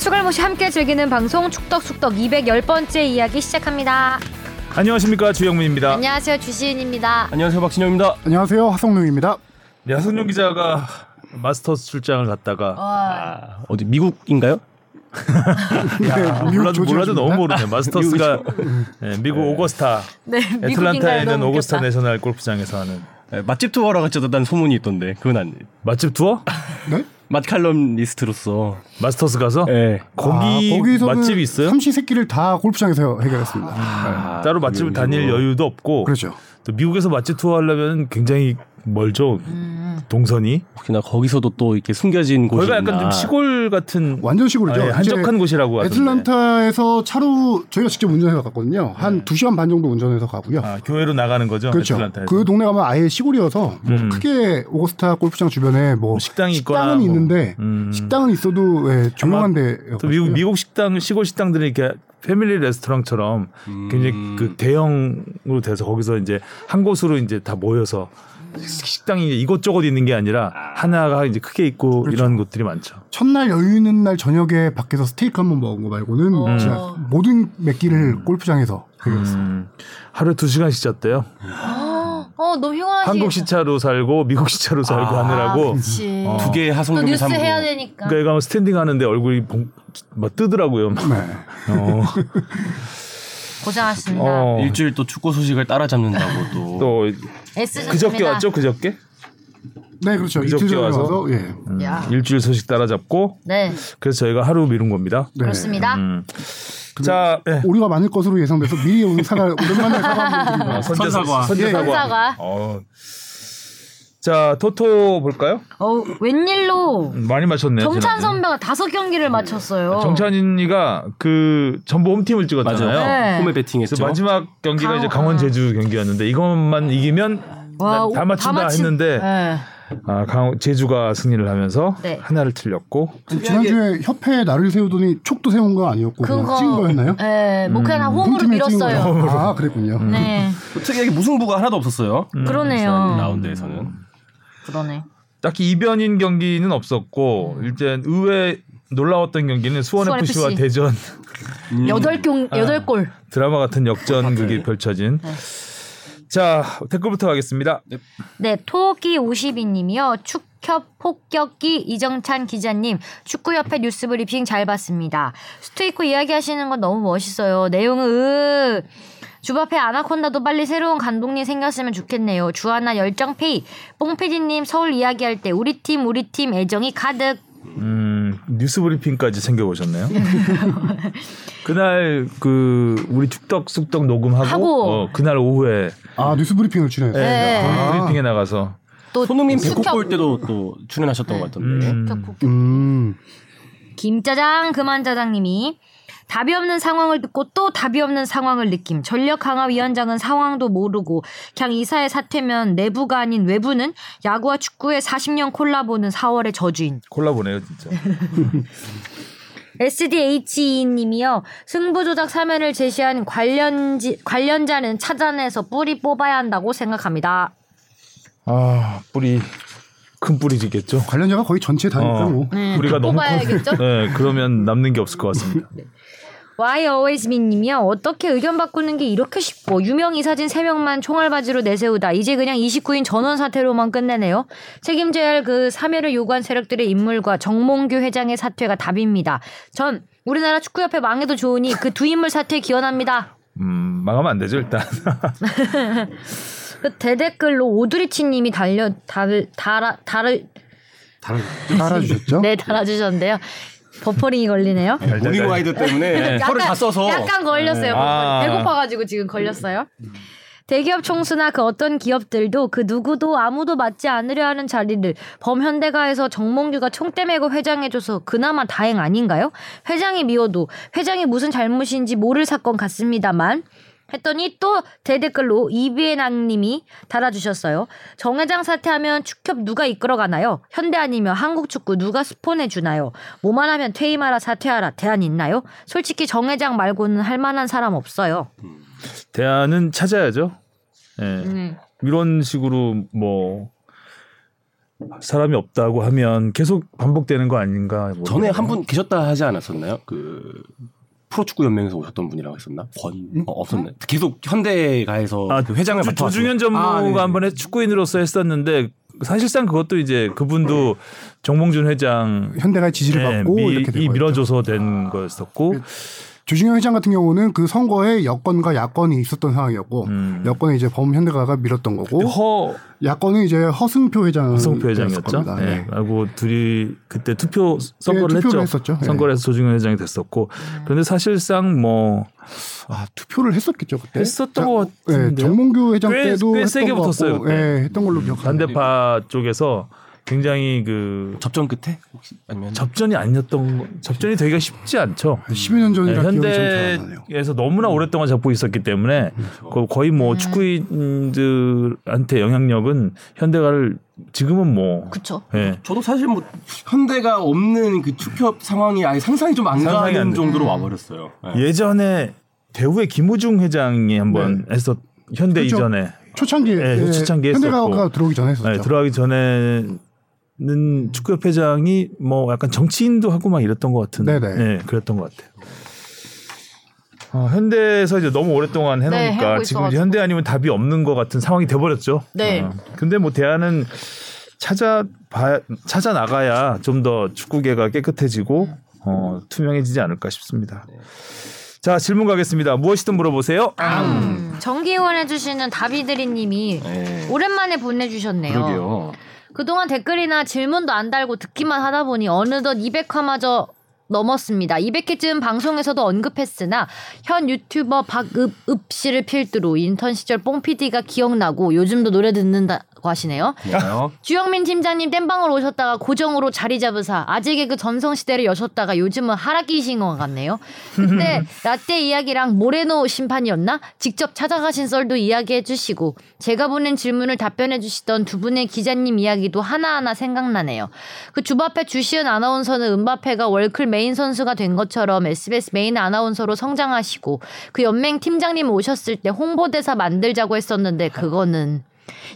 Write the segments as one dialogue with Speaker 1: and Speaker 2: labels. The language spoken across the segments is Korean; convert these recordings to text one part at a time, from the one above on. Speaker 1: 틀림없이 함께 즐기는 방송 축덕숙덕 210번째 이야기 시작합니다.
Speaker 2: 아. 안녕하십니까 주영민입니다.
Speaker 1: 안녕하세요 주시은입니다.
Speaker 3: 안녕하세요 박진영입니다.
Speaker 4: 안녕하세요 하성룡입니다.
Speaker 2: 네, 하성룡 기자가 마스터스 출장을 갔다가 아,
Speaker 3: 어디 미국인가요?
Speaker 4: 네, 미국
Speaker 2: 몰라도 몰라도
Speaker 4: 조지아주입니다.
Speaker 2: 너무 모르네. 마스터스가 네, 미국 오거스타
Speaker 1: 네,
Speaker 2: 애틀란타에 있는 오거스타
Speaker 1: 네.
Speaker 2: 내셔널 골프장에서 하는
Speaker 3: 네, 맛집 투어라 갔다는 소문이 있던데 그건 아니.
Speaker 2: 맛집 투어?
Speaker 4: 네?
Speaker 3: 맛칼럼 리스트로서.
Speaker 2: 마스터스 가서
Speaker 3: 예.
Speaker 2: 거기
Speaker 4: 아, 거기서는
Speaker 2: 맛집이 있어요? 아, 뭐.
Speaker 4: 삼시세끼를 다 골프장에서 해결했습니다.
Speaker 3: 아,
Speaker 4: 네.
Speaker 2: 따로 맛집을
Speaker 3: 그
Speaker 2: 다닐 여유도 없고
Speaker 4: 그렇죠.
Speaker 2: 또 미국에서 맛집 투어 하려면 굉장히 멀죠
Speaker 1: 음.
Speaker 2: 동선이
Speaker 3: 혹시나 거기서도 또 이렇게 숨겨진 곳이
Speaker 2: 거기가 약간
Speaker 3: 있나.
Speaker 2: 좀 시골 같은
Speaker 4: 완전 시골이죠.
Speaker 2: 아예 한적한
Speaker 4: 이제
Speaker 2: 곳이라고 하던데
Speaker 4: 애틀란타에서 차로 저희가 직접 운전해서 갔거든요. 한 두 2시간 반 정도 운전해서 가고요.
Speaker 2: 네. 아, 교회로 나가는 거죠
Speaker 4: 그렇죠.
Speaker 2: 애틀란타에서 음.
Speaker 4: 그 동네 가면 아예 시골이어서 뭐 크게 오거스타 골프장 주변에 뭐
Speaker 2: 식당이 있거나
Speaker 4: 식당은
Speaker 2: 뭐.
Speaker 4: 있는데
Speaker 2: 음.
Speaker 4: 식당은 있어도 예, 조용한 데였고
Speaker 2: 또 미국 미국 식당 시골 식당들이 이렇게 패밀리 레스토랑처럼 굉장히 그 대형으로 돼서 거기서 이제 한 곳으로 이제 다 모여서 식- 식당이 이제 이것저것 있는 게 아니라 하나가 이제 크게 있고 이런 곳들이 많죠.
Speaker 4: 첫날 여유 있는 날 저녁에 밖에서 스테이크 한 번 먹은 거 말고는
Speaker 2: 어.
Speaker 4: 진짜 모든 맥기를 골프장에서 해결했습니다.
Speaker 2: 음, 하루에 두 시간씩 잤대요.
Speaker 1: 어 너무 흉하지.
Speaker 2: 한국 시차로 살고 미국 시차로 살고 하느라고.
Speaker 1: 그치.
Speaker 2: 어.
Speaker 3: 두 개의
Speaker 1: 또
Speaker 3: 하성룡이
Speaker 1: 뉴스
Speaker 3: 삼고.
Speaker 1: 해야 되니까.
Speaker 2: 그러니까 얘가 막 스탠딩 하는데 얼굴이 봉, 막 뜨더라고요.
Speaker 1: 음.
Speaker 2: 막.
Speaker 4: 네.
Speaker 2: 어,
Speaker 1: 고생하셨습니다.
Speaker 2: 어.
Speaker 3: 일주일 또 축구 소식을 따라잡는다고 또.
Speaker 2: 또
Speaker 1: 애쓰셨습니다.
Speaker 2: 그저께 왔죠? 그저께?
Speaker 4: 네, 그렇죠.
Speaker 2: 그저께
Speaker 4: 이틀 전에
Speaker 2: 와서? 음.
Speaker 4: 와서, 예.
Speaker 1: 야.
Speaker 2: 일주일 소식 따라잡고
Speaker 1: 네,
Speaker 2: 그래서 저희가 하루 미룬 겁니다.
Speaker 4: 네.
Speaker 1: 그렇습니다.
Speaker 2: 음. 자, 예.
Speaker 4: 오류가 많을 것으로 예상돼서 미리 온 사과 오랜만에 사과
Speaker 2: 네. 아, 선사과.
Speaker 1: 선사과.
Speaker 2: 어. 자, 토토 볼까요?
Speaker 1: 어우 웬일로
Speaker 2: 음, 많이 맞췄네요.
Speaker 1: 정찬
Speaker 2: 지난번에.
Speaker 1: 선배가 다섯 경기를 마쳤어요.
Speaker 2: 정찬이가 그 전부 홈팀을 찍었잖아요.
Speaker 1: 맞아요. 네.
Speaker 3: 홈에
Speaker 2: 그래서
Speaker 3: 배팅했죠.
Speaker 2: 마지막 경기가 이제
Speaker 1: 강원-
Speaker 2: 강원 제주 경기였는데 이것만 이기면
Speaker 1: 와,
Speaker 2: 네, 다 맞춘다 했는데.
Speaker 1: 네.
Speaker 2: 아, 강원 제주가 승리를 하면서
Speaker 1: 네.
Speaker 2: 하나를 틀렸고
Speaker 4: 지난주에 협회에 나를 세우더니 촉도 세운 거 아니었고 그냥
Speaker 1: 그거
Speaker 4: 찍은 거였나요?
Speaker 1: 네, 뭐
Speaker 2: 음.
Speaker 1: 그냥 홈으로
Speaker 4: 홈팀에 찍은
Speaker 1: 밀었어요.
Speaker 4: 거예요. 아 그랬군요.
Speaker 1: 네,
Speaker 3: 어, 특이하게 무승부가 하나도 없었어요.
Speaker 1: 음.
Speaker 2: 음.
Speaker 3: 지난
Speaker 1: 그러네요.
Speaker 3: 라운드에서는.
Speaker 1: 그러네.
Speaker 2: 딱히 이변인 경기는 없었고 일단 의외 놀라웠던 경기는 수원
Speaker 1: 음. 수원
Speaker 2: FC와
Speaker 1: FC.
Speaker 2: 대전 음.
Speaker 1: 여덟 경 여덟 골.
Speaker 2: 드라마 같은
Speaker 1: 네.
Speaker 2: 역전극이 펼쳐진 자 댓글부터 가겠습니다.
Speaker 1: 네, 토끼 52님이요. 축협 폭격기 이정찬 기자님, 축구협회 뉴스 브리핑 잘 봤습니다. 스테이크 이야기하시는 건 너무 멋있어요. 내용은 으, 주바페 아나콘다도 빨리 새로운 감독님 생겼으면 좋겠네요. 주하나 열정페이, 뽕피디님 서울 이야기할 때 우리 팀 우리 팀 애정이 가득.
Speaker 2: 음, 뉴스 브리핑까지 챙겨보셨네요. 그날 그 우리 축덕 숙덕 녹음하고
Speaker 1: 하고.
Speaker 2: 어, 그날 오후에
Speaker 4: 아 뉴스 브리핑을 출연했어요.
Speaker 1: 네.
Speaker 2: 뉴스 브리핑에 나가서
Speaker 1: 또
Speaker 3: 손흥민
Speaker 1: 숙협-
Speaker 3: 백호 골 때도 또 출연하셨던 것 같던데.
Speaker 2: 음,
Speaker 1: 축협 폭격기.
Speaker 4: 음.
Speaker 1: 김짜장 그만짜장님이 답이 없는 상황을 듣고 또 답이 없는 상황을 느낌. 전력 강화 위원장은 상황도 모르고 그냥 이사의 사퇴면 내부가 아닌 외부는 야구와 축구의 40년 콜라보는 4월의 저주인.
Speaker 2: 콜라보네요 진짜.
Speaker 1: SDHE님이요. 승부조작 사면을 제시한 관련지, 관련자는 찾아내서 뿌리 뽑아야 한다고 생각합니다.
Speaker 2: 아 뿌리 큰 뿌리지겠죠.
Speaker 4: 관련자가 거의 전체 다니까
Speaker 2: 어,
Speaker 4: 뭐.
Speaker 2: 뿌리가 너무
Speaker 1: 네, 뽑아야겠죠?
Speaker 2: 커. 네, 그러면 남는 게 없을 것 같습니다.
Speaker 1: Why always me 님이요. 어떻게 의견 바꾸는 게 이렇게 쉽고 유명 이사진 3명만 총알바지로 내세우다. 이제 그냥 29인 전원 사태로만 끝내네요. 책임져야 할 그 사면을 요구한 세력들의 인물과 정몽규 회장의 사퇴가 답입니다. 전 우리나라 축구협회 망해도 좋으니 그 두 인물 사퇴 기원합니다.
Speaker 2: 음, 망하면 안 되죠 일단.
Speaker 1: 그 대댓글로 오드리치 님이 달려 달 달아 달을
Speaker 4: 달아주셨죠?
Speaker 1: 네 달아주셨는데요. 버퍼링이 걸리네요.
Speaker 3: 모닝 와이드 때문에 혀를 다 써서
Speaker 1: 네. 약간 걸렸어요.
Speaker 2: 아.
Speaker 1: 배고파가지고 지금 걸렸어요. 대기업 총수나 그 어떤 기업들도 그 누구도 아무도 맞지 않으려 하는 자리를 범현대가에서 정몽규가 총대 메고 회장해줘서 그나마 다행 아닌가요? 회장이 미워도 회장이 무슨 잘못인지 모를 사건 같습니다만 했더니 또 대댓글로 이비엔왕님이 달아주셨어요. 정 회장 사퇴하면 축협 누가 이끌어가나요? 현대 아니면 한국 축구 누가 스폰해주나요? 뭐만 하면 퇴임하라 사퇴하라 대안 있나요? 솔직히 정 회장 말고는 할 만한 사람 없어요.
Speaker 2: 네.
Speaker 1: 음. 네,
Speaker 2: 대안은 찾아야죠. 예. 이런 식으로 뭐 사람이 없다고 하면 계속 반복되는 거 아닌가. 뭐 모르겠네요.
Speaker 3: 전에 한 분 계셨다 하지 않았었나요? 그 프로축구 연맹에서 오셨던 분이라고 했었나? 권 어, 없었네. 계속 현대가에서
Speaker 2: 아,
Speaker 3: 그 회장을
Speaker 2: 조-
Speaker 3: 맡아
Speaker 2: 조중현 전무가
Speaker 4: 아, 네네.
Speaker 2: 한번에 축구인으로서 했었는데 사실상 그것도 이제 그분도 정몽준 회장
Speaker 4: 현대가 지지를
Speaker 2: 예,
Speaker 4: 받고
Speaker 2: 미-
Speaker 4: 이렇게
Speaker 2: 이
Speaker 4: 된거죠 아, 그
Speaker 2: 밀어줘서 된 거였었고
Speaker 4: 조중현 회장 같은 경우는 그 선거에 여권과 야권이 있었던 상황이었고
Speaker 2: 음. 그
Speaker 4: 여권에 이제 범현대가가 밀었던 거고
Speaker 2: 허
Speaker 4: 야권은 이제 허승표 회장
Speaker 2: 성표 회장이었죠.
Speaker 4: 겁니다.
Speaker 2: 예.
Speaker 4: 그 네.
Speaker 2: 하고 둘이 그때 투표 선거를
Speaker 4: 예, 투표를
Speaker 2: 했죠.
Speaker 4: 했었죠. 예.
Speaker 2: 선거를 해서 조중현 회장이 됐었고 그런데 사실상 뭐
Speaker 4: 아 투표를 했었겠죠 그때.
Speaker 2: 했었던
Speaker 4: 자,
Speaker 2: 것
Speaker 4: 예,
Speaker 2: 같은데 요
Speaker 4: 정몽규 회장
Speaker 2: 꽤-
Speaker 4: 때도
Speaker 2: 꽤
Speaker 4: 했던
Speaker 2: 세게
Speaker 4: 것 같고,
Speaker 2: 붙었어요, 그때.
Speaker 4: 예, 했던 걸로 기억합니다.
Speaker 2: 반대파 쪽에서 굉장히 그
Speaker 3: 접전 끝에 혹시 아니면
Speaker 2: 접전이 아니었던 거- 접전이 되기가 쉽지 않죠.
Speaker 4: 10여 년
Speaker 2: 네,
Speaker 4: 전이라 기억이 참잘 나네요.
Speaker 2: 현대에서 너무나 오랫동안 잡고 있었기 때문에 거- 거의 뭐 축구인들한테 영향력은 현대가를 지금은 뭐
Speaker 1: 그쵸.
Speaker 2: 예.
Speaker 3: 저도 사실 뭐 현대가 없는 그 축협 상황이 아예 상상이 좀 안
Speaker 2: 상상이 안
Speaker 3: 가는
Speaker 2: 돼. 음.
Speaker 3: 정도로 와버렸어요. 예.
Speaker 2: 예전에 대우의 김우중 회장이 한번 했었 현대
Speaker 4: 그렇죠.
Speaker 2: 이전에
Speaker 4: 초창기에
Speaker 2: 예,
Speaker 4: 예,
Speaker 2: 초창기에
Speaker 4: 현대가가
Speaker 2: 했었고.
Speaker 4: 들어오기 전에 했었죠.
Speaker 2: 네, 들어가기 전에는 축구협회장이 뭐 약간 정치인도 하고 막 이랬던 것 같은.
Speaker 4: 네네.
Speaker 2: 네, 그랬던 것 같아요. 어, 현대에서 이제 너무 오랫동안
Speaker 1: 네,
Speaker 2: 해놓으니까
Speaker 1: 해오고
Speaker 2: 지금 이제
Speaker 1: 있어가지고.
Speaker 2: 현대 아니면 답이 없는 것 같은 상황이 돼버렸죠.
Speaker 1: 네.
Speaker 2: 어, 근데 뭐 대안은 찾아 봐 찾아 나가야 좀 더 축구계가 깨끗해지고 어, 투명해지지 않을까 싶습니다. 자 질문 가겠습니다. 무엇이든 물어보세요.
Speaker 4: 아,
Speaker 3: 음.
Speaker 1: 정기후원해 주시는 다비드리님이
Speaker 3: 예.
Speaker 1: 오랜만에 보내주셨네요.
Speaker 3: 그러게요.
Speaker 2: 아.
Speaker 1: 그동안 댓글이나 질문도 안 달고 듣기만 하다 보니 어느덧 200화마저 넘었습니다. 200회쯤 방송에서도 언급했으나 현 유튜버 박읍읍 씨를 필두로 인턴 시절 뽕PD가 기억나고 요즘도 노래 듣는다고 하시네요.
Speaker 3: 그러니까요.
Speaker 1: 주영민 팀장님 땜방울 오셨다가 고정으로 자리 잡으사 아직의 그 전성시대를 여셨다가 요즘은 하락기신 것 같네요. 그때 라떼 이야기랑 모레노 심판이었나? 직접 찾아가신 썰도 이야기해 주시고 제가 보낸 질문을 답변해 주시던 두 분의 기자님 이야기도 하나하나 생각나네요. 그 주바페 주시은 아나운서는 은바페가 월클 메인 선수가 된 것처럼 SBS 메인 아나운서로 성장하시고 그 연맹 팀장님 오셨을 때 홍보대사 만들자고 했었는데 그거는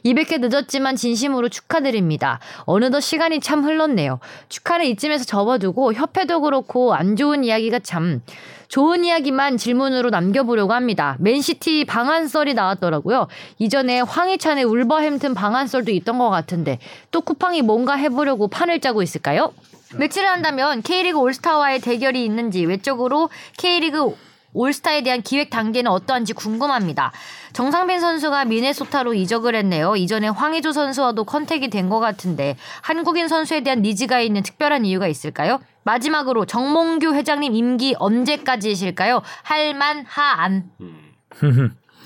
Speaker 1: 200회 늦었지만 진심으로 축하드립니다. 어느덧 시간이 참 흘렀네요. 축하는 이쯤에서 접어두고 협회도 그렇고 안 좋은 이야기가 참 좋은 이야기만 질문으로 남겨보려고 합니다. 맨시티 방한설이 나왔더라고요. 이전에 황희찬의 울버햄튼 방한설도 있던 것 같은데 또 쿠팡이 뭔가 해보려고 판을 짜고 있을까요? 매치를 한다면 K리그 올스타와의 대결이 있는지 외적으로 K리그 올스타에 대한 기획 단계는 어떠한지 궁금합니다. 정상빈 선수가 미네소타로 이적을 했네요. 이전에 황의조 선수와도 컨택이 된 것 같은데 한국인 선수에 대한 니즈가 있는 특별한 이유가 있을까요? 마지막으로 정몽규 회장님 임기 언제까지이실까요? 할만 하안.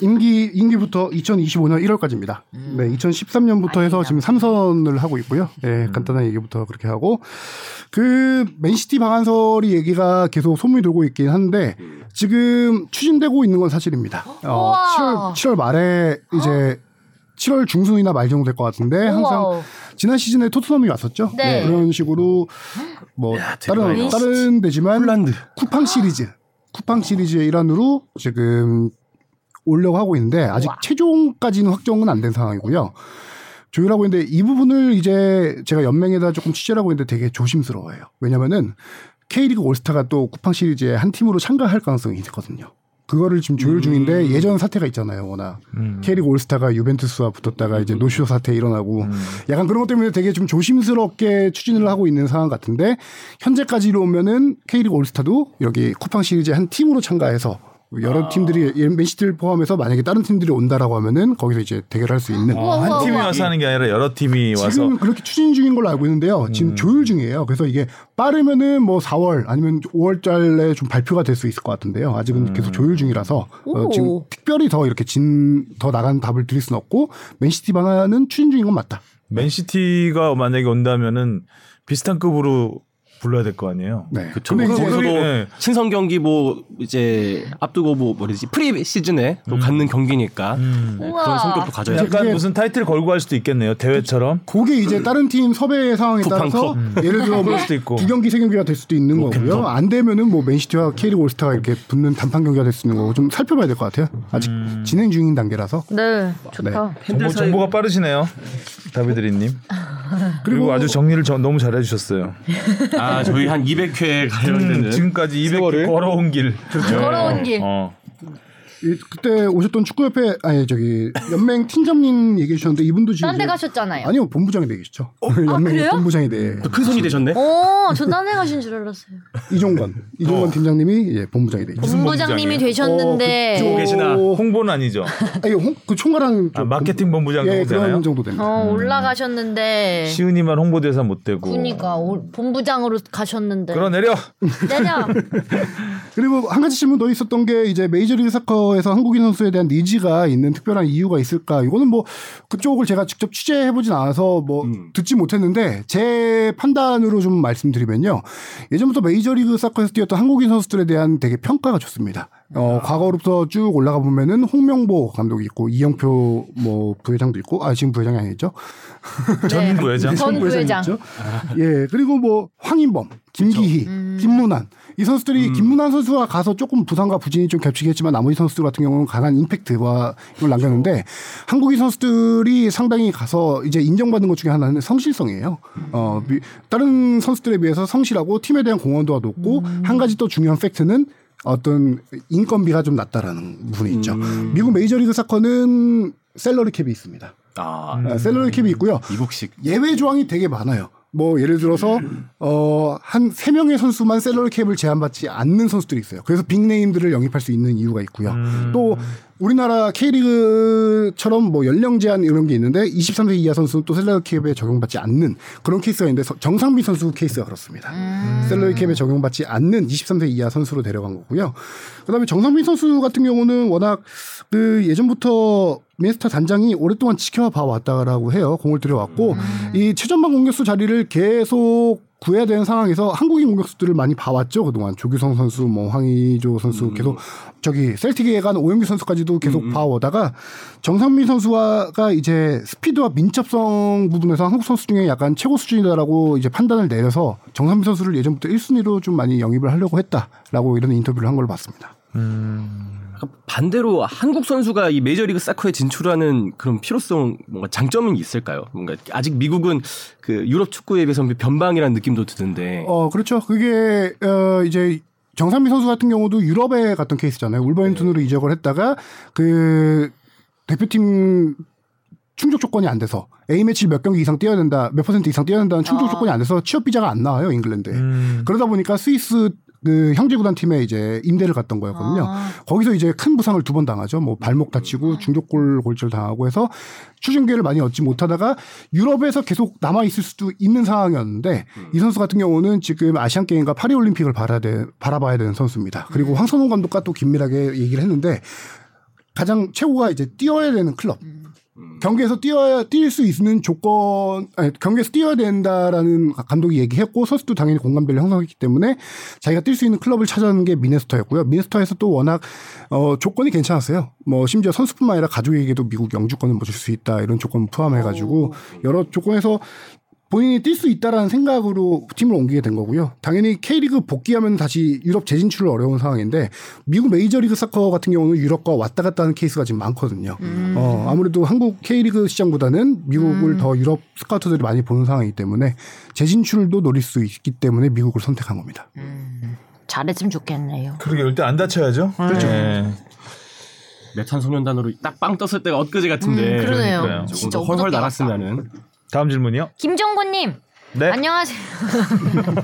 Speaker 4: 임기 임기부터 2025년 1월까지입니다.
Speaker 1: 음.
Speaker 4: 네, 2013년부터 해서 지금 삼선을 하고 있고요. 예,
Speaker 1: 음.
Speaker 4: 간단한 얘기부터 그렇게 하고 그 맨시티 방한설이 얘기가 계속 소문이 돌고 있긴 한데 지금 추진되고 있는 건 사실입니다. 어, 7월
Speaker 1: 우와.
Speaker 4: 7월 말에 이제 7월 중순이나 말 정도 될 것 같은데
Speaker 1: 우와.
Speaker 4: 항상 지난 시즌에 토트넘이 왔었죠.
Speaker 1: 네.
Speaker 4: 그런 식으로 뭐 다른
Speaker 3: 대박이다.
Speaker 4: 다른 데지만
Speaker 3: 폴란드.
Speaker 4: 쿠팡
Speaker 1: 아.
Speaker 4: 시리즈 쿠팡 시리즈의 일환으로 지금 올려고 하고 있는데 아직
Speaker 1: 우와.
Speaker 4: 최종까지는 확정은 안 된 상황이고요. 조율하고 있는데 이 부분을 이제 제가 연맹에다 조금 취재를 하고 있는데 되게 조심스러워요. 왜냐면은 K리그 올스타가 또 쿠팡 시리즈의 한 팀으로 참가할 가능성이 있거든요. 그거를 지금 조율
Speaker 1: 음.
Speaker 4: 중인데 예전 사태가 있잖아요. 워낙
Speaker 2: 음.
Speaker 4: K리그 올스타가 유벤투스와 붙었다가 이제 노쇼 사태 일어나고 약간 그런 것 때문에 되게 좀 조심스럽게 추진을 하고 있는 상황 같은데 현재까지로 오면은 K리그 올스타도 여기 쿠팡 시리즈 한 팀으로 참가해서 여러 팀들이 예, 맨시티를 포함해서 만약에 다른 팀들이 온다라고 하면은 거기서 이제 대결할 수 있는
Speaker 1: 우와, 우와,
Speaker 2: 한 팀이
Speaker 1: 우와.
Speaker 2: 와서 하는 게 아니라 여러 팀이 예, 와서 음.
Speaker 4: 지금 그렇게 추진 중인 걸로 알고 있는데요. 지금 조율 중이에요. 그래서 이게 빠르면은 뭐 4월 아니면 5월달에 좀 발표가 될 수 있을 것 같은데요. 아직은
Speaker 2: 음.
Speaker 4: 계속 조율 중이라서 어,
Speaker 1: 오.
Speaker 4: 지금 특별히 더 이렇게 진 더 나간 답을 드릴 수는 없고 맨시티 방안은 추진 중인 건 맞다.
Speaker 2: 맨시티가 만약에 온다면은 비슷한 급으로 불러야 될 거 아니에요.
Speaker 4: 네.
Speaker 3: 그쵸.
Speaker 4: 근데 이제
Speaker 2: 그럼
Speaker 3: 거기서도
Speaker 2: 예.
Speaker 3: 친선 경기 뭐 이제 앞두고 뭐 뭐지 프리 시즌에
Speaker 2: 음.
Speaker 3: 또 갖는 경기니까 네,
Speaker 1: 우와.
Speaker 3: 그런 성격도 가져야 돼.
Speaker 2: 약간
Speaker 4: 이게-
Speaker 2: 무슨 타이틀 걸고 할 수도 있겠네요. 대회처럼.
Speaker 4: 그게 이제 다른 팀 섭외 상황에
Speaker 3: 쿠팡
Speaker 4: 따라서
Speaker 2: 컵.
Speaker 4: 예를 들어 뭐
Speaker 2: 그럴 수도 있고.
Speaker 4: 두 경기 세 경기가 될 수도 있는 거고요. 안 되면은 뭐 맨시티와 K리그 올스타가 이렇게 붙는 단판 경기가 될 수 있는 거고 좀 살펴봐야 될 것 같아요. 아직
Speaker 2: 음.
Speaker 4: 진행 중인 단계라서
Speaker 1: 네, 좋다.
Speaker 2: 정보, 정보가 빠르시네요. 다비드리님. 그리고, 아주 정리를 저- 너무 잘해 주셨어요.
Speaker 3: 아 저희 한 200회
Speaker 1: 음,
Speaker 2: 음.
Speaker 3: 관련되는
Speaker 2: 지금까지 200개
Speaker 5: 세월을?
Speaker 2: 걸어온 길.
Speaker 1: 네. 그렇죠.
Speaker 2: 네.
Speaker 1: 걸어온 길.
Speaker 2: 어.
Speaker 4: 이- 그때 오셨던 축구협회 아니 저기 연맹 팀장님 얘기해 주셨는데 이분도 지금
Speaker 1: 딴 데
Speaker 4: 이제-
Speaker 1: 가셨잖아요. 아,
Speaker 4: 아니요 본부장이 되시죠.
Speaker 2: 어?
Speaker 4: 연맹
Speaker 1: 그래요?
Speaker 4: 본부장이 돼
Speaker 3: 큰 손이 되셨네.
Speaker 1: 오, 어, 저 딴 데 가신 줄 알았어요.
Speaker 4: 이종관
Speaker 2: 어.
Speaker 4: 이종관 팀장님이 예, 본부장이 되죠.
Speaker 2: 무슨
Speaker 1: 본부장님이
Speaker 2: 본부장이에요?
Speaker 1: 되셨는데
Speaker 3: 그쪽. 계시나?
Speaker 2: 홍보는 아니죠.
Speaker 4: 아니 홍, 그 총괄하는
Speaker 2: 아,
Speaker 4: 좀
Speaker 2: 마케팅 본부장
Speaker 4: 예,
Speaker 2: 정도 되나요?
Speaker 4: 그런 네. 정도 됩니다.
Speaker 1: 어, 올라가셨는데
Speaker 2: 시은이만 홍보대사 못 되고.
Speaker 1: 그니까 올- 본부장으로 가셨는데 네,
Speaker 2: 그러 내려.
Speaker 1: 내려
Speaker 4: 그리고 한 가지 질문 더 있었던 게 이제 메이저리그 사커에서 한국인 선수에 대한 니즈가 있는 특별한 이유가 있을까? 이거는 뭐 그쪽을 제가 직접 취재해 보진 않아서 뭐 듣지 못했는데 제 판단으로 좀 말씀드리면요. 예전부터 메이저리그 사커에서 뛰었던 한국인 선수들에 대한 되게 평가가 좋습니다. 어, 과거로부터 쭉 올라가 보면은 홍명보 감독이 있고 이영표 뭐 부회장도 있고 아 지금 부회장이 아니죠.
Speaker 1: 네.
Speaker 2: 전 부회장.
Speaker 1: 전 부회장
Speaker 4: 있죠. 예, 그리고 뭐 황인범, 김기희,
Speaker 1: 음.
Speaker 4: 김문환 이 선수들이 김문환 선수가 가서 조금 부상과 부진이 좀 겹치겠지만 나머지 선수들 같은 경우는 강한 임팩트와 이걸 남겼는데 한국인 선수들이 상당히 가서 이제 인정받는 것 중에 하나는 성실성이에요. 어, 미- 다른 선수들에 비해서 성실하고 팀에 대한 공헌도가 높고
Speaker 1: 음.
Speaker 4: 한 가지 또 중요한 팩트는 어떤 인건비가 좀 낮다라는 부분이 있죠. 미국 메이저리그 사커는 셀러리 캡이 있습니다.
Speaker 3: 아
Speaker 4: 아, 셀러리 캡이 있고요.
Speaker 3: 미국식
Speaker 4: 예외 조항이 되게 많아요. 뭐 예를 들어서 어한 세 명의 선수만 셀러리 캡을 제한받지 않는 선수들이 있어요. 그래서 빅네임들을 영입할 수 있는 이유가 있고요. 또 우리나라 K리그처럼 뭐 연령 제한 이런 게 있는데 23세 이하 선수는 또 셀러리 캡에 적용받지 않는 그런 케이스가 있는데 서- 정상빈 선수 케이스가 그렇습니다. 셀러리 캡에 적용받지 않는 23세 이하 선수로 데려간 거고요. 그다음에 정상빈 선수 같은 경우는 워낙 그 예전부터 미네스타 단장이 오랫동안 지켜봐 왔다라고 해요. 공을 들여왔고 이 최전방 공격수 자리를 계속 구해야 되는 상황에서 한국인 공격수들을 많이 봐왔죠 그동안 조규성 선수, 뭐 황의조 선수 계속 저기 셀틱에 간 오영규 선수까지도 계속 봐오다가 정상민 선수가 이제 스피드와 민첩성 부분에서 한국 선수 중에 약간 최고 수준이다라고 이제 판단을 내려서 정상민 선수를 예전부터 1순위로 좀 많이 영입을 하려고 했다라고 이런 인터뷰를 한 걸로 봤습니다.
Speaker 3: 반대로 한국 선수가 이 메이저리그 사커에 진출하는 그런 필요성 뭔가 장점이 있을까요? 뭔가 아직 미국은 그 유럽 축구에 비해서 변방이라는 느낌도 드는데
Speaker 4: 어, 그렇죠. 그게, 어, 이제, 정상민 선수 같은 경우도 유럽에 갔던 케이스잖아요.
Speaker 1: 네.
Speaker 4: 울버햄튼으로 이적을 했다가, 그, 대표팀 충족 조건이 안 돼서, A매치 몇 경기 이상 뛰어야 된다, 몇 퍼센트 이상 뛰어야 된다는 충족
Speaker 1: 아.
Speaker 4: 조건이 안 돼서 취업비자가 안 나와요, 잉글랜드에.
Speaker 2: 음.
Speaker 4: 그러다 보니까 스위스 그 형제구단 팀에 이제 임대를 갔던 거였거든요.
Speaker 1: 아.
Speaker 4: 거기서 이제 큰 부상을 두 번 당하죠. 뭐 발목 다치고 중족골 골절 당하고 해서 추진 기회를 많이 얻지 못하다가 유럽에서 계속 남아 있을 수도 있는 상황이었는데 이 선수 같은 경우는 지금 아시안 게임과 파리 올림픽을 바라야 돼- 바라봐야 되는 선수입니다. 그리고 황선홍 감독과 또 긴밀하게 얘기를 했는데 가장 최고가 이제 뛰어야 되는 클럽. 경기에서 뛰어야 뛸 수 있는 조건 아니, 경기에서 뛰어야 된다라는 감독이 얘기했고 선수도 당연히 공감대를 형성했기 때문에 자기가 뛸 수 있는 클럽을 찾아낸 게 미네소타였고요. 미네소타에서 또 워낙 어, 조건이 괜찮았어요. 뭐 심지어 선수뿐만 아니라 가족에게도 미국 영주권을 뭐 줄 수 있다 이런 조건 포함해가지고 여러 조건에서 본인이 뛸 수 있다라는 생각으로 팀을 옮기게 된 거고요. 당연히 K리그 복귀하면 다시 유럽 재진출을 어려운 상황인데 미국 메이저리그 사커 같은 경우는 유럽과 왔다 갔다 하는 케이스가 지금 많거든요. 어, 아무래도 한국 K리그 시장보다는 미국을 더 유럽 스카우터들이 많이 보는 상황이기 때문에 재진출도 노릴 수 있기 때문에 미국을 선택한 겁니다.
Speaker 1: 잘했으면 좋겠네요.
Speaker 2: 그러게 일단 안 다쳐야죠.
Speaker 1: 네.
Speaker 2: 그렇죠.
Speaker 3: 메탄 소년단으로 딱 빵 떴을 때가 엊그제 같은데
Speaker 1: 음, 그러네요.
Speaker 3: 그러니까요. 조금
Speaker 1: 진짜
Speaker 3: 더 훨훨
Speaker 1: 엊그제
Speaker 3: 나갔으면은
Speaker 2: 다음 질문이요.
Speaker 1: 김정곤님
Speaker 2: 네.
Speaker 1: 안녕하세요.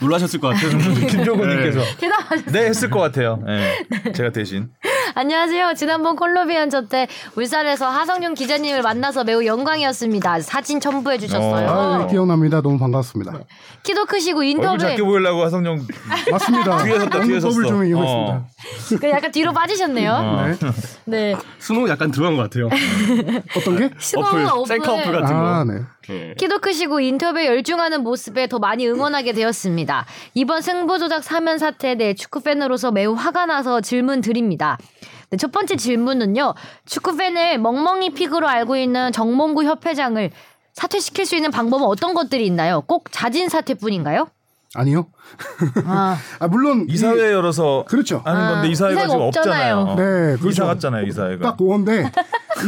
Speaker 3: 놀라셨을 것 같아요.
Speaker 1: 네.
Speaker 2: 김종훈님께서
Speaker 1: 대답하셨.
Speaker 2: 네 했을 것 같아요. 예. 제가 대신.
Speaker 1: 안녕하세요. 지난번 콜로비안 저 때 울산에서 하성룡 기자님을 만나서 매우 영광이었습니다. 사진 첨부해 주셨어요.
Speaker 2: 어.
Speaker 4: 아, 기억납니다. 너무 반갑습니다.
Speaker 1: 키도 크시고
Speaker 2: 얼굴 작게
Speaker 1: 인터뷰
Speaker 2: 보이려고 하성룡
Speaker 4: 맞습니다.
Speaker 2: 뒤에 섰다 뒤에 섰어.
Speaker 4: 오늘 법을 좀 이기고 있습니다.
Speaker 1: 그 약간 뒤로 빠지셨네요.
Speaker 2: 어.
Speaker 1: 네.
Speaker 3: 스노우 약간 들어간 것 같아요.
Speaker 4: 어떤 게?
Speaker 1: 스노우가
Speaker 3: 어플, 셀카 어플 같은 거.
Speaker 4: 아, 네.
Speaker 3: 예.
Speaker 1: 키도 크시고 인터뷰에 열중하는 모습에 더 많이 응원하게 되었습니다. 이번 승부조작 사면 사태에 대해 축구팬으로서 매우 화가 나서 질문 드립니다. 네, 첫 번째 질문은요. 축구팬을 멍멍이 픽으로 알고 있는 정몽구 협회장을 사퇴시킬 수 있는 방법은 어떤 것들이 있나요? 꼭 자진 사퇴뿐인가요?
Speaker 4: 아니요.
Speaker 1: 아,
Speaker 4: 아, 물론 이-
Speaker 2: 이사회 열어서
Speaker 4: 그렇죠.
Speaker 2: 하는
Speaker 1: 아,
Speaker 2: 건데 이사회가
Speaker 1: 이사회가
Speaker 2: 지금 없잖아요.
Speaker 1: 없잖아요.
Speaker 2: 어.
Speaker 4: 네, 그렇죠.
Speaker 2: 이사 갔잖아요 이사회가.
Speaker 4: 딱 그건데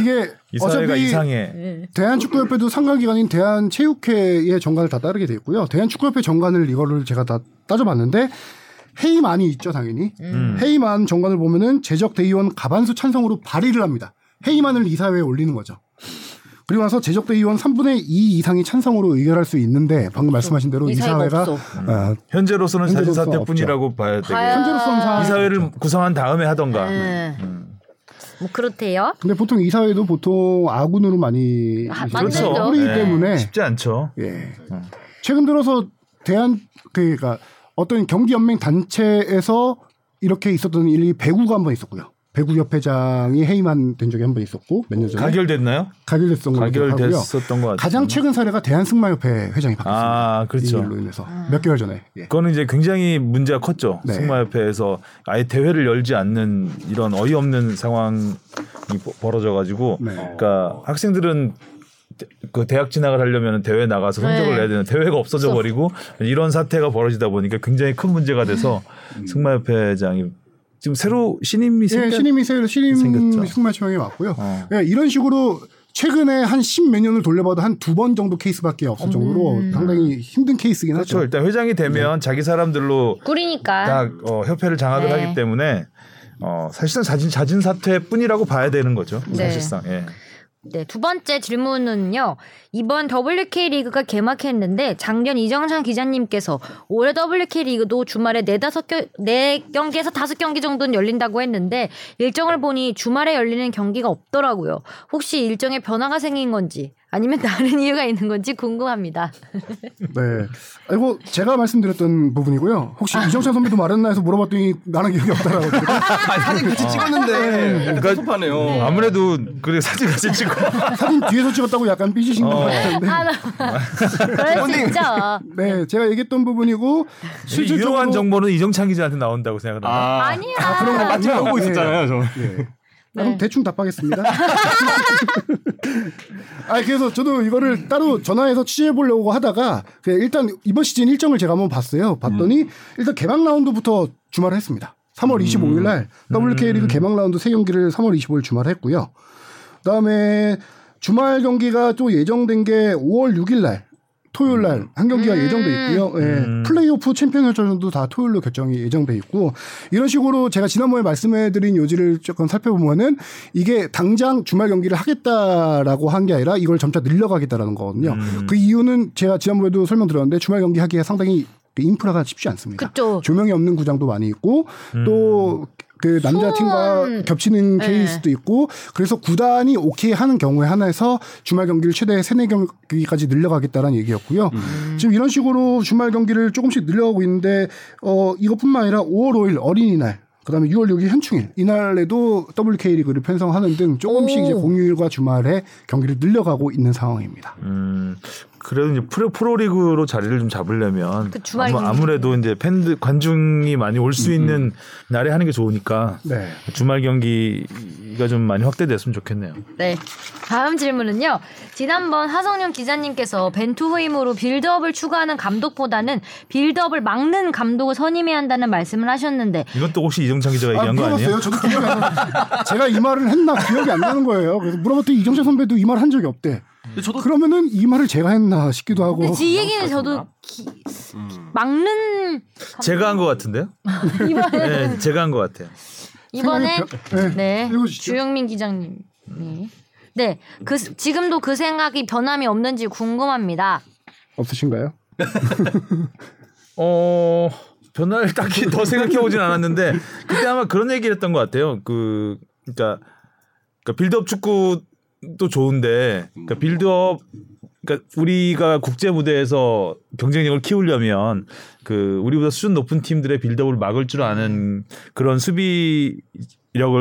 Speaker 4: 이게
Speaker 2: 이 사회가
Speaker 4: 어차피
Speaker 2: 이상해.
Speaker 1: 네.
Speaker 4: 대한축구협회도 상관기관인 대한체육회의 정관을 다 따르게 돼 있고요. 대한축구협회 정관을 이거를 제가 다 따져봤는데 회의만이 있죠 당연히.
Speaker 2: 음.
Speaker 4: 회의만 정관을 보면은 제적 대의원 가반수 찬성으로 발의를 합니다. 회의만을 이사회에 올리는 거죠. 그리고 나서 제적 대의원 3분의 2 이상이 찬성으로 의결할 수 있는데 방금 말씀하신 대로
Speaker 1: 이사회가
Speaker 4: 이사회가
Speaker 1: 없어.
Speaker 4: 어,
Speaker 2: 현재로서는
Speaker 4: 현재로서
Speaker 2: 사진사태뿐이라고 봐야 되고
Speaker 1: 봐야-
Speaker 4: 현재로서는 상황이
Speaker 2: 이 사회를 구성한 다음에 하던가. 음.
Speaker 1: 네. 뭐 그렇대요.
Speaker 4: 근데 보통 이사회도 보통 아군으로 많이
Speaker 1: 아,
Speaker 4: 이렇게
Speaker 1: 맞네요.
Speaker 2: 그렇죠.
Speaker 4: 뿌리기
Speaker 2: 네.
Speaker 4: 때문에
Speaker 2: 쉽지 않죠.
Speaker 4: 예. 최근 들어서 대한 그니까 그러니까 어떤 경기 연맹 단체에서 이렇게 있었던 일이 배구가 한 번 있었고요. 배구 협회장이 해임한 된 적이 한 번 있었고 몇 년 전에
Speaker 2: 가결됐나요?
Speaker 4: 네. 가결됐던 걸로 기억하고요. 예.
Speaker 2: 가결됐었던 것 같아요.
Speaker 4: 가장 최근 사례가 대한승마협회 회장이 바뀌었습니다.
Speaker 2: 아
Speaker 4: 이
Speaker 2: 그렇죠.
Speaker 4: 일로 인해서 몇 개월 전에 예.
Speaker 2: 그거는 이제 굉장히 문제가 컸죠.
Speaker 4: 네.
Speaker 2: 승마협회에서 아예 대회를 열지 않는 이런 어이없는 상황이 버- 벌어져가지고,
Speaker 4: 네.
Speaker 2: 그러니까 학생들은 대- 그 대학 진학을 하려면 대회 나가서 성적을
Speaker 1: 네.
Speaker 2: 내야 되는 대회가 없어져 버리고 이런 사태가 벌어지다 보니까 굉장히 큰 문제가 돼서 승마협회장이 지금 새로 신임이 생겨.
Speaker 4: 예, 음. 신임이 새 신임
Speaker 2: 생겼죠.
Speaker 4: 승마협회장이 왔고요.
Speaker 2: 어.
Speaker 4: 예, 이런 식으로 최근에 한 십 몇 년을 돌려봐도 한 두 번 정도 케이스밖에
Speaker 2: 음.
Speaker 4: 없을 정도로 상당히 힘든 케이스긴
Speaker 2: 그렇죠.
Speaker 4: 하죠. 네.
Speaker 2: 일단 회장이 되면 자기 사람들로
Speaker 1: 꿀이니까.
Speaker 2: 다 어, 협회를 장악을
Speaker 1: 아. 네.
Speaker 2: 하기 때문에 어, 사실상 자진 자진 사퇴뿐이라고 봐야 되는 거죠.
Speaker 1: 네.
Speaker 2: 사실상. 예.
Speaker 1: 네, 두 번째 질문은요. 이번 WK 리그가 개막했는데 작년 이정찬 기자님께서 올해 WK 리그도 주말에 네다섯 겨- 네 경기에서 다섯 경기 정도는 열린다고 했는데 일정을 보니 주말에 열리는 경기가 없더라고요. 혹시 일정에 변화가 생긴 건지 아니면 다른 이유가 있는 건지 궁금합니다.
Speaker 4: 네. 이거 제가 말씀드렸던 부분이고요. 혹시
Speaker 3: 아.
Speaker 4: 이정찬 선배도 말했나 해서 물어봤더니 나는 기억이 없다라고. 그러더라고요.
Speaker 3: 아, 사진 같이 찍었는데 약간 섭섭하네요.
Speaker 2: 어. 아무래도 그래 사진 같이 찍고
Speaker 4: 사진 뒤에서 찍었다고 약간 삐지신 것
Speaker 2: 어.
Speaker 4: 같은데.
Speaker 1: 아, 그럴 수 있죠.
Speaker 4: 네, 제가 얘기했던 부분이고
Speaker 2: 유용한
Speaker 4: 실질적으로
Speaker 2: 정보는 이정찬 기자한테 나온다고 생각합니다.
Speaker 1: 아니야.
Speaker 3: 맞지 보고 네, 있었잖아요, 네. 저.
Speaker 4: 아, 그럼 대충 답하겠습니다. 아 그래서 저도 이거를 따로 전화해서 취재해 보려고 하다가 그냥 일단 이번 시즌 일정을 제가 한번 봤어요. 봤더니
Speaker 3: 음.
Speaker 4: 일단 개막 라운드부터 주말에 했습니다. 3월 25일 날
Speaker 3: 음.
Speaker 4: WK 리그 개막 라운드 세 경기를 3월 25일 주말에 했고요. 그다음에 주말 경기가 또 예정된 게 5월 6일 날 토요일 날 한 경기가 예정돼 있고요. 예, 플레이오프 챔피언전도 다 토요일로 결정이 예정돼 있고 이런 식으로 제가 지난번에 말씀해드린 요지를 조금 살펴보면은 이게 당장 주말 경기를 하겠다라고 한 게 아니라 이걸 점차 늘려가겠다라는 거거든요. 그 이유는 제가 지난번에도 설명드렸는데 주말 경기 하기가 상당히 그 인프라가 쉽지 않습니다.
Speaker 1: 그쵸.
Speaker 4: 조명이 없는 구장도 많이 있고 또 그 남자 팀과
Speaker 1: 소음.
Speaker 4: 겹치는
Speaker 1: 네.
Speaker 4: 케이스도 있고 그래서 구단이 오케이 하는 경우에 하나에서 주말 경기를 최대 세네 경기까지 늘려가겠다라는 얘기였고요. 지금 이런 식으로 주말 경기를 조금씩 늘려가고 있는데 어 이것뿐만 아니라 5월 5일 어린이날 그다음에 6월 6일 현충일 이날에도 WK 리그를 편성하는 등 조금씩
Speaker 1: 오.
Speaker 4: 이제 공휴일과 주말에 경기를 늘려가고 있는 상황입니다.
Speaker 2: 음, 그래도 이제 프로 프로리그로 자리를 좀 잡으려면
Speaker 1: 그 주말 경기.
Speaker 2: 아무, 래도 이제 팬들 관중이 많이 올 수 있는 날에 하는 게 좋으니까
Speaker 4: 네.
Speaker 2: 주말 경기가 좀 많이 확대됐으면 좋겠네요.
Speaker 1: 네. 다음 질문은요. 지난번 하성룡 기자님께서 벤투 후임으로 빌드업을 추구하는 감독보다는 빌드업을 막는 감독을 선임해야 한다는 말씀을 하셨는데
Speaker 2: 이것도 혹시 이정찬 기자가 얘기한 거 아니에요?
Speaker 4: 물어봤어요. 저도 기억이 안 나. 제가 이 말을 했나 기억이 안 나는 거예요. 그래서 물어봤더니 이정재 선배도 이 말 한 적이 없대.
Speaker 3: 저도
Speaker 4: 그러면은 이 말을 제가 했나 싶기도 하고.
Speaker 1: 근데 지 얘기는 저도 기-
Speaker 4: 음.
Speaker 1: 막는
Speaker 2: 제가 한 것 같은데요?
Speaker 1: 이번에
Speaker 2: 네, 제가 한 것 같아요.
Speaker 1: 이번에
Speaker 4: 네.
Speaker 1: 네.
Speaker 4: 읽어주시죠.
Speaker 1: 주영민 기자님이 네. 그 지금도 그 생각이 변함이 없는지 궁금합니다.
Speaker 4: 없으신가요?
Speaker 2: 어 변화를 딱히 더 생각해 보진 않았는데 그때 아마 그런 얘기를 했던 것 같아요. 그 그러니까, 그러니까 빌드업 축구도 좋은데 그러니까 빌드업 그러니까 우리가 국제 무대에서 경쟁력을 키우려면 그 우리보다 수준 높은 팀들의 빌드업을 막을 줄 아는 그런 수비력을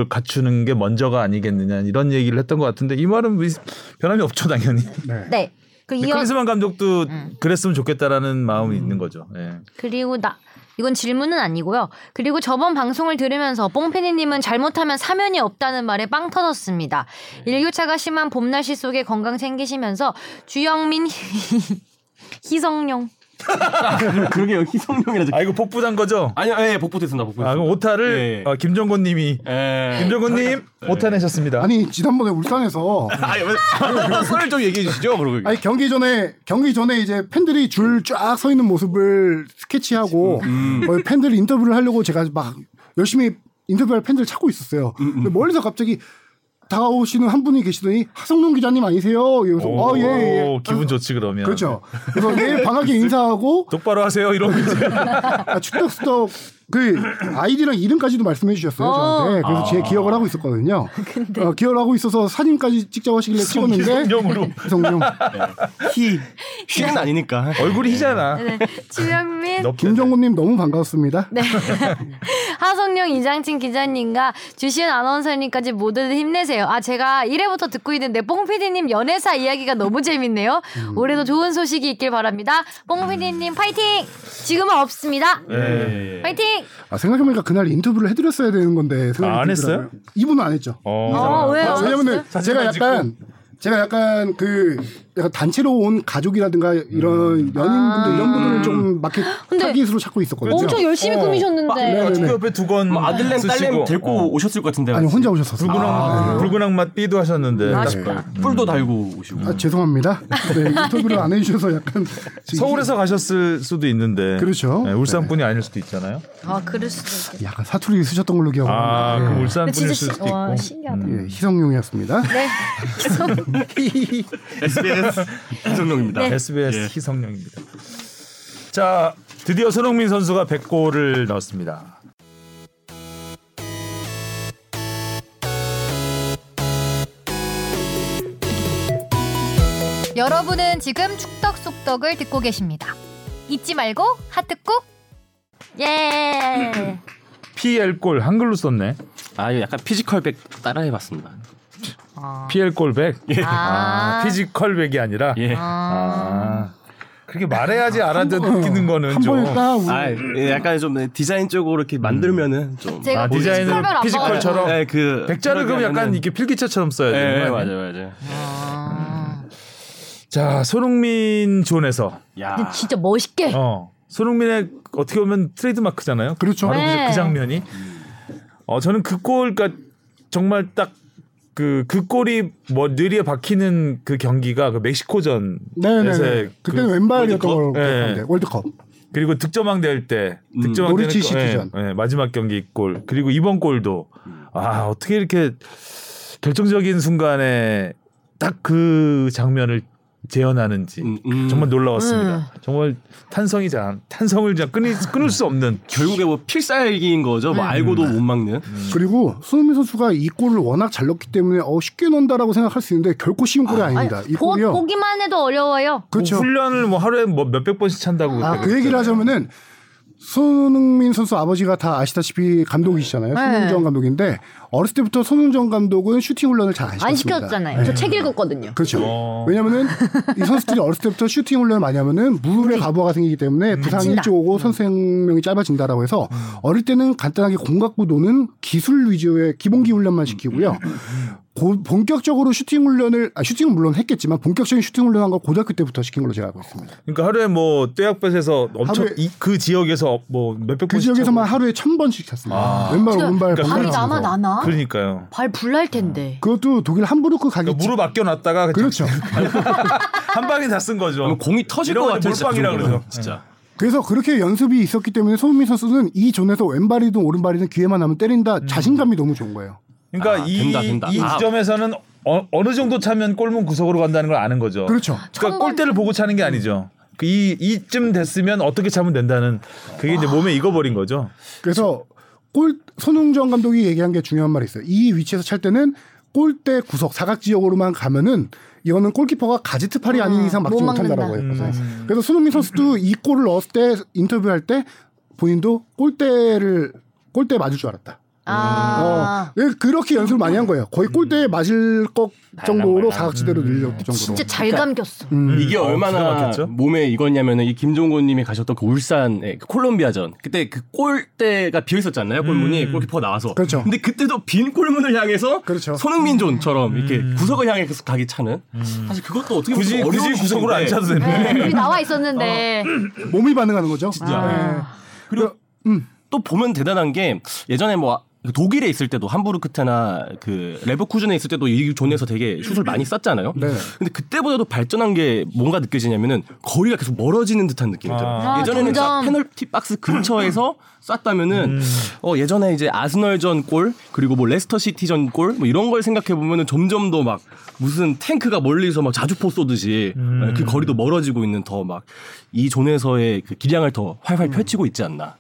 Speaker 2: 갖추는 게 먼저가 아니겠느냐 이런 얘기를 했던 것 같은데 이 말은 뭐 변함이 없죠 당연히.
Speaker 4: 네.
Speaker 1: 네. 그
Speaker 2: 근데
Speaker 1: 이어 음.
Speaker 2: 클리스만 감독도 그랬으면 좋겠다라는 마음이 있는 거죠. 예.
Speaker 1: 그리고 나 이건 질문은 아니고요. 그리고 저번 방송을 들으면서 뽕피디님은 잘못하면 사면이 없다는 말에 빵 터졌습니다.
Speaker 2: 네.
Speaker 1: 일교차가 심한 봄 날씨 속에 건강 챙기시면서 주영민 희성룡
Speaker 3: 그러게 여기 성룡이라서.
Speaker 2: 아 이거 복부단 거죠?
Speaker 3: 아니요, 예, 복붙했어, 나 복붙했어.
Speaker 2: 아 그럼 오타를
Speaker 3: 예, 예.
Speaker 2: 어, 김정곤님이
Speaker 3: 예.
Speaker 2: 김정곤님 오타 내셨습니다.
Speaker 4: 아니 지난번에 울산에서
Speaker 3: 아니, 왜- 썰을 좀 얘기해 주시죠, 그러고.
Speaker 4: 아니 경기 전에 경기 전에 이제 팬들이 줄 쫙 서 있는 모습을 스케치하고
Speaker 2: 음.
Speaker 4: 거의 팬들 인터뷰를 하려고 제가 막 열심히 인터뷰할 팬들 을 찾고 있었어요.
Speaker 2: 음,
Speaker 4: 근데 멀리서 갑자기 다가오시는 한 분이 계시더니 하성룡 기자님 아니세요? 이러면서
Speaker 2: 오,
Speaker 4: 아 예 예.
Speaker 2: 기분 좋지 그러면.
Speaker 4: 그렇죠. 그래서 내일 방학에 인사하고
Speaker 2: 똑바로 하세요 이러면 이제
Speaker 4: 아, 축덕수덕 그 아이디랑 이름까지도 말씀해 주셨어요
Speaker 1: 어.
Speaker 4: 저한테 그래서
Speaker 2: 아.
Speaker 4: 제 기억을 하고 있었거든요. 어, 기억을 하고 있어서 사진까지 찍자고 하시길래 찍었는데
Speaker 2: 성룡으로. 네.
Speaker 4: 성룡
Speaker 3: 히. 히는 아니니까.
Speaker 2: 얼굴이 희잖아.
Speaker 1: 네. 지명민
Speaker 2: 너-
Speaker 4: 김정곤님 너무 반가웠습니다.
Speaker 1: 네. 하성룡 이장진 기자님과 주시은 아나운서님까지 모두들 힘내세요. 아 제가 1회부터 듣고 있는데 뽕 PD님 연애사 이야기가 너무 재밌네요.
Speaker 2: 음.
Speaker 1: 올해도 좋은 소식이 있길 바랍니다. 뽕 PD님 파이팅! 지금은 없습니다.
Speaker 2: 예.
Speaker 1: 파이팅!
Speaker 4: 아, 생각해보니까 그날 인터뷰를 해드렸어야 되는 건데 생각이
Speaker 2: 아, 안
Speaker 4: 들더라고요.
Speaker 2: 했어요?
Speaker 4: 이분은 안 했죠.
Speaker 2: 어.
Speaker 1: 어, 왜요?
Speaker 4: 아, 왜냐면은
Speaker 1: 알았어요?
Speaker 4: 제가
Speaker 2: 사진만
Speaker 4: 약간 제가 약간 그 약간 단체로 온 가족이라든가 이런
Speaker 2: 음.
Speaker 4: 연인분들 이런 분들을 좀 마켓
Speaker 1: 아. 근데
Speaker 4: 타깃으로 찾고 있었거든요.
Speaker 1: 엄청 열심히
Speaker 2: 어.
Speaker 4: 네,
Speaker 1: 꾸미셨는데.
Speaker 2: 어, 축구 옆에 두건
Speaker 3: 뭐 아들렘, 딸렘 데리고 어. 오셨을 것 같은데.
Speaker 4: 아니 혼자 오셨었어요.
Speaker 2: 붉은악 붉은 악마 삐도 하셨는데
Speaker 1: 아쉽다.
Speaker 3: 뿔도 달고 오시고.
Speaker 4: 아, 죄송합니다. 네, 인터뷰를 안 해주셔서 약간 지금
Speaker 2: 서울에서 가셨을 수도 있는데
Speaker 4: 그렇죠.
Speaker 2: 네, 울산분이 아닐 수도 있잖아요.
Speaker 1: 아 그럴 수도 있겠다.
Speaker 4: 약간 사투리 쓰셨던 걸로
Speaker 2: 아,
Speaker 4: 기억합니다.
Speaker 2: 그럼
Speaker 1: 근데
Speaker 2: 울산분일
Speaker 1: 진짜
Speaker 2: 수도
Speaker 1: 시-
Speaker 2: 있고. 음.
Speaker 1: 와, 신기하다.
Speaker 4: 예, 희성용이었습니다.
Speaker 1: 네.
Speaker 2: 네.
Speaker 3: SBS 이성룡입니다.
Speaker 2: SBS 희성령입니다. 자, 드디어 손흥민 선수가 100골을 넣었습니다.
Speaker 5: 여러분은 지금 축덕 속덕을 듣고 계십니다. 잊지 말고 하트 꾹.
Speaker 1: 예.
Speaker 2: PL 골 한글로 썼네.
Speaker 3: 아, 이거 약간 피지컬백 따라해봤습니다.
Speaker 2: PL 골백.
Speaker 4: 예.
Speaker 2: 아,
Speaker 1: 아.
Speaker 2: 피지컬백이 아니라.
Speaker 3: 예.
Speaker 2: 아. 그렇게 말해야지 알아듣는 거는 좀.
Speaker 4: 한번딱 우리
Speaker 3: 아, 예, 약간 좀 디자인 쪽으로 이렇게 만들면은 좀.
Speaker 5: 제가
Speaker 2: 아,
Speaker 5: 보여드린
Speaker 2: 디자인은
Speaker 5: 설명 안
Speaker 2: 피지컬처럼
Speaker 3: 예,
Speaker 4: 네,
Speaker 3: 그
Speaker 2: 백자를 그럼 약간 이렇게 필기체처럼 써야
Speaker 3: 예,
Speaker 2: 되는
Speaker 3: 예,
Speaker 2: 거예요.
Speaker 3: 맞아요, 맞아요.
Speaker 2: 자, 손흥민 존에서
Speaker 3: 야,
Speaker 1: 근데 진짜 멋있게.
Speaker 2: 어. 손흥민의 어떻게 보면 트레이드마크잖아요.
Speaker 4: 네. 그렇죠.
Speaker 2: 바로 그-
Speaker 1: 네.
Speaker 2: 그 장면이. 어, 저는 그 골, 그러니까 정말 딱 그, 그 골이 뭐 뇌리에 박히는 그 경기가 그 멕시코전.
Speaker 4: 네네. 그때는 왼발이었던 걸로
Speaker 3: 월드컵?
Speaker 4: 기억하는데
Speaker 2: 예.
Speaker 4: 월드컵.
Speaker 2: 그리고 득점왕 될 때, 득점왕
Speaker 4: 음, 노리치
Speaker 2: 되는 골,
Speaker 4: 시티전.
Speaker 2: 예, 예, 마지막 경기 골 그리고 이번 골도 아 어떻게 이렇게 결정적인 순간에 딱 그 장면을 재현하는지
Speaker 3: 음, 음.
Speaker 2: 정말 놀라웠습니다. 정말 탄성이 잘 탄성을 잘 끊이,
Speaker 4: 아.
Speaker 2: 끊을 수 없는
Speaker 3: 결국에 뭐 필살기인 거죠.
Speaker 2: 음.
Speaker 3: 뭐 알고도 못 막는.
Speaker 4: 그리고 손흥민 선수가 이 골을 워낙 잘 넣기 때문에 어, 쉽게 넣는다라고 생각할 수 있는데 결코 쉬운 골이 아, 닙니다
Speaker 1: 아니,
Speaker 4: 이
Speaker 1: 보,
Speaker 4: 골이요.
Speaker 1: 보기만 해도 어려워요.
Speaker 4: 그렇죠.
Speaker 2: 뭐 훈련을 뭐 하루에 뭐 몇백 번씩 찬다고
Speaker 4: 아,
Speaker 2: 그때
Speaker 4: 그 얘기를 하자면은 손흥민 선수 아버지가 다 아시다시피 감독이시잖아요. 손흥정 감독인데 어렸을 때부터 손흥정 감독은 슈팅 훈련을 잘 안 시켰습니다. 네.
Speaker 1: 안 시켰잖아요. 저 책 읽었거든요.
Speaker 4: 그렇죠.
Speaker 2: 어.
Speaker 4: 왜냐면은 이 선수들이 어렸을 때부터 슈팅 훈련을 많이 하면은 무릎에
Speaker 2: 음.
Speaker 4: 과부하가 생기기 때문에 부상이
Speaker 1: 다친다.
Speaker 4: 일찍 오고 선수 생명이 짧아진다라고
Speaker 2: 음.
Speaker 4: 해서 어릴 때는 간단하게 공 갖고 노는 기술 위주의 기본기
Speaker 2: 음.
Speaker 4: 훈련만 시키고요. 고- 본격적으로 슈팅 훈련을 아 슈팅은 물론 했겠지만 본격적인 슈팅 훈련한 걸 고등학교 때부터 시킨 걸로 제가 알고 있습니다.
Speaker 2: 그러니까 하루에 뭐 떼약볕에서 엄청
Speaker 4: 하루에-
Speaker 2: 이, 그 지역에서 뭐 몇백
Speaker 4: 그
Speaker 2: 번씩
Speaker 4: 지역에서만 하루에 천 번씩 찼습니다.
Speaker 2: 아.
Speaker 4: 왼발
Speaker 1: 진짜
Speaker 4: 오른발
Speaker 2: 그러니까
Speaker 1: 발이
Speaker 4: 반발
Speaker 2: 그래서.
Speaker 1: 남아
Speaker 4: 하면서.
Speaker 1: 나나?
Speaker 2: 차고. 그러니까요.
Speaker 1: 발 불날 텐데.
Speaker 4: 그것도 독일 함부르크 가기
Speaker 2: 그러니까 무릎 아껴놨다가
Speaker 4: 직- 그렇죠.
Speaker 2: 한 방에 다 쓴 거죠.
Speaker 3: 그럼 공이 터질 것
Speaker 2: 이런
Speaker 3: 같은
Speaker 2: 건데 몰빵이라
Speaker 3: 진짜 그 정도면.
Speaker 2: 그러죠.
Speaker 3: 진짜.
Speaker 4: 그래서 그렇게 연습이 있었기 때문에 손흥민 선수는 이 존에서 왼발이든 오른발이든 기회만 하면
Speaker 2: 음.
Speaker 4: 때린다 자신감이 너무 좋은 거예요.
Speaker 2: 그러니까
Speaker 3: 아,
Speaker 2: 이,
Speaker 3: 된다, 된다.
Speaker 2: 이
Speaker 3: 아.
Speaker 2: 지점에서는 어, 느 정도 차면 골문 구석으로 간다는 걸 아는 거죠.
Speaker 4: 그렇죠.
Speaker 2: 그러니까 골대를 보고 차는 게 아니죠. 그 이, 이쯤 됐으면 어떻게 차면 된다는 그게 이제 몸에 익어버린 거죠.
Speaker 4: 그래서 골 손흥정 감독이 얘기한 게 중요한 말이 있어요. 이 위치에서 찰 때는 골대 구석 사각 지역으로만 가면은 이거는 골키퍼가 가지트 팔이 아닌 이상 막지
Speaker 1: 음, 못
Speaker 4: 못한다라고 해요.
Speaker 1: 막는다. 음.
Speaker 4: 그래서,
Speaker 2: 음.
Speaker 4: 그래서 손흥민 선수도 이 골을 넣었을 때 인터뷰할 때 본인도 골대를 골대에 맞을 줄 알았다.
Speaker 5: 아.
Speaker 4: 어, 예, 그렇게 연습을 많이 한 거예요. 거의 골대에 맞을 것 정도로
Speaker 2: 말랑. 음.
Speaker 4: 사각지대로 늘렸을 정도로.
Speaker 1: 진짜 잘 감겼어.
Speaker 4: 어. 음.
Speaker 3: 이게
Speaker 2: 어, 기가
Speaker 3: 얼마나
Speaker 2: 막혔죠?
Speaker 3: 몸에 익었냐면은 이 김종곤님이 가셨던 그 울산의 그 콜롬비아전 그때 그 골대가 비어 있었잖아요 골문이
Speaker 2: 음.
Speaker 3: 골키퍼 나와서
Speaker 4: 그렇죠.
Speaker 3: 근데 그때도 빈 골문을 향해서
Speaker 4: 그렇죠.
Speaker 3: 손흥민 존처럼 이렇게 구석을 향해 계속 가기 차는 사실 그것도 어떻게
Speaker 2: 음. 굳이
Speaker 3: 보면
Speaker 2: 굳이
Speaker 3: 어려운
Speaker 2: 구석으로 안
Speaker 3: 시기인데
Speaker 2: 차도 되는
Speaker 5: 네, 우리 나와 있었는데.
Speaker 4: 몸이 반응하는 거죠. 네.
Speaker 2: 아.
Speaker 3: 진짜. 그리고
Speaker 4: 음.
Speaker 3: 또 보면 대단한 게 예전에 뭐 독일에 있을 때도 함부르크 테나 그 레버쿠젠에 있을 때도 이 존에서 되게 슛을 많이 쐈잖아요.
Speaker 4: 네.
Speaker 3: 근데 그때보다도 발전한 게 뭔가 느껴지냐면은 거리가 계속 멀어지는 듯한 느낌이 들어요.
Speaker 2: 아.
Speaker 3: 예전에는
Speaker 5: 아,
Speaker 3: 딱
Speaker 5: 점점.
Speaker 3: 페널티 박스 근처에서 쐈다면은 어 예전에 이제 아스널전 골 그리고 뭐 레스터 시티전 골 뭐 이런 걸 생각해 보면은 점점 더 막 무슨 탱크가 멀리서 막 자주포 쏘듯이 그 거리도 멀어지고 있는 더 막 이 존에서의 그 기량을 더 활활 펼치고 있지 않나.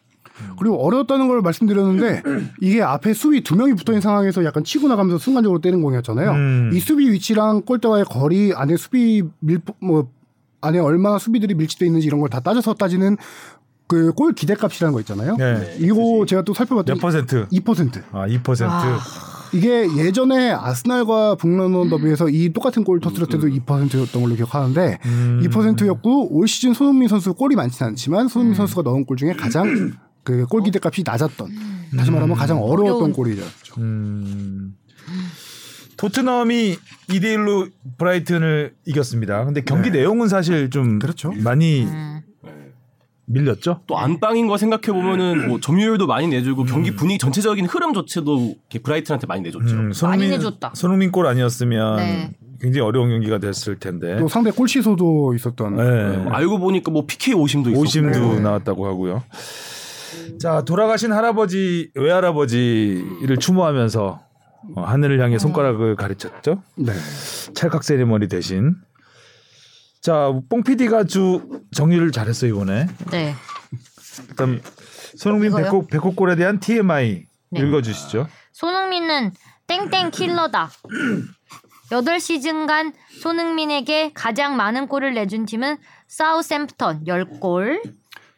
Speaker 4: 그리고 어려웠다는 걸 말씀드렸는데 이게 앞에 수비 두 명이 붙어 있는 상황에서 약간 치고 나가면서 순간적으로 때리는 공이었잖아요.
Speaker 2: 음.
Speaker 4: 이 수비 위치랑 골대와의 거리 안에 수비 밀뭐 안에 얼마나 수비들이 밀집돼 있는지 이런 걸 다 따져서 따지는 그 골 기대값이라는 거 있잖아요.
Speaker 2: 네.
Speaker 4: 이거 제가 또
Speaker 2: 몇
Speaker 4: 살펴봤더니
Speaker 2: 퍼센트?
Speaker 4: 2%.
Speaker 2: 아, 2%.
Speaker 4: 이게 예전에 아스날과 북런던 더비에서 이 똑같은 골을 터뜨렸을
Speaker 2: 음,
Speaker 4: 때도 2%였던 걸로 기억하는데 2%였고 올 시즌 손흥민 선수 골이 많지는 않지만
Speaker 2: 음.
Speaker 4: 손흥민 선수가 넣은 골 중에 가장 그 골 기대값이 낮았던 다시 말하면 가장 어려웠던
Speaker 1: 어려운.
Speaker 4: 골이죠.
Speaker 2: 네. 음. 토트넘이 2대 1로 브라이튼을 이겼습니다. 근데 경기
Speaker 3: 네.
Speaker 2: 내용은 사실 좀
Speaker 4: 그렇죠.
Speaker 2: 많이 밀렸죠.
Speaker 3: 또 안방인 거 생각해 보면은 뭐 점유율도 많이
Speaker 4: 음.
Speaker 3: 내주고 경기 분위기 전체적인 흐름 자체도 이렇게 브라이튼한테 많이 내줬죠.
Speaker 2: 음, 손흥민,
Speaker 1: 내줬다.
Speaker 2: 손흥민 골 아니었으면
Speaker 5: 네.
Speaker 2: 굉장히 어려운 경기가 됐을 텐데.
Speaker 4: 또 상대 골 시소도 있었던
Speaker 2: 네.
Speaker 3: 뭐 알고 보니까 뭐 PK 오심도 있었고
Speaker 2: 오심도 나왔다고 하고요. 자 돌아가신 할아버지 외할아버지를 추모하면서 어, 하늘을 향해 손가락을 가르쳤죠.
Speaker 4: 네.
Speaker 2: 찰칵 세리머니 대신 자뽕 PD가 주 정리를 잘했어 이번에
Speaker 1: 네.
Speaker 2: 일단 손흥민
Speaker 1: 이거요?
Speaker 2: 백호 백호골에 대한 TMI
Speaker 1: 네.
Speaker 2: 읽어주시죠.
Speaker 1: 손흥민은 땡땡 킬러다. 8시즌간 손흥민에게 가장 많은 골을 내준 팀은 사우샘프턴 10골,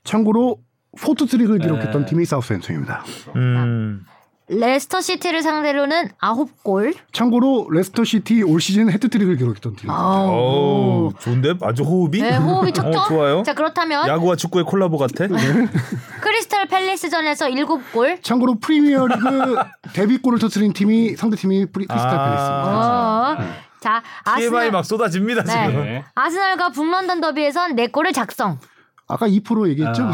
Speaker 4: 참고로 포트트릭을
Speaker 2: 네.
Speaker 4: 기록했던 팀이 사우스햄튼입니다.
Speaker 1: 아.
Speaker 2: 음,
Speaker 1: 레스터 시티를 상대로는 9골.
Speaker 4: 참고로 레스터 시티 올 시즌 헤트트릭을 기록했던 팀.
Speaker 2: 어 좋은데 아주 호흡이
Speaker 1: 네, 호흡이 네. 좋죠?
Speaker 2: 어, 좋아요.
Speaker 1: 자, 그렇다면
Speaker 2: 야구와 축구의 콜라보 같아.
Speaker 1: 크리스탈 팰리스전에서 7골.
Speaker 4: 참고로 프리미어리그 데뷔골을 터뜨린 팀이 상대 팀이 프리 크리스탈
Speaker 2: 아.
Speaker 4: 팰리스입니다.
Speaker 1: 어. 자,
Speaker 2: TMI
Speaker 1: 아스날
Speaker 2: 막 쏟아집니다
Speaker 1: 네.
Speaker 2: 지금.
Speaker 3: 네.
Speaker 1: 아스날과 북런던 더비에선 4골을 작성.
Speaker 4: 아까 2% 얘기했죠?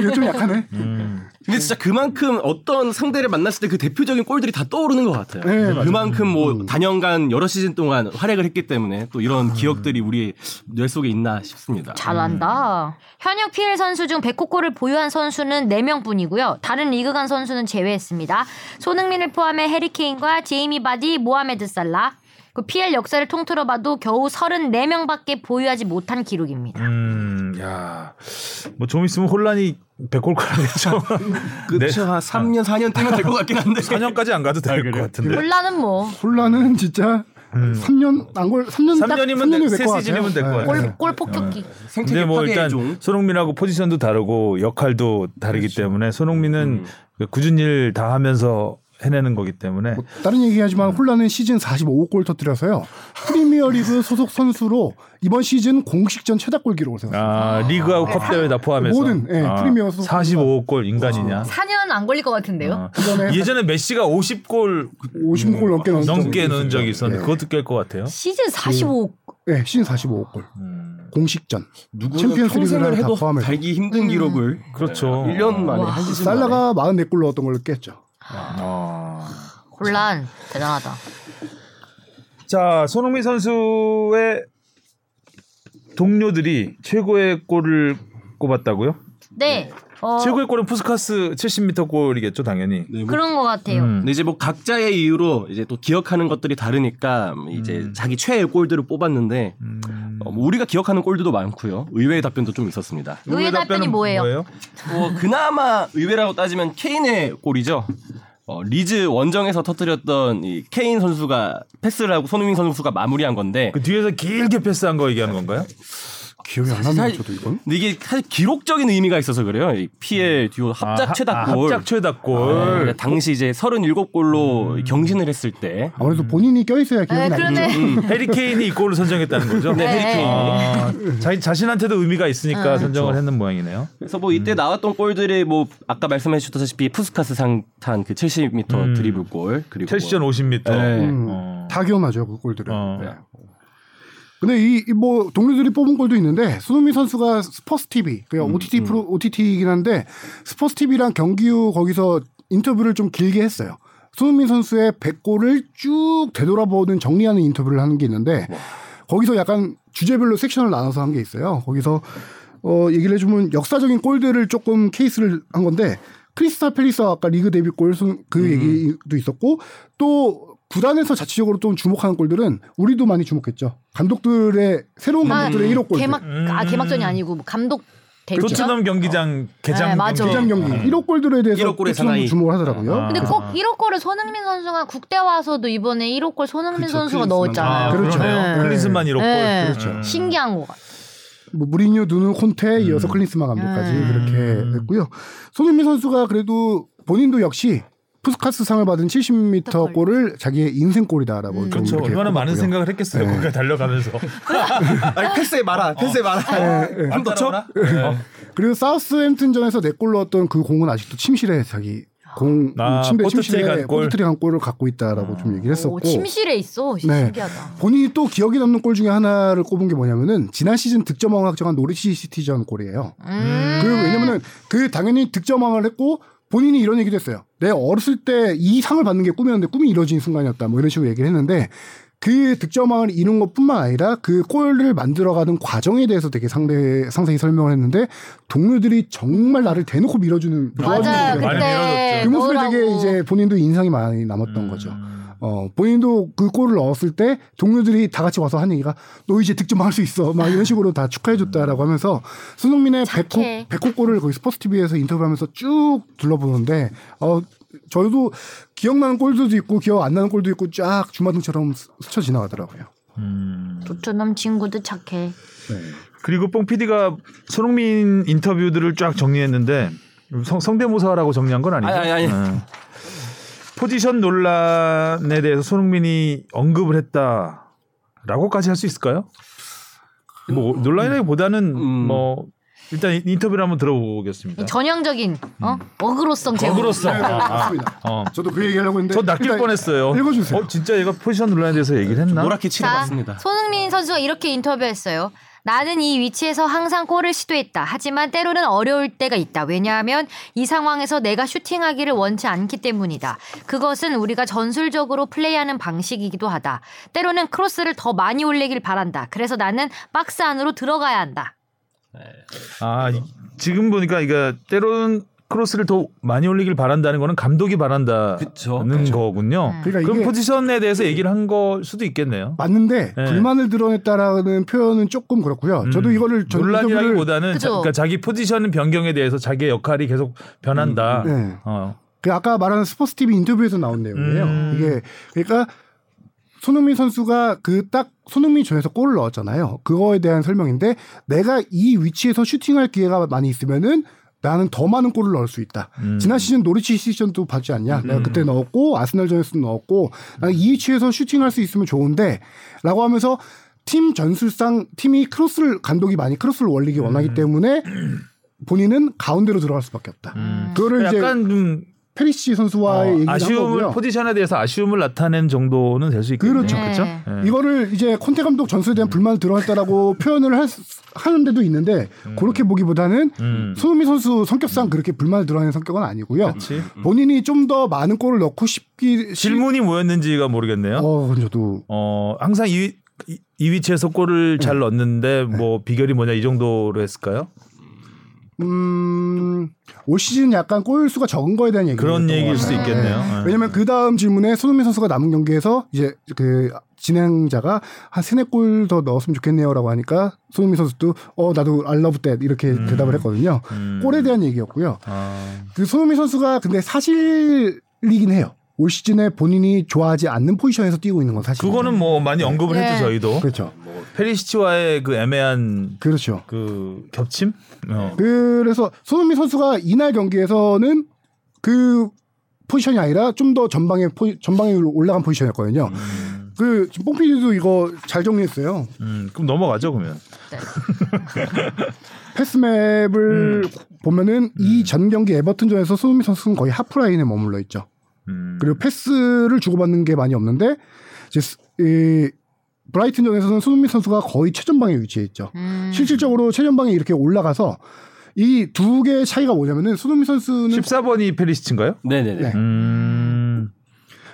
Speaker 4: 이거 좀 약하네.
Speaker 2: 음.
Speaker 3: 근데 진짜 그만큼 어떤 상대를 만났을 때 그 대표적인 골들이 다 떠오르는 것 같아요.
Speaker 4: 네, 맞아요.
Speaker 3: 그만큼 뭐 단연간 여러 시즌 동안 활약을 했기 때문에 또
Speaker 4: 음.
Speaker 3: 이런 기억들이 우리 뇌 속에 있나 싶습니다.
Speaker 1: 잘한다. 현역 PL 선수 중 100골을 보유한 선수는 4명뿐이고요. 다른 리그 간 선수는 제외했습니다. 손흥민을 포함해 해리케인과 제이미 바디, 모하메드 살라. 그 PL 역사를 통틀어 봐도 겨우 34명밖에 보유하지 못한 기록입니다.
Speaker 2: 음, 야, 뭐 좀 있으면 혼란이 백골 거라겠죠.
Speaker 3: 그쵸
Speaker 4: 네.
Speaker 3: 한 3년 4년 뛰면 될 것 같긴
Speaker 4: 뭐
Speaker 3: 한데.
Speaker 2: 4년까지 안
Speaker 3: 아,
Speaker 2: 가도 될 것 같은데.
Speaker 1: 혼란은 뭐
Speaker 4: 혼란은 진짜 3년 안걸 3년
Speaker 2: 음. 3년이면 될- 세 시즌이면 될것
Speaker 4: 네.
Speaker 2: 같아요.
Speaker 1: 골, 골 폭격기.
Speaker 3: 생태계
Speaker 2: 근데 뭐
Speaker 3: 파괴의
Speaker 2: 일단
Speaker 3: 종.
Speaker 2: 손흥민하고 포지션도 다르고 역할도 다르기
Speaker 3: 그렇죠.
Speaker 2: 때문에
Speaker 3: 음.
Speaker 2: 손흥민은 그 굳은 일 다 하면서 해내는 거기 때문에
Speaker 3: 뭐
Speaker 4: 뭐 다른 얘기하지만 혼란은 시즌 45골 터뜨려서요. 프리미어리그 소속 선수로 이번 시즌 공식전 최다골 기록을 세웠어요.
Speaker 2: 아 리그하고 컵 대회 다 포함해서
Speaker 4: 네, 모든, 예,
Speaker 2: 아,
Speaker 4: 프리미어 아, 소속
Speaker 2: 45골 인간이냐.
Speaker 5: 4년 안 걸릴 것 같은데요.
Speaker 2: 어.
Speaker 4: 이번에 그
Speaker 2: 예전에 메시가 50골
Speaker 4: 50골 넘게 넣은
Speaker 2: 넘게 넣은 적이
Speaker 4: 예.
Speaker 2: 있었는데 그 그것도 깰 것 같아요.
Speaker 1: 시즌 45.
Speaker 4: 네, 시즌 45골
Speaker 2: 음,
Speaker 4: 공식전.
Speaker 3: 누구는
Speaker 4: 챔피언스
Speaker 3: 평생을
Speaker 4: 리그를 다
Speaker 3: 해도
Speaker 4: 포함해서. 어.
Speaker 3: 달기 힘든 기록을
Speaker 2: 그렇죠.
Speaker 3: 네. 1년 만에
Speaker 1: 음. 와,
Speaker 3: 한 시즌 만에.
Speaker 4: 살라가 44골 넣었던 걸로 깼죠.
Speaker 2: 아.
Speaker 1: 혼란. 대단하다.
Speaker 2: 자, 손흥민 선수의 동료들이 최고의 골을 꼽았다고요?
Speaker 1: 네. 어,
Speaker 2: 최고의 골은 푸스카스 70m 골이겠죠, 당연히.
Speaker 3: 네, 뭐
Speaker 1: 그런 것 같아요.
Speaker 2: 음.
Speaker 3: 근데 이제 뭐 각자의 이유로 이제 또 기억하는 것들이 다르니까 이제
Speaker 2: 음.
Speaker 3: 자기 최애 골들을 뽑았는데 어, 뭐 우리가 기억하는 골들도 많고요. 의외의 답변도 좀 있었습니다.
Speaker 1: 의외 답변이 뭐예요?
Speaker 3: 뭐 그나마 의외라고 따지면 케인의 골이죠. 어, 리즈 원정에서 터뜨렸던 이 케인 선수가 패스를 하고 손흥민 선수가 마무리한 건데
Speaker 2: 그 뒤에서 길게 패스한 거 얘기하는 건가요?
Speaker 4: 기억이 안 나네요. 저도 이건.
Speaker 3: 근데 이게 사실 기록적인 의미가 있어서 그래요. 이 피해 듀오 합작 최다골.
Speaker 2: 음. 아, 합작
Speaker 3: 그러니까
Speaker 2: 최다골. 음.
Speaker 3: 당시 이제 37골로 경신을 했을 때
Speaker 4: 아무래도 본인이 껴있어야 기억이
Speaker 5: 네,
Speaker 4: 나겠죠.
Speaker 5: 그러네.
Speaker 2: 해리케인이 이 골을 선정했다는 거죠.
Speaker 5: 네, 해리케인이.
Speaker 2: 아, 자기 자신한테도 의미가 있으니까
Speaker 1: 아.
Speaker 2: 선정을 했는 모양이네요.
Speaker 3: 그래서 뭐 이때 나왔던 골들이 뭐 아까 말씀해 주셨다시피 푸스카스 상탄 그 70m
Speaker 2: 음.
Speaker 3: 드리블 골 그리고
Speaker 1: 그렇죠.
Speaker 2: 텔시전 50m.
Speaker 3: 네.
Speaker 4: 음,
Speaker 2: 어.
Speaker 4: 다 기억나죠 그
Speaker 1: 음.
Speaker 4: 골들은.
Speaker 2: 어.
Speaker 1: 네.
Speaker 4: 근데 이 뭐 동료들이 뽑은 골도 있는데 손흥민 선수가 스포츠 TV 그 OTT 프로 OTT이긴 한데 스포츠 TV랑 경기 후 거기서 인터뷰를 좀 길게 했어요. 손흥민 선수의 100골을 쭉 되돌아보는 정리하는 인터뷰를 하는 게 있는데 거기서 약간 주제별로 섹션을 나눠서 한 게 있어요. 거기서 어 얘기를 해주면 역사적인 골들을 조금 케이스를 한 건데 크리스탈 팰리스와 아까 리그 데뷔 골 그
Speaker 2: 음.
Speaker 4: 얘기도 있었고 또 구단에서 자체적으로 좀 주목하는 골들은 우리도 많이 주목했죠. 감독들의
Speaker 2: 음.
Speaker 4: 새로운
Speaker 1: 아,
Speaker 4: 감독들의 1호 골들.
Speaker 1: 개막 아 개막전이 아니고 뭐 감독 대결.
Speaker 2: 토트넘 경기장 개장
Speaker 1: 네, 맞아.
Speaker 2: 경기.
Speaker 4: 시장 경기 1호 골들에 대해서
Speaker 3: 1호 골의
Speaker 4: 토트넘이
Speaker 3: 사나이.
Speaker 4: 주목을 하더라고요.
Speaker 2: 아.
Speaker 1: 근데 꼭 1호 골을 손흥민 선수가 국대 와서도 이번에 1호 골 손흥민
Speaker 4: 그쵸,
Speaker 1: 선수가
Speaker 4: 클린스만.
Speaker 2: 아,
Speaker 1: 넣었잖아요.
Speaker 4: 그렇죠.
Speaker 2: 그러네요.
Speaker 1: 네.
Speaker 2: 클린스만 1호 골.
Speaker 1: 네.
Speaker 2: 음.
Speaker 1: 신기한 거 같아.
Speaker 4: 뭐 무리뉴, 누누, 콘테 이어서 클린스마 감독까지
Speaker 1: 음.
Speaker 4: 그렇게 했고요. 손흥민 선수가 그래도 본인도 역시 푸스카스 상을 받은 70m 골을 자기의 인생
Speaker 1: 음.
Speaker 4: 골이다라고 좀
Speaker 2: 그렇죠.
Speaker 4: 이렇게
Speaker 2: 얼마나 많은
Speaker 4: 뽑았고요.
Speaker 2: 생각을 했겠어요. 네. 거기가 달려가면서. 어,
Speaker 3: 아니 패스에 말아 패스에 말아
Speaker 2: 네,
Speaker 3: 한번 쳐?
Speaker 4: 그리고 사우스햄튼전에서 내 골 넣었던 그 공은 아직도 침실에 자기 공
Speaker 2: 아,
Speaker 4: 침대
Speaker 2: 포트트리
Speaker 4: 침실에
Speaker 2: 간 골.
Speaker 4: 포트트리 간 골을 갖고 있다라고 좀 얘기를
Speaker 1: 아. 오,
Speaker 4: 했었고
Speaker 1: 침실에 있어.
Speaker 4: 네.
Speaker 1: 신기하다.
Speaker 4: 본인이 또 기억에 남는 골 중에 하나를 꼽은 게 뭐냐면은 지난 시즌 득점왕을 확정한 노리치 시티전 골이에요.
Speaker 1: 음.
Speaker 4: 그 왜냐면은 그 당연히 득점왕을 했고 본인이 이런 얘기도 했어요. 내 어렸을 때 이 상을 받는 게 꿈이었는데 꿈이 이루어진 순간이었다. 뭐 이런 식으로 얘기를 했는데 그 득점왕을 이룬 것뿐만 아니라 그 골을 만들어가는 과정에 대해서 되게 상대, 상세히 설명을 했는데 동료들이 정말 나를 대놓고 밀어주는
Speaker 1: 맞아요.
Speaker 4: 도와주는
Speaker 2: 많이
Speaker 1: 그때
Speaker 2: 밀어줬죠.
Speaker 4: 그 모습이
Speaker 1: 넣으라고.
Speaker 4: 되게 이제 본인도 인상이 많이 남았던
Speaker 2: 음.
Speaker 4: 거죠. 어, 본인도 그 골을 넣었을 때 동료들이 다 같이 와서 한 얘기가 너 이제 득점할 수 있어. 막 이런 식으로 다 축하해줬다라고 하면서 손흥민의 백호,
Speaker 1: 착해.
Speaker 4: 백호 골을 거기 스포츠 TV에서 인터뷰하면서 쭉 둘러보는데 어, 저희도 기억나는 골들도 있고 기억 안 나는 골도 있고 쫙 주마등처럼 스- 스쳐 지나가더라고요.
Speaker 1: 토트넘 친구들 착해.
Speaker 2: 그리고 뽕 PD가 손흥민 인터뷰들을 쫙 정리했는데 성, 성대모사라고 정리한 건 아니죠?
Speaker 3: 아니, 아니, 아니.
Speaker 2: 어. 포지션 논란에 대해서 손흥민이 언급을 했다라고까지 할 수 있을까요? 뭐 논란이라기보다는
Speaker 3: 음.
Speaker 2: 뭐 일단 이- 인터뷰를 한번 들어보겠습니다.
Speaker 1: 이 전형적인 어
Speaker 2: 음.
Speaker 1: 어그로성 제공.
Speaker 2: 거그로서 아,
Speaker 4: 맞습니다.
Speaker 2: 어.
Speaker 4: 저도 그 얘기하려고 했는데
Speaker 2: 저 낚일
Speaker 4: 일단
Speaker 2: 뻔했어요.
Speaker 4: 읽어주세요.
Speaker 2: 어, 진짜 얘가 포지션 논란에 대해서 얘기를 했나?
Speaker 3: 노랗게
Speaker 5: 자,
Speaker 3: 치러봤습니다.
Speaker 5: 손흥민 선수가 이렇게 인터뷰했어요. 나는 이 위치에서 항상 골을 시도했다. 하지만 때로는 어려울 때가 있다. 왜냐하면 이 상황에서 내가 슈팅하기를 원치 않기 때문이다. 그것은 우리가 전술적으로 플레이하는 방식이기도 하다. 때로는 크로스를 더 많이 올리길 바란다. 그래서 나는 박스 안으로 들어가야 한다.
Speaker 2: 아 이- 지금 보니까 이거 때로는 크로스를 더 많이 올리길 바란다는 거는 감독이 바란다는
Speaker 3: 그쵸. 그쵸.
Speaker 2: 거군요.
Speaker 4: 그러니까
Speaker 2: 그럼
Speaker 4: 이게- 아,
Speaker 2: 포지션에 대해서 얘기를 한 걸 수도 있겠네요.
Speaker 4: 맞는데
Speaker 2: 네.
Speaker 4: 불만을 드러냈다라는 표현은 조금 그렇고요. 저도
Speaker 2: 음.
Speaker 4: 이거를 전 인터뷰를
Speaker 2: 논란이라기보다는 자,
Speaker 5: 그죠.
Speaker 2: 그러니까 자기 포지션 변경에 대해서 자기의 역할이 계속 변한다.
Speaker 4: 네.
Speaker 2: 어.
Speaker 4: 그 아까 말하는 스포츠 TV 인터뷰에서 나온 내용이에요.
Speaker 2: 음.
Speaker 4: 이게 그러니까 손흥민 선수가 그 딱 손흥민 전에서 골을 넣었잖아요. 그거에 대한 설명인데 내가 이 위치에서 슈팅할 기회가 많이 있으면은 나는 더 많은 골을 넣을 수 있다.
Speaker 2: 음.
Speaker 4: 지난 시즌 노리치 시즌도 봤지 않냐? 내가 그때 넣었고 아스날전에서도 넣었고 나는 이 위치에서 슈팅할 수 있으면 좋은데라고 하면서 팀 전술상 팀이 크로스를 감독이 많이 크로스를
Speaker 2: 음.
Speaker 4: 올리기 원하기 때문에 본인은 가운데로 들어갈 수밖에 없다. 그거를 이제
Speaker 2: 음. 약간 좀
Speaker 4: 페리시
Speaker 2: 어,
Speaker 4: 선수와의 얘기를
Speaker 2: 아쉬움을
Speaker 4: 한 거고요.
Speaker 2: 포지션에 대해서 아쉬움을 나타낸 정도는 될 수 있겠네요.
Speaker 4: 그렇죠.
Speaker 2: 그렇죠.
Speaker 5: 네.
Speaker 2: 예.
Speaker 4: 이거를 이제 콘테 감독 전술에 대한 불만을 드러냈다라고 표현을 할 수- 하는데도 있는데 그렇게 보기보다는
Speaker 2: 음.
Speaker 4: 손흥민 선수 성격상 그렇게 불만을 드러내는 성격은 아니고요.
Speaker 2: 그치. 음.
Speaker 4: 본인이 좀 더 많은 골을 넣고 싶기
Speaker 2: 질문이 뭐였는지가 모르겠네요.
Speaker 4: 어, 그건 저도
Speaker 2: 어 항상 이, 이, 이 위치에서 골을 잘 넣는데
Speaker 4: 네.
Speaker 2: 뭐 비결이 뭐냐 이 정도로 했을까요?
Speaker 4: 음, 올 시즌 약간 골 수가 적은 거에 대한 얘기
Speaker 2: 그런 얘기일 수도 있겠네요. 예.
Speaker 4: 왜냐면 그 다음 질문에 손흥민 선수가 남은 경기에서 이제 그 진행자가 한 세네 골 더 넣었으면 좋겠네요라고 하니까 손흥민 선수도 어 나도 알러브 때 이렇게 대답을 했거든요.
Speaker 2: 음.
Speaker 4: 골에 대한 얘기였고요.
Speaker 2: 아,
Speaker 4: 그 손흥민 선수가 근데 사실이긴 해요. 올 시즌에 본인이 좋아하지 않는 포지션에서 뛰고 있는 건 사실.
Speaker 2: 그거는 뭐 많이 언급을
Speaker 1: 네.
Speaker 2: 했죠 저희도 뭐
Speaker 4: 그렇죠.
Speaker 2: 페리시치와의 그 애매한
Speaker 4: 그렇죠.
Speaker 2: 그 겹침
Speaker 4: 네.
Speaker 2: 어.
Speaker 4: 그래서 손흥민 선수가 이날 경기에서는 그 포지션이 아니라 좀 더 전방에 포, 전방에 올라간 포지션이었거든요. 그 지금 뽕피디도 이거 잘 정리했어요.
Speaker 2: 음, 그럼 넘어가죠 그러면
Speaker 4: 패스맵을 보면은 이 전 경기 에버튼전에서 손흥민 선수는 거의 하프라인에 머물러 있죠.
Speaker 2: 음.
Speaker 4: 그리고 패스를 주고받는 게 많이 없는데 이제 스- 이 브라이튼전에서는 손흥민 선수가 거의 최전방에 위치해 있죠.
Speaker 1: 음.
Speaker 4: 실질적으로 최전방에 이렇게 올라가서 이 두 개의 차이가 뭐냐면은 손흥민 선수는
Speaker 2: 14번이 페리시치인가요?
Speaker 3: 네네네.
Speaker 4: 네.
Speaker 2: 음.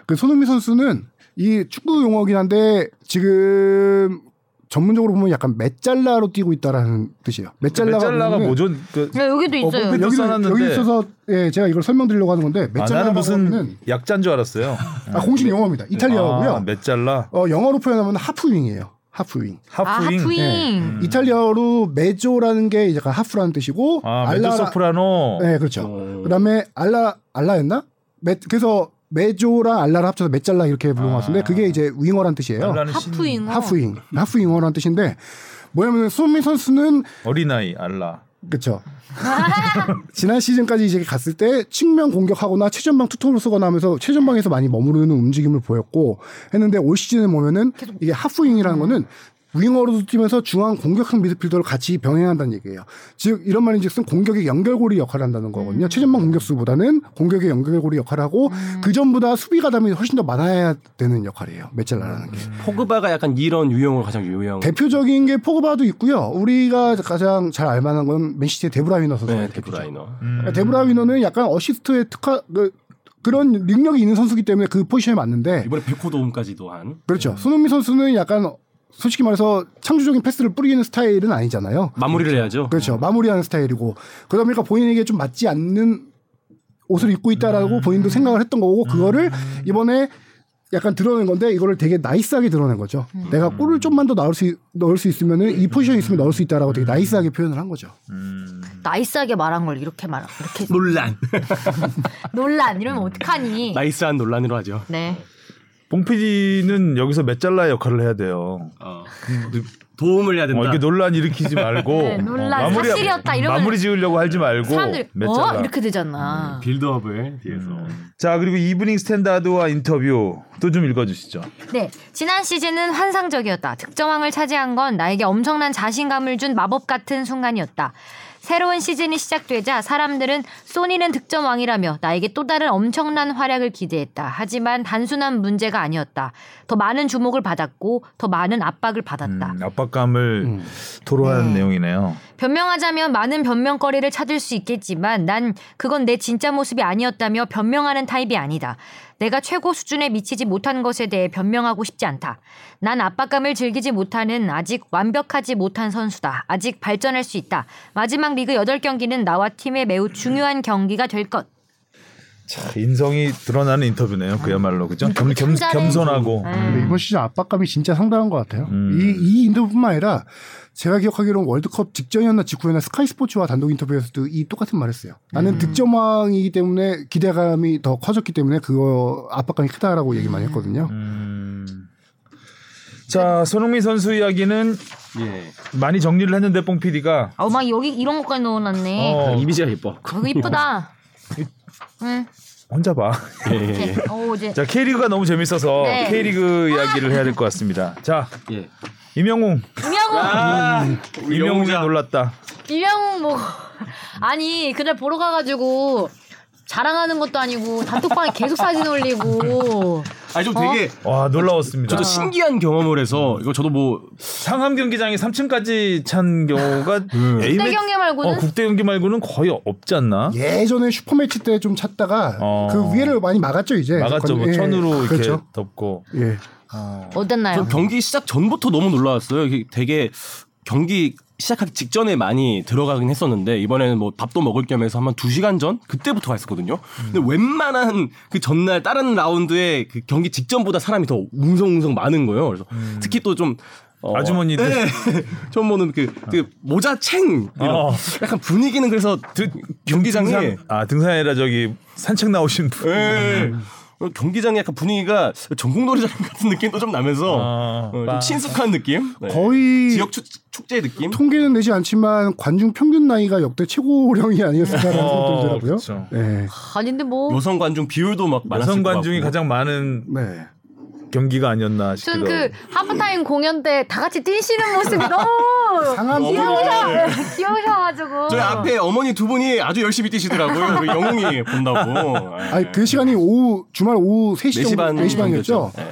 Speaker 4: 그 손흥민 선수는 이 축구 용어긴 한데 지금 전문적으로 보면 약간 메짤라로 뛰고 있다라는 뜻이에요. 메짤라가,
Speaker 2: 메잘라가
Speaker 4: 뭐냐면은
Speaker 2: 뭐죠? 그,
Speaker 1: 네, 여기도
Speaker 2: 어,
Speaker 1: 있어요.
Speaker 2: 뽑힌-
Speaker 4: 여기
Speaker 2: 써놨는데.
Speaker 4: 여기 있어서 예 제가 이걸 설명드리려고 하는 건데
Speaker 2: 아, 나는
Speaker 4: 메짤라는
Speaker 2: 무슨
Speaker 4: 는
Speaker 2: 약자인 줄 알았어요.
Speaker 4: 아, 공식 용어입니다. 이탈리아어고요.
Speaker 2: 아, 메잘라
Speaker 4: 어, 영어로 표현하면 하프윙이에요. 하프윙.
Speaker 1: 아,
Speaker 2: 하프윙.
Speaker 1: 하프윙.
Speaker 4: 네.
Speaker 2: 음.
Speaker 4: 이탈리아어로 메조라는 게 이제 약간 하프라는 뜻이고
Speaker 2: 아,
Speaker 4: 알라-
Speaker 2: 메조소프라노.
Speaker 4: 네, 그렇죠. 그다음에 알라 알라였나? 메, 그래서 메조랑 알라를 합쳐서 메짤라 이렇게 부른 것 같은데 그게 이제 윙어란 뜻이에요.
Speaker 2: 아. 알라는 신-
Speaker 1: 하프잉어.
Speaker 4: 하프윙, 하프윙어란 뜻인데 뭐냐면 손흥민 선수는
Speaker 2: 어린아이 알라.
Speaker 4: 그렇죠. 지난 시즌까지 이제 갔을 때 측면 공격하거나 최전방 투톱을 쓰거나 하면서 최전방에서 많이 머무르는 움직임을 보였고 했는데 올 시즌에 보면은 이게 하프윙이라는 거는 윙어로도 뛰면서 중앙 공격형 미드필더를 같이 병행한다는 얘기예요. 즉 이런 말인즉슨 공격의 연결고리 역할을 한다는 거거든요. 최전방 공격수보다는 공격의 연결고리 역할하고 그 전보다 수비 가담이 훨씬 더 많아야 되는 역할이에요. 메첼라라는
Speaker 3: 음.
Speaker 4: 게.
Speaker 3: 포그바가 약간 이런 유형을 가장 유형.
Speaker 4: 대표적인 게 포그바도 있고요. 우리가 가장 잘 알만한 건 맨시티의 데브라위너 선수.
Speaker 3: 네, 데브라이너.
Speaker 2: 음.
Speaker 4: 데브라위너는 약간 어시스트에 특화 그, 런 능력이 있는 선수기 때문에 그 포지션에 맞는데
Speaker 3: 이번에 100호 도움까지도 한.
Speaker 4: 그렇죠. 손흥민 선수는 약간 솔직히 말해서 창조적인 패스를 뿌리는 스타일은 아니잖아요.
Speaker 3: 마무리를 해야죠.
Speaker 4: 그렇죠. 마무리하는 스타일이고 그러다 보니까 본인에게 좀 맞지 않는 옷을 입고 있다라고 본인도 생각을 했던 거고 그거를 이번에 약간 드러낸 건데 이거를 되게 나이스하게 드러낸 거죠. 내가 골을 좀만 더 넣을 수 넣을 수 있으면은 이 포지션에 있으면 넣을 수 있다라고 되게 나이스하게 표현을 한 거죠.
Speaker 1: 나이스하게 말한 걸 이렇게 말하 이렇게
Speaker 3: 논란.
Speaker 1: 논란 이러면 어떡하니?
Speaker 3: 나이스한 논란으로 하죠.
Speaker 1: 네.
Speaker 2: 봉피디는 여기서 메잘라 역할을 해야 돼요.
Speaker 3: 어. 도움을 해야 된다.
Speaker 2: 어, 이렇게 논란 일으키지 말고
Speaker 1: 네, 논란.
Speaker 2: 어, 마무리,
Speaker 1: 사실이었다, 이러면
Speaker 2: 마무리 지으려고 하지 말고
Speaker 1: 사람들이
Speaker 2: 메잘라.
Speaker 1: 어 이렇게
Speaker 3: 음.
Speaker 1: 되잖아.
Speaker 3: 빌드업을 뒤에서.
Speaker 2: 자 그리고 이브닝 스탠다드와 인터뷰 또 좀 읽어주시죠.
Speaker 1: 네, 지난 시즌은 환상적이었다. 득점왕을 차지한 건 나에게 엄청난 자신감을 준 마법 같은 순간이었다. 새로운 시즌이 시작되자 사람들은 소니는 득점왕이라며 나에게 또 다른 엄청난 활약을 기대했다. 하지만 단순한 문제가 아니었다. 더 많은 주목을 받았고 더 많은 압박을 받았다.
Speaker 2: 음, 압박감을 토로하는 내용이네요.
Speaker 1: 변명하자면 많은 변명거리를 찾을 수 있겠지만 난 그건 내 진짜 모습이 아니었다며 변명하는 타입이 아니다. 내가 최고 수준에 미치지 못한 것에 대해 변명하고 싶지 않다. 난 압박감을 즐기지 못하는 아직 완벽하지 못한 선수다. 아직 발전할 수 있다. 마지막 리그 8경기는 나와 팀에 매우 중요한 경기가 될 것.
Speaker 2: 자, 인성이 드러나는 인터뷰네요. 그야말로 그죠? 겸, 겸,
Speaker 1: 참자는-
Speaker 2: 겸손하고
Speaker 1: 네.
Speaker 4: 근데 이번 시즌 압박감이 진짜 상당한 것 같아요.
Speaker 2: 음.
Speaker 4: 이, 이 인터뷰뿐만 아니라 제가 기억하기로는 월드컵 직전이었나 직후였나 스카이 스포츠와 단독 인터뷰에서도 이 똑같은 말 했어요.
Speaker 2: 음.
Speaker 4: 나는 득점왕이기 때문에 기대감이 더 커졌기 때문에 그거 압박감이 크다라고 얘기 많이 했거든요.
Speaker 2: 음. 자 손흥민 선수 이야기는
Speaker 3: 예.
Speaker 2: 많이 정리를 했는데 뽕 PD가
Speaker 1: 아우 막 여기 이런 것까지 넣어놨네.
Speaker 2: 어,
Speaker 3: 아, 이미지가 예뻐.
Speaker 1: 그거 이쁘다. 응.
Speaker 2: 혼자 봐.
Speaker 3: 예, 예, 예.
Speaker 1: 오 어, 이제
Speaker 2: 자 K리그가 너무 재밌어서
Speaker 1: 네.
Speaker 2: K리그 이야기를 해야 될 것 같습니다. 자
Speaker 3: 예.
Speaker 2: 임영웅
Speaker 1: 김영웅
Speaker 3: 아,
Speaker 2: 임영웅이 놀랐다.
Speaker 1: 일량 뭐 아니 그날 보러 가가지고 자랑하는 것도 아니고 단톡방에 계속 사진 올리고
Speaker 3: 아니 좀 되게
Speaker 2: 와 놀라웠습니다.
Speaker 3: 저도 신기한 경험을 해서 이거 저도 뭐
Speaker 2: 상암 경기장이 3층까지 찬 경우가 A
Speaker 1: 국대
Speaker 2: 매치-
Speaker 1: 경기 말고는
Speaker 2: 어, 국대 경기 말고는 거의 없지 않나?
Speaker 4: 예전에 슈퍼매치 때 좀 찾다가
Speaker 2: 어.
Speaker 4: 그 위에를 많이 막았죠 이제.
Speaker 2: 막았죠. 뭐
Speaker 4: 예,
Speaker 2: 천으로 이렇게
Speaker 4: 그렇죠.
Speaker 2: 덮고.
Speaker 4: 예.
Speaker 1: 어땠나요?
Speaker 3: 전 경기 시작 전부터 너무 놀라웠어요. 이게 되게 경기 시작하기 직전에 많이 들어가긴 했었는데 이번에는 뭐 밥도 먹을 겸 해서 한두 시간 전 그때부터 갔었거든요.
Speaker 2: 음.
Speaker 3: 근데 웬만한 그 전날 다른 라운드에 그 경기 직전보다 사람이 더 웅성웅성 많은 거예요. 그래서 특히 또 좀 어,
Speaker 2: 음. 아주머니들.
Speaker 3: 네. 처음 보는 그, 그 모자 챙 이런
Speaker 2: 어.
Speaker 3: 약간 분위기는 그래서 경기장에
Speaker 2: 등산- 아 등산이라 저기 산책 나오신 분.
Speaker 3: 예. 경기장의 약간 분위기가 전국놀이장 같은 느낌도 좀 나면서
Speaker 2: 아,
Speaker 3: 어,
Speaker 2: 빠-
Speaker 3: 좀 친숙한 느낌, 네.
Speaker 4: 거의
Speaker 3: 지역 축, 축제 느낌.
Speaker 4: 통계는 내지 않지만 관중 평균 나이가 역대 최고령이 아니었을까라는 생각도 들더라고요.
Speaker 2: 어, 그쵸.
Speaker 4: 네.
Speaker 5: 아닌데 뭐
Speaker 3: 여성 관중 비율도 막 많았을
Speaker 2: 여성
Speaker 3: 것
Speaker 2: 관중이
Speaker 3: 같고.
Speaker 2: 가장 많은
Speaker 4: 네.
Speaker 2: 경기가 아니었나 싶기도
Speaker 5: 아무튼 그
Speaker 2: 하고.
Speaker 5: 하프타임 공연 때 다 같이 뛰시는 모습이 너무
Speaker 4: 상암
Speaker 5: 귀여우셔 귀여우셔가지고
Speaker 3: 저희 앞에 어머니 두 분이 아주 열심히 뛰시더라고요. 우리 영웅이 본다고.
Speaker 4: 아니 그 시간이 오후 주말 오후 네 3시
Speaker 3: 4시
Speaker 4: 정도
Speaker 3: 반
Speaker 4: 4시 반이었죠. 네.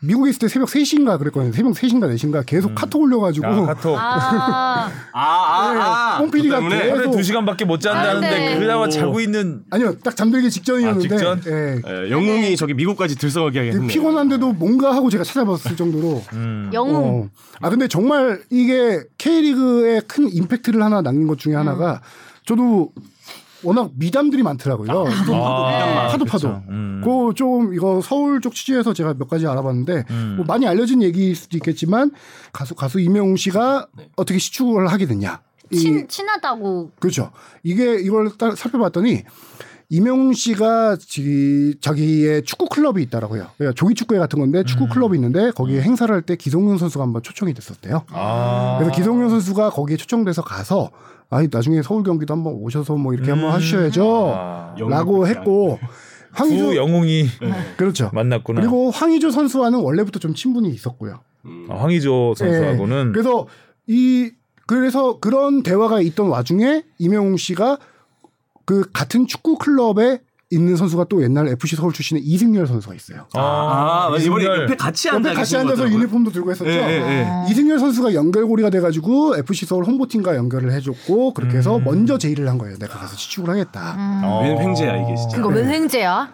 Speaker 4: 미국에 있을 때 새벽 3시인가 그랬거든요. 새벽 3시인가 4시인가 계속 카톡 올려가지고
Speaker 2: 아, 카톡.
Speaker 5: 아
Speaker 3: 아아아
Speaker 4: 뽕 PD가
Speaker 3: 때문에
Speaker 4: 돼요?
Speaker 2: 하루에
Speaker 4: 그래도-
Speaker 2: 두 시간밖에 못
Speaker 5: 아,
Speaker 2: 잔다는데
Speaker 5: 네.
Speaker 2: 그나마
Speaker 3: 오.
Speaker 2: 자고 있는
Speaker 4: 아니요 딱 잠들기 직전이었는데
Speaker 2: 아, 직전?
Speaker 4: 예.
Speaker 3: 예, 영웅이 저기 미국까지 들썩하게
Speaker 4: 그
Speaker 3: 했네요.
Speaker 4: 피곤한데도 뭔가 하고 제가 찾아봤을 정도로
Speaker 2: 음.
Speaker 5: 영웅
Speaker 4: 어. 아 근데 정말 이게 K리그에 큰 임팩트를 하나 남긴 것 중에
Speaker 5: 음.
Speaker 4: 하나가 저도 워낙 미담들이 많더라고요.
Speaker 2: 아,
Speaker 4: 파도 파도.
Speaker 2: 그쵸. 음.
Speaker 4: 그 좀 이거 서울 쪽 취재해서 제가 몇 가지 알아봤는데
Speaker 2: 음.
Speaker 4: 뭐 많이 알려진 얘기일 수도 있겠지만 가수 가수 임영웅 씨가 어떻게 시축을 하게 됐냐. 이-
Speaker 5: 네. 친 친하다고
Speaker 4: 그렇죠. 이게 이걸 따- 살펴봤더니 임영웅 씨가 지, 자기의 축구 클럽이 있다라고요. 그러니까 조기 축구회 같은 건데 축구
Speaker 2: 음.
Speaker 4: 클럽이 있는데 거기에 행사를 할 때 기성용 선수가 한번 초청이 됐었대요.
Speaker 2: 아.
Speaker 4: 그래서 기성용 선수가 거기에 초청돼서 가서 아니 나중에 서울 경기도 한번 오셔서 뭐 이렇게 한번
Speaker 2: 음. 아.
Speaker 4: 하셔야죠. 라고
Speaker 3: 영웅이
Speaker 4: 했고
Speaker 2: 두
Speaker 4: 황희조
Speaker 2: 영웅이
Speaker 4: 그렇죠.
Speaker 2: 만났구나.
Speaker 4: 그리고 황희조 선수와는 원래부터 좀 친분이 있었고요.
Speaker 3: 음.
Speaker 2: 아, 황의조
Speaker 4: 예.
Speaker 2: 선수하고는
Speaker 4: 그래서 이 그래서 그런 대화가 있던 와중에 임영웅 씨가 그 같은 축구 클럽에 있는 선수가 또 옛날 FC 서울 출신의 이승열 선수가 있어요.
Speaker 3: 아, 맞아. 이번에
Speaker 2: 이승열. 네,
Speaker 3: 옆에 같이 앉아
Speaker 4: 옆에 같이 앉아서 유니폼도 들고 했었죠.
Speaker 3: 예, 예,
Speaker 4: 이승열 선수가 연결고리가 돼가지고 FC 서울 홍보팀과 연결을 해줬고 그렇게
Speaker 2: 음.
Speaker 4: 해서 먼저 제의를 한 거예요. 내가 가서 시축을 하겠다.
Speaker 2: 어.
Speaker 3: 웬 횡재야 이게 진짜.
Speaker 5: 그거 웬 횡재야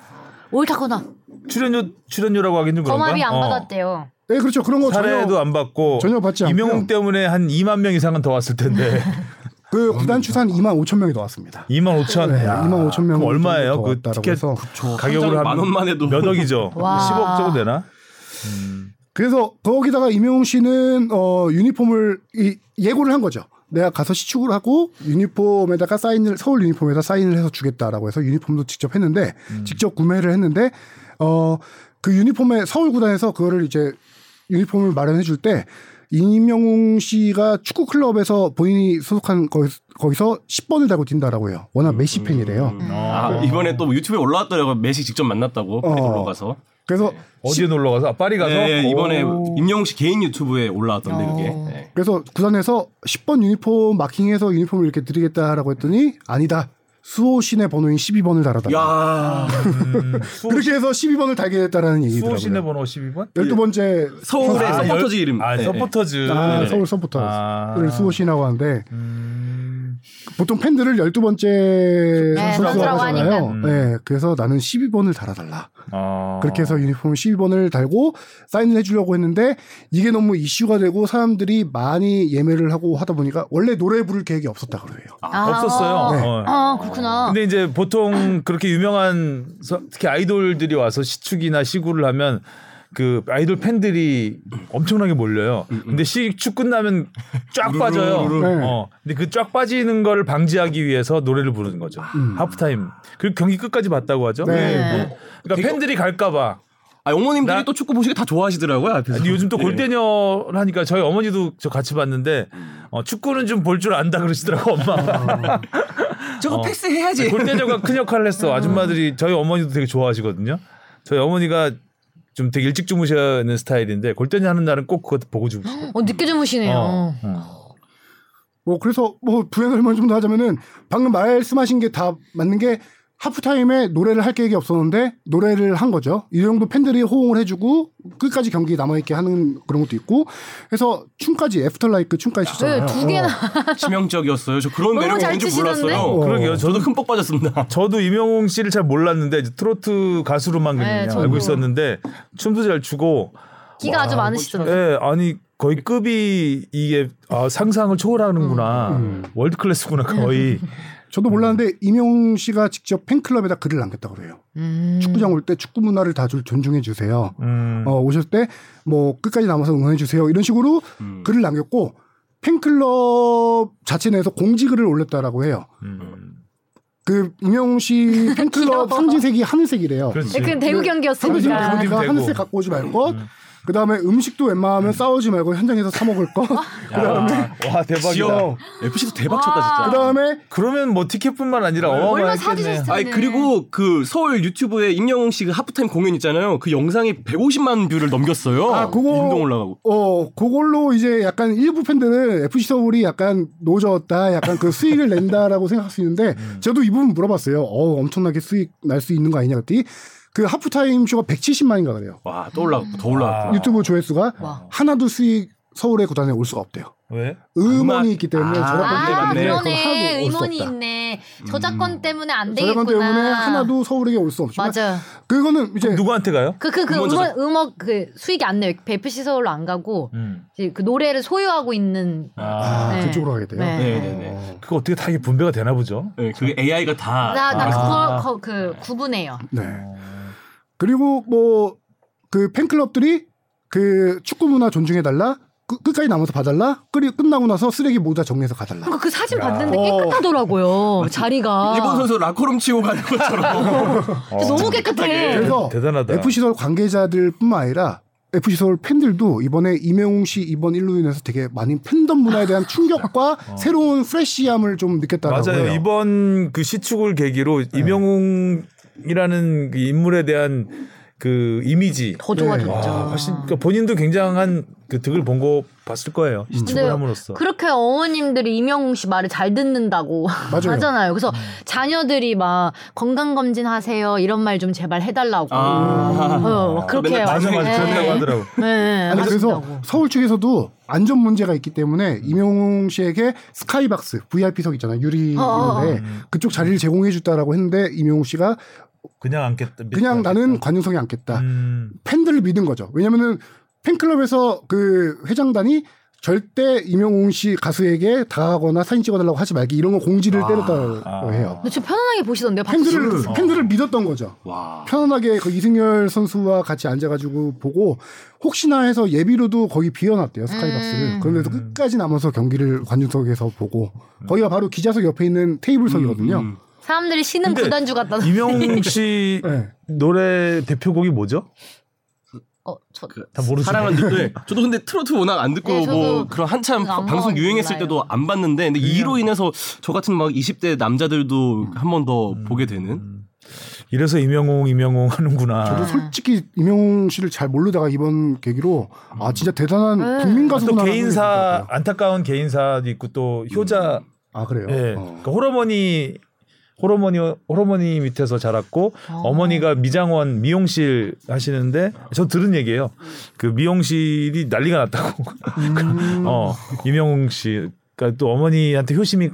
Speaker 5: 옳다거나
Speaker 2: 출연료 출연료라고 하긴 좀 그런가?
Speaker 5: 거마비 안
Speaker 2: 어.
Speaker 5: 받았대요
Speaker 4: 네, 그렇죠. 그런 거
Speaker 2: 사례도
Speaker 4: 전혀
Speaker 2: 안 받고
Speaker 4: 전혀 받지 않고요.
Speaker 2: 이명웅 때문에 한 2만 명 이상은 더 왔을 텐데
Speaker 4: 그 구단 추산 2만 5천 명이 나왔습니다.
Speaker 2: 2만 5천
Speaker 4: 네, 2만 5천 명
Speaker 2: 얼마예요?
Speaker 4: 정도
Speaker 2: 그
Speaker 4: 왔다라고
Speaker 2: 티켓
Speaker 4: 해서.
Speaker 2: 가격으로
Speaker 3: 만 원만 해도.
Speaker 2: 몇 억이죠?
Speaker 5: 와.
Speaker 2: 10억 정도 되나?
Speaker 4: 그래서 거기다가 임영웅 씨는 어 유니폼을 이, 예고를 한 거죠. 내가 가서 시축을 하고 유니폼에다가 사인을 서울 유니폼에다 사인을 해서 주겠다라고 해서 유니폼도 직접 했는데 직접 구매를 했는데 어 그 유니폼에 서울 구단에서 그거를 이제 유니폼을 마련해 줄 때 임영웅 씨가 축구 클럽에서 본인이 소속한 거기, 거기서 10번을 달고 뛴다라고 해요. 워낙 메시 팬이래요.
Speaker 3: 아, 이번에 또 유튜브에 올라왔더라고 메시 직접 만났다고 파리
Speaker 4: 어.
Speaker 3: 놀러 가서.
Speaker 4: 그래서
Speaker 2: 어디에 놀러 가서? 아, 파리 가서?
Speaker 3: 예, 예, 이번에
Speaker 2: 오.
Speaker 3: 임영웅 씨 개인 유튜브에 올라왔던데 그게. 예.
Speaker 4: 그래서 구단에서 10번 유니폼 마킹해서 유니폼을 이렇게 드리겠다라고 했더니 아니다. 수호 신의 번호인 12번을 달아달라.
Speaker 3: 야
Speaker 4: 그렇게 해서 12번을 달게 됐다라는 얘기더라고요.
Speaker 2: 수호신의 번호 12번?
Speaker 4: 12번째
Speaker 3: 서울의
Speaker 2: 아,
Speaker 3: 서포터즈
Speaker 2: 열-
Speaker 3: 이름.
Speaker 2: 아,
Speaker 3: 네,
Speaker 2: 서포터즈.
Speaker 4: 아,
Speaker 2: 네네.
Speaker 4: 서울 서포터를
Speaker 2: 아.
Speaker 4: 수호 신이라고 하는데
Speaker 2: 음.
Speaker 4: 보통 팬들을
Speaker 5: 네,
Speaker 4: 12번째 선수라고
Speaker 5: 선수라고
Speaker 4: 하잖아요.
Speaker 5: 하니까.
Speaker 4: 네, 그래서 나는 12번을 달아달라.
Speaker 2: 음. 아.
Speaker 4: 그렇게 해서 유니폼 12번을 달고 사인을 해주려고 했는데 이게 너무 이슈가 되고 사람들이 많이 예매를 하고 하다 보니까 원래 노래 부를 계획이 없었다 그래요.
Speaker 5: 아,
Speaker 2: 없었어요.
Speaker 4: 네.
Speaker 2: 어.
Speaker 5: 아 그렇구나
Speaker 2: 근데 이제 보통 그렇게 유명한 서- 특히 아이돌들이 와서 시축이나 시구를 하면 그 아이돌 팬들이 엄청나게 몰려요. 근데 시축 끝나면 쫙 빠져요.
Speaker 4: 루루루루.
Speaker 2: 어. 근데 그 쫙 빠지는 걸 방지하기 위해서 노래를 부르는 거죠. 하프타임. 그리고 경기 끝까지 봤다고 하죠.
Speaker 4: 아. 네.
Speaker 2: 어. 그러니까 팬들이 갈까 봐.
Speaker 3: 아, 어머님들이
Speaker 2: 나-
Speaker 3: 또 축구 보시게 다 좋아하시더라고요. 앞에서.
Speaker 2: 근데 요즘 또
Speaker 3: 예.
Speaker 2: 골대녀를 하니까 저희 어머니도 저 같이 봤는데 어, 축구는 좀 볼 줄 안다 그러시더라고 엄마가.
Speaker 3: 저거
Speaker 2: 어.
Speaker 3: 패스해야지.
Speaker 2: 골대녀가 큰 역할을
Speaker 5: 음.
Speaker 2: 했어. 아줌마들이 저희 어머니도 되게 좋아하시거든요. 저희 어머니가 좀 되게 일찍 주무시는 스타일인데 골대녀 하는 날은 꼭 그것 보고 주무시고.
Speaker 5: 어 늦게 주무시네요
Speaker 2: 어, 어.
Speaker 4: 뭐 그래서 뭐 부연설명 좀 더 하자면은 방금 말씀하신 게 다 맞는 게 하프타임에 노래를 할 계획이 없었는데 노래를 한 거죠. 이 정도 팬들이 호응을 해주고 끝까지 경기 남아있게 하는 그런 것도 있고 그래서 춤까지 애프터라이크 춤까지 추잖아요.
Speaker 5: 네,
Speaker 4: 어.
Speaker 5: 왜두 개나
Speaker 3: 치명적이었어요. 저 그런
Speaker 5: 너무
Speaker 3: 매력이
Speaker 5: 잘
Speaker 3: 뭔지
Speaker 5: 치시던데?
Speaker 3: 몰랐어요.
Speaker 2: 어, 그러게요. 저도
Speaker 3: 저도 흠뻑 빠졌습니다.
Speaker 2: 저도 임영웅 씨를 잘 몰랐는데 이제 트로트 가수로만 그냥
Speaker 5: 네, 저도.
Speaker 2: 알고 있었는데 춤도 잘 추고
Speaker 5: 기가
Speaker 4: 어,
Speaker 5: 아주 많으시더라고요
Speaker 2: 예, 아니 거의 급이 이게 아, 상상을
Speaker 5: 음,
Speaker 2: 초월하는구나. 월드 클래스구나 거의.
Speaker 4: 저도 몰랐는데 임영웅 씨가 직접 팬클럽에다 글을 남겼다고 그래요.
Speaker 5: 음.
Speaker 4: 축구장 올 때 축구 문화를 다 줄- 존중해 주세요.
Speaker 2: 음.
Speaker 4: 어, 오실 때 뭐 끝까지 남아서 응원해 주세요. 이런 식으로
Speaker 3: 음.
Speaker 4: 글을 남겼고
Speaker 2: 음.
Speaker 4: 팬클럽 자체 내에서 공지글을 올렸다라고 해요. 그 임영웅 씨 팬클럽 상징색이 하늘색이래요.
Speaker 2: 그렇지.
Speaker 1: 네, 그건 대구
Speaker 4: 상대 지금
Speaker 1: 경기였으니까.
Speaker 2: 대구
Speaker 4: 대구가
Speaker 2: 대구.
Speaker 4: 하늘색 갖고 오지 말 것. 그 다음에 음식도 웬만하면 싸우지 말고 현장에서 사 먹을 것. 그 다음에
Speaker 2: 와 대박이다.
Speaker 3: 지역 FC도 대박 쳤다 진짜.
Speaker 4: 그 다음에
Speaker 2: 그러면 뭐 티켓뿐만 아니라 어마어마했겠네.
Speaker 5: 얼마 사주셨을 텐데.
Speaker 3: 아니 그리고 그 서울 유튜브에 임영웅 씨그 하프타임 공연 있잖아요. 그 영상이 150만 뷰를 넘겼어요.
Speaker 4: 아, 그거-
Speaker 3: 인동 올라가고.
Speaker 4: 어 그걸로 이제 약간 일부 팬들은 FC 서울이 약간 노저었다, 약간 그 수익을 낸다라고 생각할 수 있는데 저도 이 부분 물어봤어요. 어 엄청나게 수익 날 수 있는 거 아니냐 그랬더니 그 하프타임 쇼가 170만인가 그래요.
Speaker 3: 와 또 올라갔고 더
Speaker 5: 아.
Speaker 3: 올라갔고.
Speaker 4: 유튜브 조회수가
Speaker 5: 와.
Speaker 4: 하나도 수익 서울의 구단에 올 수가 없대요.
Speaker 2: 왜?
Speaker 4: 음원이
Speaker 3: 음악-
Speaker 4: 있기 때문에
Speaker 3: 아,
Speaker 4: 저작권
Speaker 5: 아,
Speaker 3: 맞네, 맞네.
Speaker 4: 때문에 그걸 하나도
Speaker 5: 그러네.
Speaker 4: 올수
Speaker 5: 의문이
Speaker 4: 없다. 음.
Speaker 5: 있네. 저작권 때문에 안 되겠구나.
Speaker 4: 저작권 때문에 하나도 서울에게 올 수 없지만
Speaker 5: 맞아.
Speaker 4: 그거는 이제
Speaker 2: 누구한테 가요?
Speaker 5: 그 그 그
Speaker 3: 음원 저작-
Speaker 5: 음원 음악 그 수익이 안 나요. 베프시 서울로 안 가고
Speaker 2: 음.
Speaker 5: 이제 그 노래를 소유하고 있는
Speaker 2: 아,
Speaker 4: 아,
Speaker 5: 네.
Speaker 4: 그쪽으로 가게 돼요.
Speaker 5: 네.
Speaker 3: 네네네.
Speaker 2: 그거 어떻게 다 이게 분배가 되나 보죠.
Speaker 3: 네, 그게 AI가 다.
Speaker 5: 나 나
Speaker 2: 아.
Speaker 5: 그거 거- 그 구분해요.
Speaker 4: 네.
Speaker 5: 어.
Speaker 4: 그리고 뭐 그 팬클럽들이 그 축구 문화 존중해 달라. 그, 끝까지 남아서 봐달라. 끝이 끝나고 나서 쓰레기 모자 정리해서 가달라.
Speaker 5: 그러니까 그 사진 봤는데
Speaker 4: 어.
Speaker 5: 깨끗하더라고요. 자리가.
Speaker 3: 일본 선수 라커룸 치고 가는 것처럼.
Speaker 5: 근데
Speaker 1: 어.
Speaker 5: 너무 깨끗해.
Speaker 4: 그래서
Speaker 2: 네. 대단하다.
Speaker 4: FC 서울 관계자들뿐만 아니라 FC 서울 팬들도 이번에 임영웅 씨 이번 일로 인해서 되게 많은 팬덤 문화에 대한 충격과 새로운 프레시함을 좀 느꼈다라고
Speaker 2: 어. 맞아요.
Speaker 4: 해요.
Speaker 2: 이번 그 시축을 계기로 이명웅이라는 그 인물에 대한 그 이미지
Speaker 5: 더
Speaker 1: 네.
Speaker 2: 와,
Speaker 5: 좋아졌죠.
Speaker 2: 훨씬 그러니까 본인도 굉장한 그 득을 본 거 봤을 거예요. 시축을
Speaker 5: 근데
Speaker 2: 함으로써.
Speaker 5: 그렇게 어머님들이 임영웅 씨 말을 잘 듣는다고
Speaker 4: 맞아요.
Speaker 5: 하잖아요. 그래서 자녀들이 막 건강 검진 하세요 이런 말 좀 제발 해달라고. 어, 막 그렇게
Speaker 3: 맨날
Speaker 2: 맞아 맞아.
Speaker 5: 네.
Speaker 2: 그런다고 하더라고.
Speaker 5: 네, 네,
Speaker 4: 아니 그래서
Speaker 5: 하신다고.
Speaker 4: 서울 측에서도 안전 문제가 있기 때문에 임영웅 씨에게 스카이박스 VIP석 있잖아요 유리
Speaker 5: 어, 어,
Speaker 4: 있는데
Speaker 2: 음.
Speaker 4: 그쪽 자리를 제공해 줬다라고 했는데 임영웅 씨가
Speaker 2: 그냥 앉겠다. 음.
Speaker 4: 그냥 나는 관용성이 않겠다 팬들을 믿은 거죠 왜냐면은 팬클럽에서 그 회장단이 절대 임영웅 씨 가수에게 다하거나 사진 찍어달라고 하지 말기 이런 거 공지를 때렸다고
Speaker 2: 아. 어.
Speaker 4: 해요
Speaker 5: 근데 저 편안하게 보시던데요.
Speaker 4: 팬들을 팬들을 믿었던 거죠
Speaker 3: 와.
Speaker 4: 편안하게 그 이승열 선수와 같이 앉아가지고 보고 혹시나 해서 예비로도 거기 비워놨대요 스카이박스를 그런데도
Speaker 2: 음.
Speaker 4: 끝까지 남아서 경기를 관중석에서 보고 거기가 바로 기자석 옆에 있는 테이블석이거든요.
Speaker 2: 음,
Speaker 3: 음,
Speaker 5: 사람들이 쉬는
Speaker 2: 근데
Speaker 5: 구단주 같다.
Speaker 2: 이명웅 아. 씨
Speaker 4: 네.
Speaker 2: 노래 대표곡이 뭐죠?
Speaker 5: 어, 저
Speaker 2: 다 모르죠.
Speaker 3: 음. 사랑은 듣네. 저도 근데 트로트 워낙 안 듣고
Speaker 5: 네, 저도
Speaker 3: 뭐 그런 한참
Speaker 5: 그거 안
Speaker 3: 방송
Speaker 5: 봐가지고
Speaker 3: 유행했을
Speaker 5: 몰라요.
Speaker 3: 때도 안 봤는데
Speaker 4: 음.
Speaker 3: 근데 이로 인해서 저 같은 막 20대 남자들도 한 번 더
Speaker 4: 음.
Speaker 3: 보게 되는.
Speaker 2: 이래서 이명웅 이명웅 하는구나.
Speaker 4: 저도 솔직히 임영웅 씨를 잘 모르다가 이번 계기로 아 진짜 대단한
Speaker 2: 음.
Speaker 4: 국민
Speaker 2: 아, 또
Speaker 4: 가수구나.
Speaker 2: 개인사 안타까운 개인사도 있고 또 효자
Speaker 4: 아 그래요.
Speaker 2: 예.
Speaker 4: 어.
Speaker 2: 그러니까 호러머니 호러머니 호러머니 밑에서 자랐고
Speaker 4: 아.
Speaker 2: 어머니가 미장원 미용실 하시는데 저 들은 얘기예요. 그 미용실이 난리가 났다고.
Speaker 4: 음.
Speaker 2: 어 이명웅 씨. 그러니까 또 어머니한테 효심이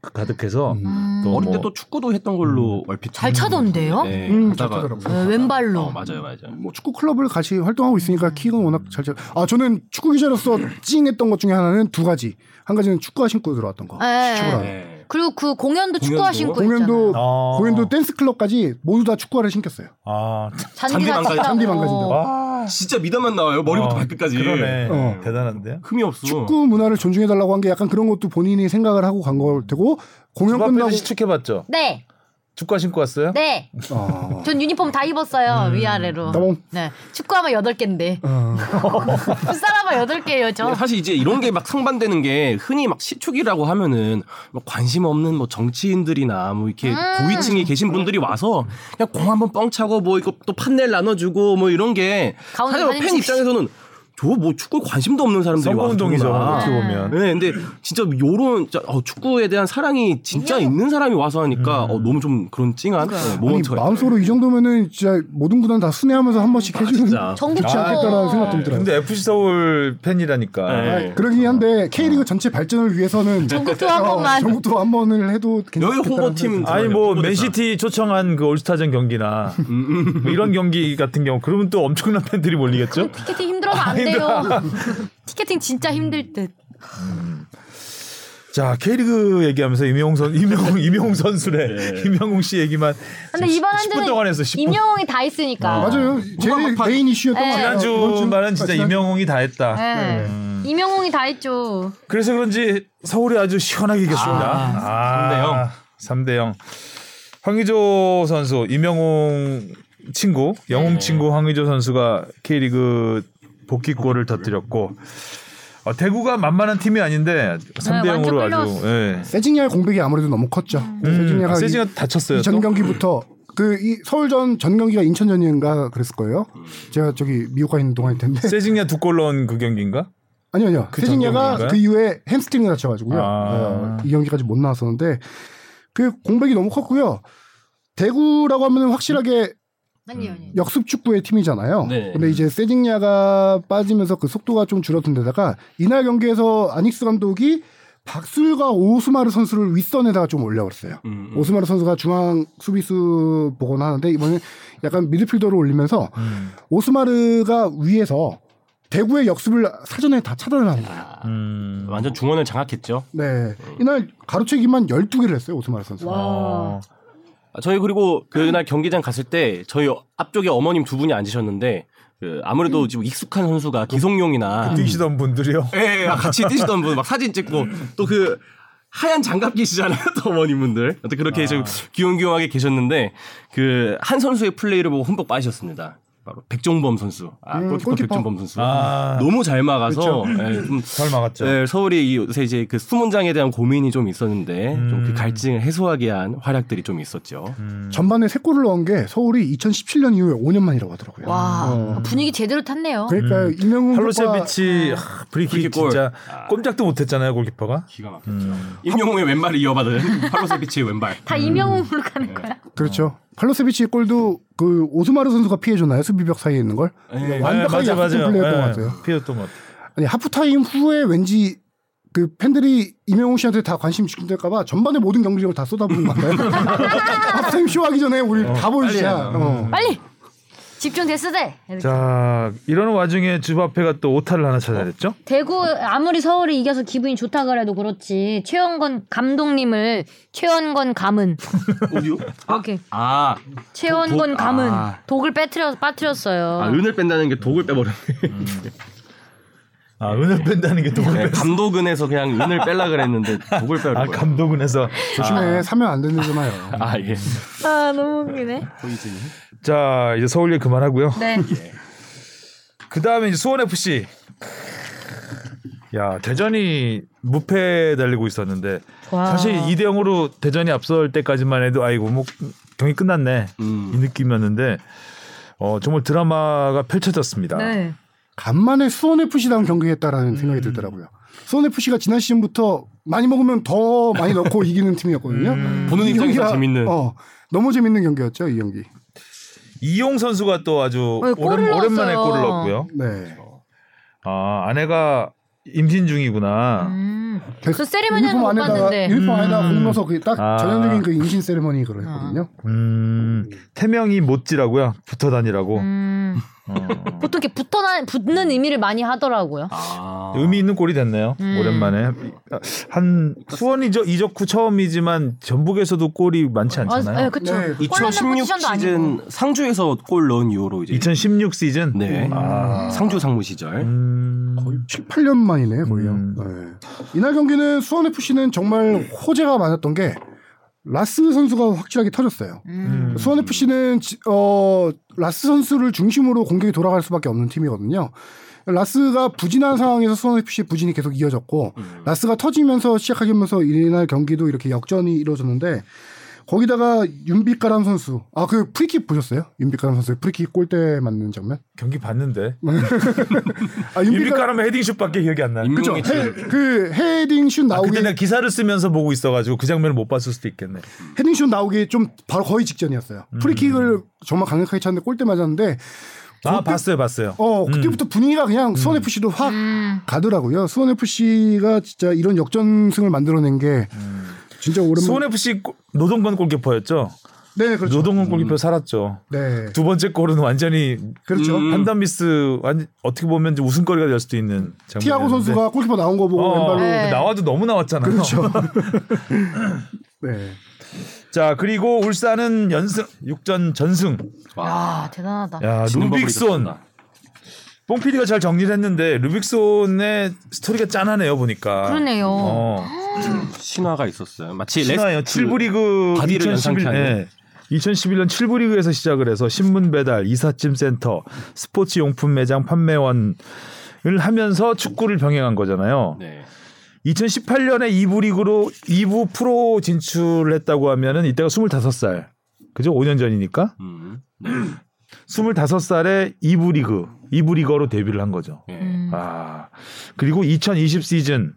Speaker 2: 가득해서
Speaker 4: 음.
Speaker 2: 또
Speaker 3: 어릴 때
Speaker 2: 뭐
Speaker 3: 또 축구도 했던 걸로 얼핏
Speaker 5: 잘 차던데요?
Speaker 3: 네,
Speaker 4: 음,
Speaker 3: 하다가
Speaker 4: 잘 차더라고요.
Speaker 5: 네, 왼발로.
Speaker 3: 어, 맞아요, 맞아요.
Speaker 4: 뭐 축구 클럽을 같이 활동하고 있으니까 키가 워낙 잘. 잘- 아 저는 축구 기자로서 찡했던 것 중에 하나는 두 가지. 한 가지는 축구화 신고 들어왔던 거.
Speaker 5: 네.
Speaker 4: 시축을 하고.
Speaker 3: 네.
Speaker 5: 그리고 그 공연도 축구화
Speaker 3: 공연도?
Speaker 5: 신고
Speaker 4: 공연도
Speaker 5: 있잖아요.
Speaker 2: 아.
Speaker 4: 공연도 댄스 클럽까지 모두 다 축구화를 신겼어요.
Speaker 2: 아,
Speaker 5: 잔디
Speaker 3: 잔디 망가지-
Speaker 5: 다친다고.
Speaker 4: 잔디 망가진다고.
Speaker 2: 아
Speaker 3: 진짜 미담만 나와요. 머리부터
Speaker 2: 어,
Speaker 3: 발끝까지.
Speaker 2: 그러네.
Speaker 4: 어.
Speaker 2: 대단한데요.
Speaker 3: 흠이 없어.
Speaker 4: 아, 축구 문화를 존중해달라고 한 게 약간 그런 것도 본인이 생각을 하고 간 걸 테고 공연
Speaker 2: 주바페도
Speaker 4: 끝나고
Speaker 2: 시축해봤죠.
Speaker 5: 네,
Speaker 2: 축구 신고 왔어요?
Speaker 5: 네.
Speaker 4: 어.
Speaker 5: 전 유니폼 다 입었어요 위아래로.
Speaker 4: 따봉.
Speaker 5: 네, 축구하면 여덟 개인데
Speaker 4: 어.
Speaker 5: 풋살하면 여덟 개예요
Speaker 1: 어.
Speaker 5: 저.
Speaker 1: 음.
Speaker 3: 근데 사실 이제 이런 게 막 상반되는 게 흔히 막 시축이라고 하면은 뭐 관심 없는 뭐 정치인들이나 뭐 이렇게 고위층에 계신 분들이 와서 그냥 공 한번 뻥 차고 뭐 이거 또 판넬 나눠주고 뭐 이런 게
Speaker 5: 가운데
Speaker 3: 사실 팬
Speaker 5: 사진
Speaker 3: 입장에서는 저 뭐 축구 관심도 없는 사람들이 와서
Speaker 2: 성공동이죠.
Speaker 3: 저러나.
Speaker 2: 어떻게 보면.
Speaker 3: 네, 근데 진짜 요런 진짜, 어, 축구에 대한 사랑이 진짜 있는 사람이 와서 하니까
Speaker 2: 음.
Speaker 3: 어, 너무 좀 그런 찡한 네,
Speaker 4: 아니,
Speaker 3: 모먼트가 있어요.
Speaker 4: 마음속으로 이 정도면은 진짜 모든 구단 다 순회하면서 한 번씩 해주는
Speaker 3: 진짜.
Speaker 5: 전국
Speaker 4: 좋지 않겠다라는 생각 좀 들어요.
Speaker 2: 근데 FC 서울 팬이라니까.
Speaker 3: 네.
Speaker 4: 아, 그러긴 한데 K리그 전체 발전을 위해서는
Speaker 5: 전국투어 한 번만.
Speaker 4: 전국투어 한 번을 해도
Speaker 3: 여기
Speaker 4: 괜찮겠다는
Speaker 3: 홍보팀
Speaker 4: 생각이
Speaker 2: 아니 뭐
Speaker 3: 홍보대사.
Speaker 2: 맨시티 초청한 그 올스타전 경기나 뭐 이런 경기 같은 경우 그러면 또 엄청난 팬들이 몰리겠죠.
Speaker 5: 티켓팅 힘들어서 안 돼요. 티켓팅 진짜 힘들 듯.
Speaker 2: 자 K리그 얘기하면서 임영웅 선 임영웅 임영웅 선수래 임영웅 씨 얘기만
Speaker 5: 근데 이번
Speaker 2: 10분
Speaker 5: 한주는
Speaker 2: 동안 했어. 10분.
Speaker 5: 임영웅이 다 있으니까.
Speaker 4: 들어요. 맞아요. 제일 메인 이슈였던 것 같아요. 이번 주-
Speaker 2: 지난주말은
Speaker 4: 아,
Speaker 2: 진짜
Speaker 4: 지난-
Speaker 2: 임영웅이 다 했다.
Speaker 5: 네. 임영웅이 다 했죠.
Speaker 2: 그래서 그런지 서울이 아주 시원하게 이겼습니다.
Speaker 3: 아, 삼대 영.
Speaker 2: 아, 3대 0. 황의조 선수, 이명웅 친구, 영웅
Speaker 1: 네.
Speaker 2: 친구 황의조 선수가 K리그 복귀골을 터뜨렸고 어, 대구가 만만한 팀이 아닌데 3대
Speaker 1: 네, 완전
Speaker 2: 0으로 아주
Speaker 1: 끌려왔어.
Speaker 2: 예.
Speaker 4: 세징야의 공백이 아무래도 너무 컸죠.
Speaker 2: 아,
Speaker 4: 세징야가 음, 이-
Speaker 2: 세징야 다쳤어요.
Speaker 4: 이전
Speaker 2: 네, 또?
Speaker 4: 경기부터 그 이 서울전 전 경기가 인천전인가 그랬을 거예요. 제가 저기 미국가 있는 동안일 텐데
Speaker 2: 음. 세징야 두 골 넣은 그 경기인가?
Speaker 4: 아니요 아니요.
Speaker 2: 그
Speaker 4: 세징야가
Speaker 2: 전경기인가요?
Speaker 4: 그 이후에 햄스트링을 다쳐가지고요.
Speaker 2: 아.
Speaker 4: 어, 이 경기까지 못 나왔었는데 그 공백이 너무 컸고요. 대구라고 하면 확실하게
Speaker 5: 아니 아니.
Speaker 4: 역습 축구의 팀이잖아요.
Speaker 3: 네.
Speaker 4: 근데 이제 세징야가 빠지면서 그 속도가 좀 줄어든 데다가 이날 경기에서 아닉스 감독이 박술과 오스마르 선수를 윗선에다가 좀 올려버렸어요.
Speaker 3: 음, 음.
Speaker 4: 오스마르 선수가 중앙 수비수 보곤 하는데 이번에 약간 미드필더로 올리면서 오스마르가 위에서 대구의 역습을 사전에 다 차단을 하는 거예요.
Speaker 1: 아.
Speaker 2: 음.
Speaker 3: 완전 중원을 장악했죠.
Speaker 4: 네. 이날 가로채기만 12개를 했어요, 오스마르 선수.
Speaker 2: 어.
Speaker 3: 아, 저희 그리고 그날 경기장 갔을 때 저희 어- 앞쪽에 어머님 두 분이 앉으셨는데 그 아무래도 지금 익숙한 선수가 기성용이나
Speaker 2: 아, 뛰시던 분들이요.
Speaker 3: 예, 예, 막 같이 뛰시던 분 막 사진 찍고 또 그 하얀 장갑 끼시잖아요, 또 어머님분들. 하여튼 그렇게 지금 귀용귀용하게 계셨는데 그 한 선수의 플레이를 보고 흠뻑 빠지셨습니다. 바로 백종범 선수, 아,
Speaker 4: 음,
Speaker 3: 골키퍼
Speaker 4: 골키퍼.
Speaker 3: 백종범 선수.
Speaker 2: 아.
Speaker 3: 너무 잘 막아서 예, 좀
Speaker 2: 잘 막았죠.
Speaker 3: 네, 서울이 이- 요새 이제 그 수문장에 대한 고민이 좀 있었는데 좀 그 갈증을 해소하게 한 활약들이 좀 있었죠.
Speaker 4: 전반에 3골을 넣은 게 서울이 2017년 이후에 5년 만이라고 하더라고요.
Speaker 5: 와 분위기 제대로 탔네요.
Speaker 4: 그러니까 이명훈 선수가
Speaker 2: 할로세비치 아, 브리킥
Speaker 3: 브리킥골.
Speaker 2: 진짜 꼼짝도 못했잖아요 골키퍼가.
Speaker 3: 기가 막혔죠. 임용호의 왼발이 이어받은 파로세비치의 왼발.
Speaker 1: 아,
Speaker 5: 다 이명웅으로 가는 거야.
Speaker 4: 그렇죠. 팔로세비치 골도 그 오스마르 선수가 피해줬나요? 수비벽 사이에 있는 걸.
Speaker 3: 예,
Speaker 4: 완벽하게
Speaker 2: 네,
Speaker 4: 약속된 플레이였던 것 같아요.
Speaker 2: 피했던 것 같아요.
Speaker 4: 아니 하프타임 후에 왠지 그 팬들이 이명웅 씨한테 다 관심 집중될까봐 전반의 모든 경기력을 다 쏟아부은 것 같아요. 하프타임 쇼하기 전에 우리 다 보여주자. 어.
Speaker 5: 빨리 집중됐을 때. 이렇게.
Speaker 2: 자 이러는 와중에 주바페가 또 오타를 하나 찾아냈죠.
Speaker 1: 대구 아무리 서울이 이겨서 기분이 좋다 그래도 그렇지 최원건 감독님을 최원건 감은
Speaker 3: 어디요?
Speaker 1: 이렇게
Speaker 3: 아,
Speaker 1: 최원건
Speaker 3: 독-
Speaker 1: 감은
Speaker 3: 아.
Speaker 1: 독을 빼트려 빠뜨렸어요.
Speaker 3: 아, 은을 뺀다는 게 독을 빼버렸네.
Speaker 2: 아 은을 뺀다는 게 또.
Speaker 3: 네, 감독은에서 그냥 은을 뺄라 그랬는데 독을 빼버렸어요.
Speaker 2: 아 감독은에서
Speaker 4: 조심해 사면 안 되는 거나요.
Speaker 3: 아, 예.
Speaker 1: 아, 너무 웃기네.
Speaker 2: 자 이제 서울 얘기 그만하고요.
Speaker 1: 네.
Speaker 2: 그 다음에 이제 수원 FC. 야 대전이 무패 달리고 있었는데
Speaker 1: 와.
Speaker 2: 사실 2대 0으로 대전이 앞설 때까지만 해도 아이고 뭐 경기 끝났네
Speaker 3: 음.
Speaker 2: 이 느낌이었는데 어 정말 드라마가 펼쳐졌습니다.
Speaker 1: 네.
Speaker 4: 간만에 수원 FC다운
Speaker 3: 음.
Speaker 4: 경기했다라는 생각이 들더라고요. 수원 FC가 지난 시즌부터 많이 먹으면 더 많이 넣고 이기는 팀이었거든요.
Speaker 3: 음. 보는
Speaker 4: 이
Speaker 3: 입장에서 재밌는.
Speaker 4: 어, 너무 재밌는 경기였죠 이 경기.
Speaker 2: 이용 선수가 또 아주
Speaker 1: 네, 골을
Speaker 2: 오랜, 오랜만에
Speaker 1: 넣었어요.
Speaker 2: 골을 넣었고요.
Speaker 4: 네.
Speaker 2: 아 아내가 임신 중이구나.
Speaker 1: 음. 그 세리머니는 못
Speaker 4: 안에다가
Speaker 1: 봤는데.
Speaker 4: 유니폼 안에다가
Speaker 2: 음.
Speaker 4: 공 넣어서 그게 딱
Speaker 2: 아.
Speaker 4: 전형적인 그 임신 세레머니 그걸
Speaker 1: 아.
Speaker 4: 했거든요.
Speaker 2: 음, 태명이 못지라고요. 붙어 다니라고.
Speaker 1: 음.
Speaker 2: 어.
Speaker 1: 보통 이렇게 붙어 나, 붙는 의미를 많이 하더라고요.
Speaker 3: 아.
Speaker 2: 의미 있는 골이 됐네요.
Speaker 1: 음.
Speaker 2: 오랜만에 한 수원이죠 이적 후 처음이지만 전북에서도 골이 많지 않잖아요.
Speaker 1: 예, 그쵸.
Speaker 4: 네.
Speaker 1: 골 넣는
Speaker 3: 2016
Speaker 1: 포지션도 아니고.
Speaker 3: 시즌 상주에서 골 넣은 이후로 이제
Speaker 2: 2016 시즌.
Speaker 3: 네.
Speaker 2: 아.
Speaker 3: 상주 상무 시절.
Speaker 2: 음.
Speaker 4: 7, 8년 만이네 거의요.
Speaker 2: 음.
Speaker 4: 네. 이날 경기는 수원 FC는 정말 호재가 많았던 게 라스 선수가 확실하게 터졌어요.
Speaker 2: 음.
Speaker 4: 수원 FC는 어 라스 선수를 중심으로 공격이 돌아갈 수밖에 없는 팀이거든요. 라스가 부진한 상황에서 수원 FC 의 부진이 계속 이어졌고
Speaker 2: 음.
Speaker 4: 라스가 터지면서 시작하면서 이날 경기도 이렇게 역전이 이루어졌는데 거기다가 윤빛가람 선수 아 그 프리킥 보셨어요? 윤빛가람 선수의 프리킥 골대 맞는 장면?
Speaker 2: 경기 봤는데
Speaker 4: 아
Speaker 2: 유비카람 헤딩슛밖에 기억이 안 나. 요
Speaker 4: 그죠?
Speaker 3: 임용의 지원.
Speaker 4: 헤- 그 헤딩 슛
Speaker 2: 아,
Speaker 4: 나오기
Speaker 2: 그때 내가 기사를 쓰면서 보고 있어가지고 그 장면을 못 봤을 수도 있겠네. 아,
Speaker 4: 헤딩 슛 나오기 좀 바로 거의 직전이었어요.
Speaker 2: 음.
Speaker 4: 프리킥을 정말 강력하게 찼는데 골대 맞았는데
Speaker 2: 아 봤어요, 봤어요.
Speaker 4: 어 그때부터 분위기가
Speaker 2: 음.
Speaker 4: 그냥 수원 FC도 확 가더라고요. 수원 FC가 진짜 이런 역전승을 만들어낸 게 진짜 오랜만에
Speaker 2: 음. 수원 FC 골- 노동건 골키퍼였죠.
Speaker 4: 네그 그렇죠.
Speaker 2: 노동건 골키퍼 살았죠.
Speaker 4: 네
Speaker 2: 두 번째 골은 완전히
Speaker 4: 그렇죠.
Speaker 3: 음.
Speaker 2: 판단 미스 완- 어떻게 보면 이제 웃음거리가 될 수도 있는 장면.
Speaker 4: 티아고 선수가 골키퍼 나온 거 보고
Speaker 2: 네. 어,
Speaker 4: 왼발로
Speaker 2: 네. 나와도 너무 나왔잖아요.
Speaker 4: 그렇죠. 네.
Speaker 2: 자 그리고 울산은 연승 6전 전승.
Speaker 3: 와.
Speaker 5: 아 대단하다.
Speaker 2: 야
Speaker 3: 지는 법을
Speaker 2: 눈빅손
Speaker 3: 잊었구나.
Speaker 2: 뽕피디가 잘 정리를 했는데 루빅손의 스토리가 짠하네요 보니까.
Speaker 5: 그러네요.
Speaker 2: 어.
Speaker 3: 신화가 있었어요. 마치
Speaker 2: 신화예요.
Speaker 3: 아, 레스트-
Speaker 2: 7부 리그 2011,
Speaker 3: 바디를 연상케 하는.
Speaker 2: 2011년 7부 리그에서 시작을 해서 신문 배달, 이삿짐 센터, 스포츠 용품 매장 판매원을 하면서 축구를 병행한 거잖아요.
Speaker 3: 네.
Speaker 2: 2018년에 2부 리그로 2부 프로 진출을 했다고 하면은 이때가 25살. 그죠? 5년 전이니까.
Speaker 3: 음.
Speaker 2: 25살에 2부 리그, 2부 리거로 데뷔를 한 거죠.
Speaker 3: 예.
Speaker 2: 아. 그리고 2020 시즌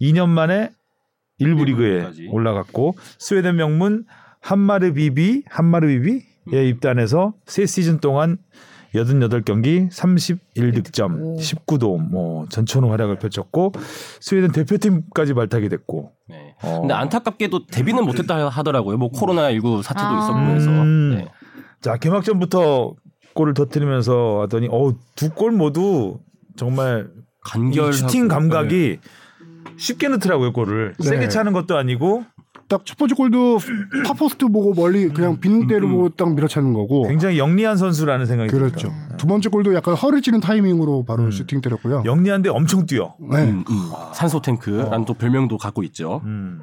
Speaker 2: 2년 만에 1부 리그에
Speaker 3: 리그까지.
Speaker 2: 올라갔고 스웨덴 명문 한마르 비비, 한마르 비비에 입단해서 세 시즌 동안 88경기 31득점 19도움 뭐 전천후 활약을 펼쳤고 스웨덴 대표팀까지 발탁이 됐고
Speaker 3: 네.
Speaker 2: 어.
Speaker 3: 근데 안타깝게도 데뷔는 못했다 하더라고요. 뭐 코로나 19 사태도
Speaker 5: 아.
Speaker 3: 있었고 해서.
Speaker 2: 음.
Speaker 3: 네.
Speaker 2: 자 개막전부터 골을 터뜨리면서 하더니 어두 골 모두 정말
Speaker 3: 간결
Speaker 2: 이 슈팅 감각이 쉽게 넣더라고요 골을
Speaker 4: 네.
Speaker 2: 세게 차는 것도 아니고
Speaker 4: 딱 첫 번째 골도 파포스트 보고 멀리 그냥
Speaker 2: 음.
Speaker 4: 빈대로 보고 딱 밀어차는 거고.
Speaker 2: 굉장히 영리한 선수라는 생각이
Speaker 4: 뭐. 그렇죠.
Speaker 2: 들어요.
Speaker 4: 두 번째 골도 약간 허를 찌는 타이밍으로 바로 슈팅 때렸고요.
Speaker 2: 음. 영리한데 엄청 뛰어.
Speaker 4: 네.
Speaker 3: 음, 음. 산소 탱크라는 또 별명도 갖고 있죠.
Speaker 2: 어. 음.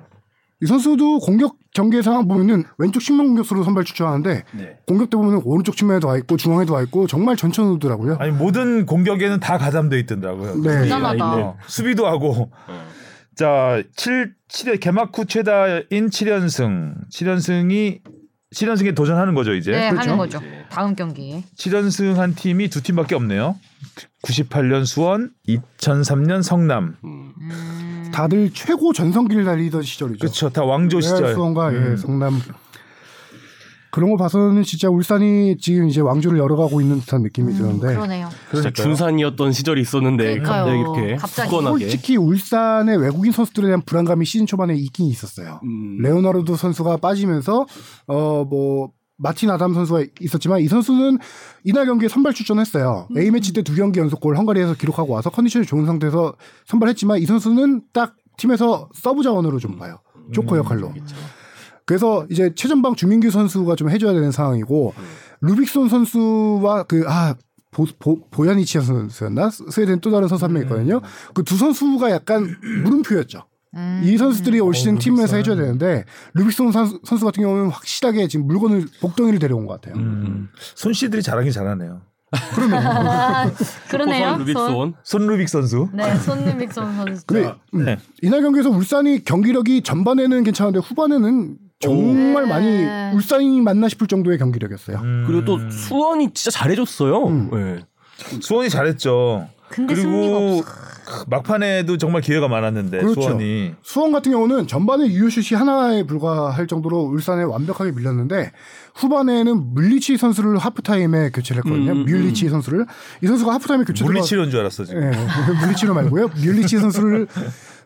Speaker 4: 이 선수도 공격 전개 상황 보면은 왼쪽 측면 공격수로 선발 출전하는데
Speaker 3: 네.
Speaker 4: 공격 때 보면은 오른쪽 측면에도 와 있고 중앙에도 와 있고 정말 전천후더라고요.
Speaker 2: 아니 모든 공격에는 다 가담돼 있더라고요.
Speaker 4: 네.
Speaker 5: 대단하다.
Speaker 2: 어, 수비도 하고.
Speaker 3: 네.
Speaker 2: 자, 7 7회 개막 후 최다인 7연승. 7연승이 7연승에 도전하는 거죠, 이제.
Speaker 5: 네,
Speaker 4: 그렇죠.
Speaker 5: 하는 거죠.
Speaker 3: 네.
Speaker 5: 다음 경기.
Speaker 2: 7연승한 팀이 두 팀밖에 없네요. 98년 수원, 2003년 성남.
Speaker 3: 음.
Speaker 4: 다들 최고 전성기를 달리던 시절이죠.
Speaker 2: 그렇죠. 다 왕조 시절. 음.
Speaker 4: 수원과 예, 성남 그런 거 봐서는 진짜 울산이 지금 이제 왕조를 열어가고 있는 듯한 느낌이 드는데
Speaker 5: 음, 그러네요.
Speaker 3: 진짜 준산이었던 시절이 있었는데
Speaker 5: 그러니까요.
Speaker 3: 갑자기 이렇게
Speaker 5: 갑자기.
Speaker 3: 굳건하게.
Speaker 4: 솔직히 울산의 외국인 선수들에 대한 불안감이 시즌 초반에 있긴 있었어요.
Speaker 3: 음.
Speaker 4: 레오나르도 선수가 빠지면서 어 뭐 마틴 아담 선수가 있었지만 이 선수는 이날 경기에 선발 출전했어요.
Speaker 3: 음.
Speaker 4: A 매치 때 두 경기 연속골 헝가리에서 기록하고 와서 컨디션이 좋은 상태에서 선발했지만 이 선수는 딱 팀에서 서브 자원으로 좀 봐요.
Speaker 3: 음.
Speaker 4: 조커 역할로. 그래서 이제 최전방 주민규 선수가 좀 해줘야 되는 상황이고 루빅손 선수와 그아 보야니치 선수였나 스- 스웨덴 또 다른 선수 한 명
Speaker 2: 음,
Speaker 4: 있거든요. 그 두 선수가 약간 물음표였죠. 이 선수들이 올
Speaker 2: 어,
Speaker 4: 시즌 팀에서 해줘야 되는데 루빅손 선수, 선수 같은 경우는 확실하게 지금 물건을 복덩이를 데려온 것 같아요.
Speaker 2: 음. 손 씨들이 잘하긴 잘하네요.
Speaker 5: 아, 그러네요.
Speaker 3: 손, 루빅손.
Speaker 2: 손 루빅 선수.
Speaker 5: 네, 손님믹선 선수.
Speaker 4: 근데 음,
Speaker 2: 네.
Speaker 4: 이날 경기에서 울산이 경기력이 전반에는 괜찮은데 후반에는 정말 많이 울산이 맞나 싶을 정도의 경기력이었어요.
Speaker 5: 음.
Speaker 3: 그리고 또 수원이 진짜 잘해줬어요.
Speaker 2: 음.
Speaker 3: 네.
Speaker 2: 수원이 잘했죠.
Speaker 5: 근데 승리가
Speaker 2: 그리고 막판에도 정말 기회가 많았는데
Speaker 4: 그렇죠.
Speaker 2: 수원이
Speaker 4: 수원 같은 경우는 전반에 유효슛이 하나에 불과할 정도로 울산에 완벽하게 밀렸는데 후반에는 물리치 선수를 하프타임에 교체를 했거든요.
Speaker 3: 음, 음,
Speaker 4: 물리치 선수를 이 선수가 하프타임에 교체
Speaker 2: 물리치료인 줄 알았어 지금.
Speaker 4: 예, 물리치료 말고요. 물리치 선수를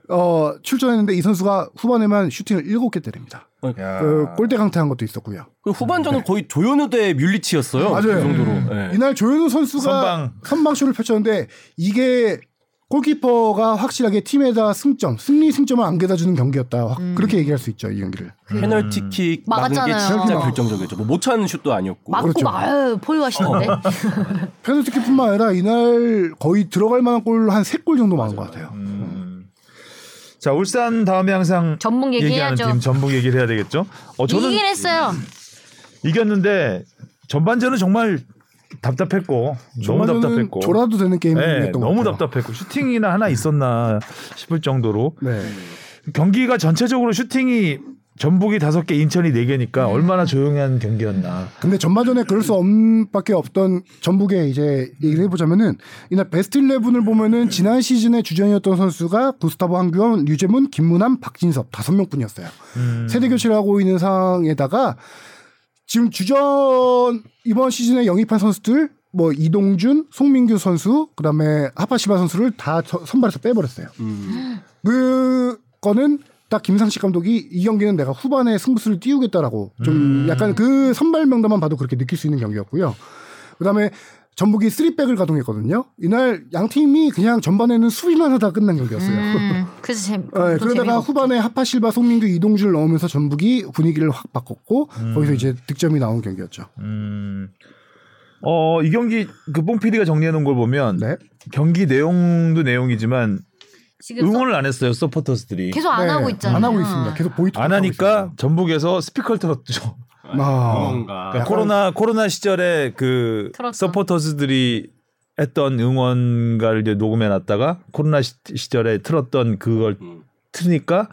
Speaker 4: 어, 출전했는데 이 선수가 후반에만 슈팅을 7개 때립니다.
Speaker 2: 야.
Speaker 4: 그 골대 강타한 것도 있었고요.
Speaker 3: 그 후반전은 거의 조현우 대 뮬리치였어요.
Speaker 4: 맞아요.
Speaker 3: 그 정도로.
Speaker 2: 음.
Speaker 3: 네.
Speaker 4: 이날 조현우 선수가
Speaker 2: 선방.
Speaker 4: 선방. 쇼를 펼쳤는데 이게 골키퍼가 확실하게 팀에다 승점, 승리 승점을 안겨다주는 경기였다. 확- 그렇게 얘기할 수 있죠, 이 경기를.
Speaker 3: 페널티킥 막은 게
Speaker 5: 그 막았잖아요.
Speaker 3: 진짜
Speaker 2: 음.
Speaker 3: 결정적이었죠. 뭐 못 차는 슛도 아니었고.
Speaker 5: 막고
Speaker 4: 그렇죠.
Speaker 5: 말 포효하시는데.
Speaker 2: 어.
Speaker 4: 페널티킥뿐만 아니라 이날 거의 들어갈 만한 골 한 세 골 정도 많은 것 같아요.
Speaker 2: 음. 자 울산 다음에 항상
Speaker 5: 전북
Speaker 2: 얘기하는
Speaker 5: 얘기해야죠.
Speaker 2: 팀 전북 얘기를 해야 되겠죠. 어 저는
Speaker 5: 이기긴 했어요.
Speaker 2: 이겼는데 전반전은 정말 답답했고 너무
Speaker 4: 전반전은
Speaker 2: 답답했고
Speaker 4: 졸아도 되는
Speaker 2: 네,
Speaker 4: 게임이었던 것
Speaker 2: 너무
Speaker 4: 같아요.
Speaker 2: 답답했고 슈팅이나 하나 있었나 싶을 정도로
Speaker 4: 네.
Speaker 2: 경기가 전체적으로 슈팅이 전북이 다섯 개, 인천이 네
Speaker 4: 음.
Speaker 2: 개니까 얼마나 조용한 경기였나.
Speaker 4: 근데 전반전에 그럴 수 없밖에 없던 전북의 이제 얘기를 해보자면은 이날 베스트 11을 보면은 지난 시즌의 주전이었던 선수가 구스타보 한규원, 류재문, 김문환, 박진섭 다섯 명뿐이었어요. 세대 교체를 하고 있는 상황에다가 지금 주전 이번 시즌에 영입한 선수들 뭐 이동준, 송민규 선수, 그다음에 하파시바 선수를 다 저- 선발에서 빼버렸어요. 그 거는 딱 김상식 감독이 이 경기는 내가 후반에 승부수를 띄우겠다라고
Speaker 2: 음.
Speaker 4: 좀 약간 그 선발 명단만 봐도 그렇게 느낄 수 있는 경기였고요. 그다음에 전북이 3백을 가동했거든요. 이날 양 팀이 그냥 전반에는 수비만 하다 끝난 경기였어요.
Speaker 5: 음, 그래서 재
Speaker 2: 네,
Speaker 4: 예, 그러다가 후반에 하파실바, 송민규, 이동준을 넣으면서 전북이 분위기를 확 바꿨고 거기서 이제 득점이 나온 경기였죠.
Speaker 2: 음, 어, 이 경기 그뽕 PD가 정리해 놓은 걸 보면
Speaker 4: 네.
Speaker 2: 경기 내용도 내용이지만
Speaker 5: 지금 서-
Speaker 2: 응원을 안 했어요. 서포터스들이.
Speaker 5: 계속 안
Speaker 4: 네,
Speaker 5: 하고 있잖아요.
Speaker 4: 안 하고 있습니다. 계속 보이트
Speaker 2: 안 하니까 전북에서 스피커를 틀었죠.
Speaker 4: 아,
Speaker 3: 뭔가
Speaker 2: 그러니까 코로나 코로나 시절에 그
Speaker 5: 틀었죠.
Speaker 2: 서포터스들이 했던 응원가를 이제 녹음해 놨다가 코로나 시, 절에 틀었던 그걸
Speaker 3: 음.
Speaker 2: 틀니까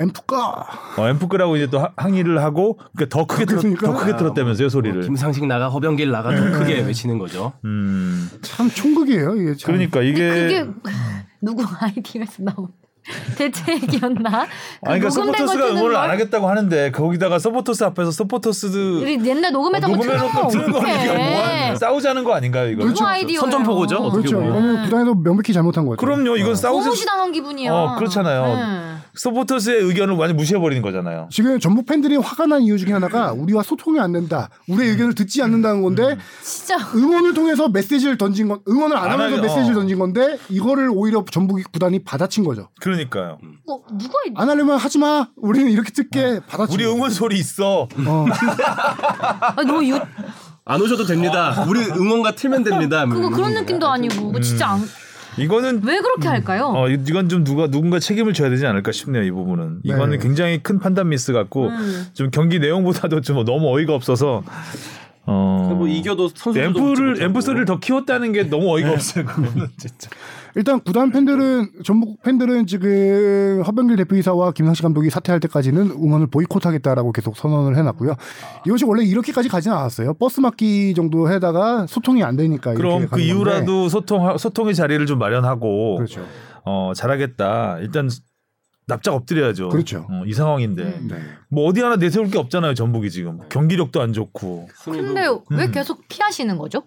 Speaker 4: 엠프가
Speaker 2: 어, 엠프크라고 이제 또 하- 항의를 하고 그러니까 더 크게 틀었,
Speaker 4: 그러니까. 어,
Speaker 2: 더 크게 틀었다면서요 소리를.
Speaker 3: 그 김상식 나가 허병길 나가
Speaker 5: 네.
Speaker 3: 더 크게 외치는 거죠.
Speaker 2: 음.
Speaker 4: 참 총극이에요. 이게 참.
Speaker 2: 그러니까 이게
Speaker 5: 그게 누구 아이디어에서 나온 대체 얘기였나? 그
Speaker 2: 아니, 그러니까
Speaker 5: 녹음된 걸
Speaker 2: 서포터스가
Speaker 5: 뜨는 걸
Speaker 2: 응원을 안 하겠다고 하는데 거기다가 서포터스 앞에서 서포터스들
Speaker 5: 우리 옛날 녹음했던 거 틀어.
Speaker 2: 녹음해놓고 트는 거니까
Speaker 5: 어떡해. 그렇죠.
Speaker 2: 뭐하는 싸우자는 거 아닌가요 이거?
Speaker 5: 누구 아이디어?
Speaker 3: 선전포고죠, 어떻게
Speaker 4: 그렇죠.
Speaker 3: 보면.
Speaker 4: 이거는 구단에서 명백히 잘못한 거죠. 어.
Speaker 2: 그럼요 이건 싸우자
Speaker 5: 무시 당한 기분이야.
Speaker 2: 어, 그렇잖아요.
Speaker 5: 어. 네.
Speaker 2: 서포터스의 의견을 완전 히 무시해버리는 거잖아요.
Speaker 4: 지금 전북 팬들이 화가 난 이유 중에 하나가 우리와 소통이 안 된다. 우리의 의견을 듣지 않는다는 건데
Speaker 5: 진짜
Speaker 4: 응원을 통해서 메시지를 던진 건 응원을 안
Speaker 2: 안
Speaker 4: 하면서
Speaker 2: 하죠.
Speaker 4: 메시지를 던진 건데 이거를 오히려 전북 구단이 받아친 거죠.
Speaker 2: 그러니까요.
Speaker 4: 음,
Speaker 5: 뭐 누가
Speaker 4: 안 하려면 하지 마. 우리는 이렇게 듣게 받아친.
Speaker 2: 네. 우리
Speaker 4: 거죠.
Speaker 2: 응원 소리 있어.
Speaker 4: 어.
Speaker 5: 아니, 너무 유,
Speaker 3: 안 오셔도 됩니다. 우리 응원가 틀면 됩니다.
Speaker 5: 그거 그런 느낌도 아니고 진짜 안,
Speaker 2: 이거는
Speaker 5: 왜 그렇게 할까요?
Speaker 2: 어 이건 좀 누가 누군가 책임을 져야 되지 않을까 싶네요 이 부분은. 이거는 굉장히 큰 판단 미스 같고
Speaker 5: 음.
Speaker 2: 좀 경기 내용보다도 좀 너무 어이가 없어서
Speaker 4: 그러니까
Speaker 2: 어.
Speaker 3: 뭐 이겨도 선수들도
Speaker 2: 앰프를
Speaker 3: 웃지
Speaker 2: 앰프
Speaker 3: 못하고.
Speaker 2: 소리를 더 키웠다는 게 너무
Speaker 4: 네.
Speaker 2: 어이가 없어요. 그거는 진짜.
Speaker 4: 일단 구단 팬들은 전북 팬들은 지금 허병길 대표이사와 김상식 감독이 사퇴할 때까지는 응원을 보이콧하겠다라고 계속 선언을 해놨고요. 이것이 원래 이렇게까지 가지는 않았어요. 버스 막기 정도 해다가 소통이 안 되니까. 이렇게
Speaker 2: 그럼
Speaker 4: 가는
Speaker 2: 그
Speaker 4: 건데.
Speaker 2: 이후라도 소통 소통의 자리를 좀 마련하고
Speaker 4: 그렇죠.
Speaker 2: 어 잘하겠다. 일단 납작 엎드려야죠.
Speaker 4: 그렇죠.
Speaker 2: 어, 이 상황인데
Speaker 5: 음.
Speaker 4: 네.
Speaker 2: 뭐 어디 하나 내세울 게 없잖아요. 전북이 지금 경기력도 안 좋고
Speaker 5: 근데 왜 계속 피하시는 거죠?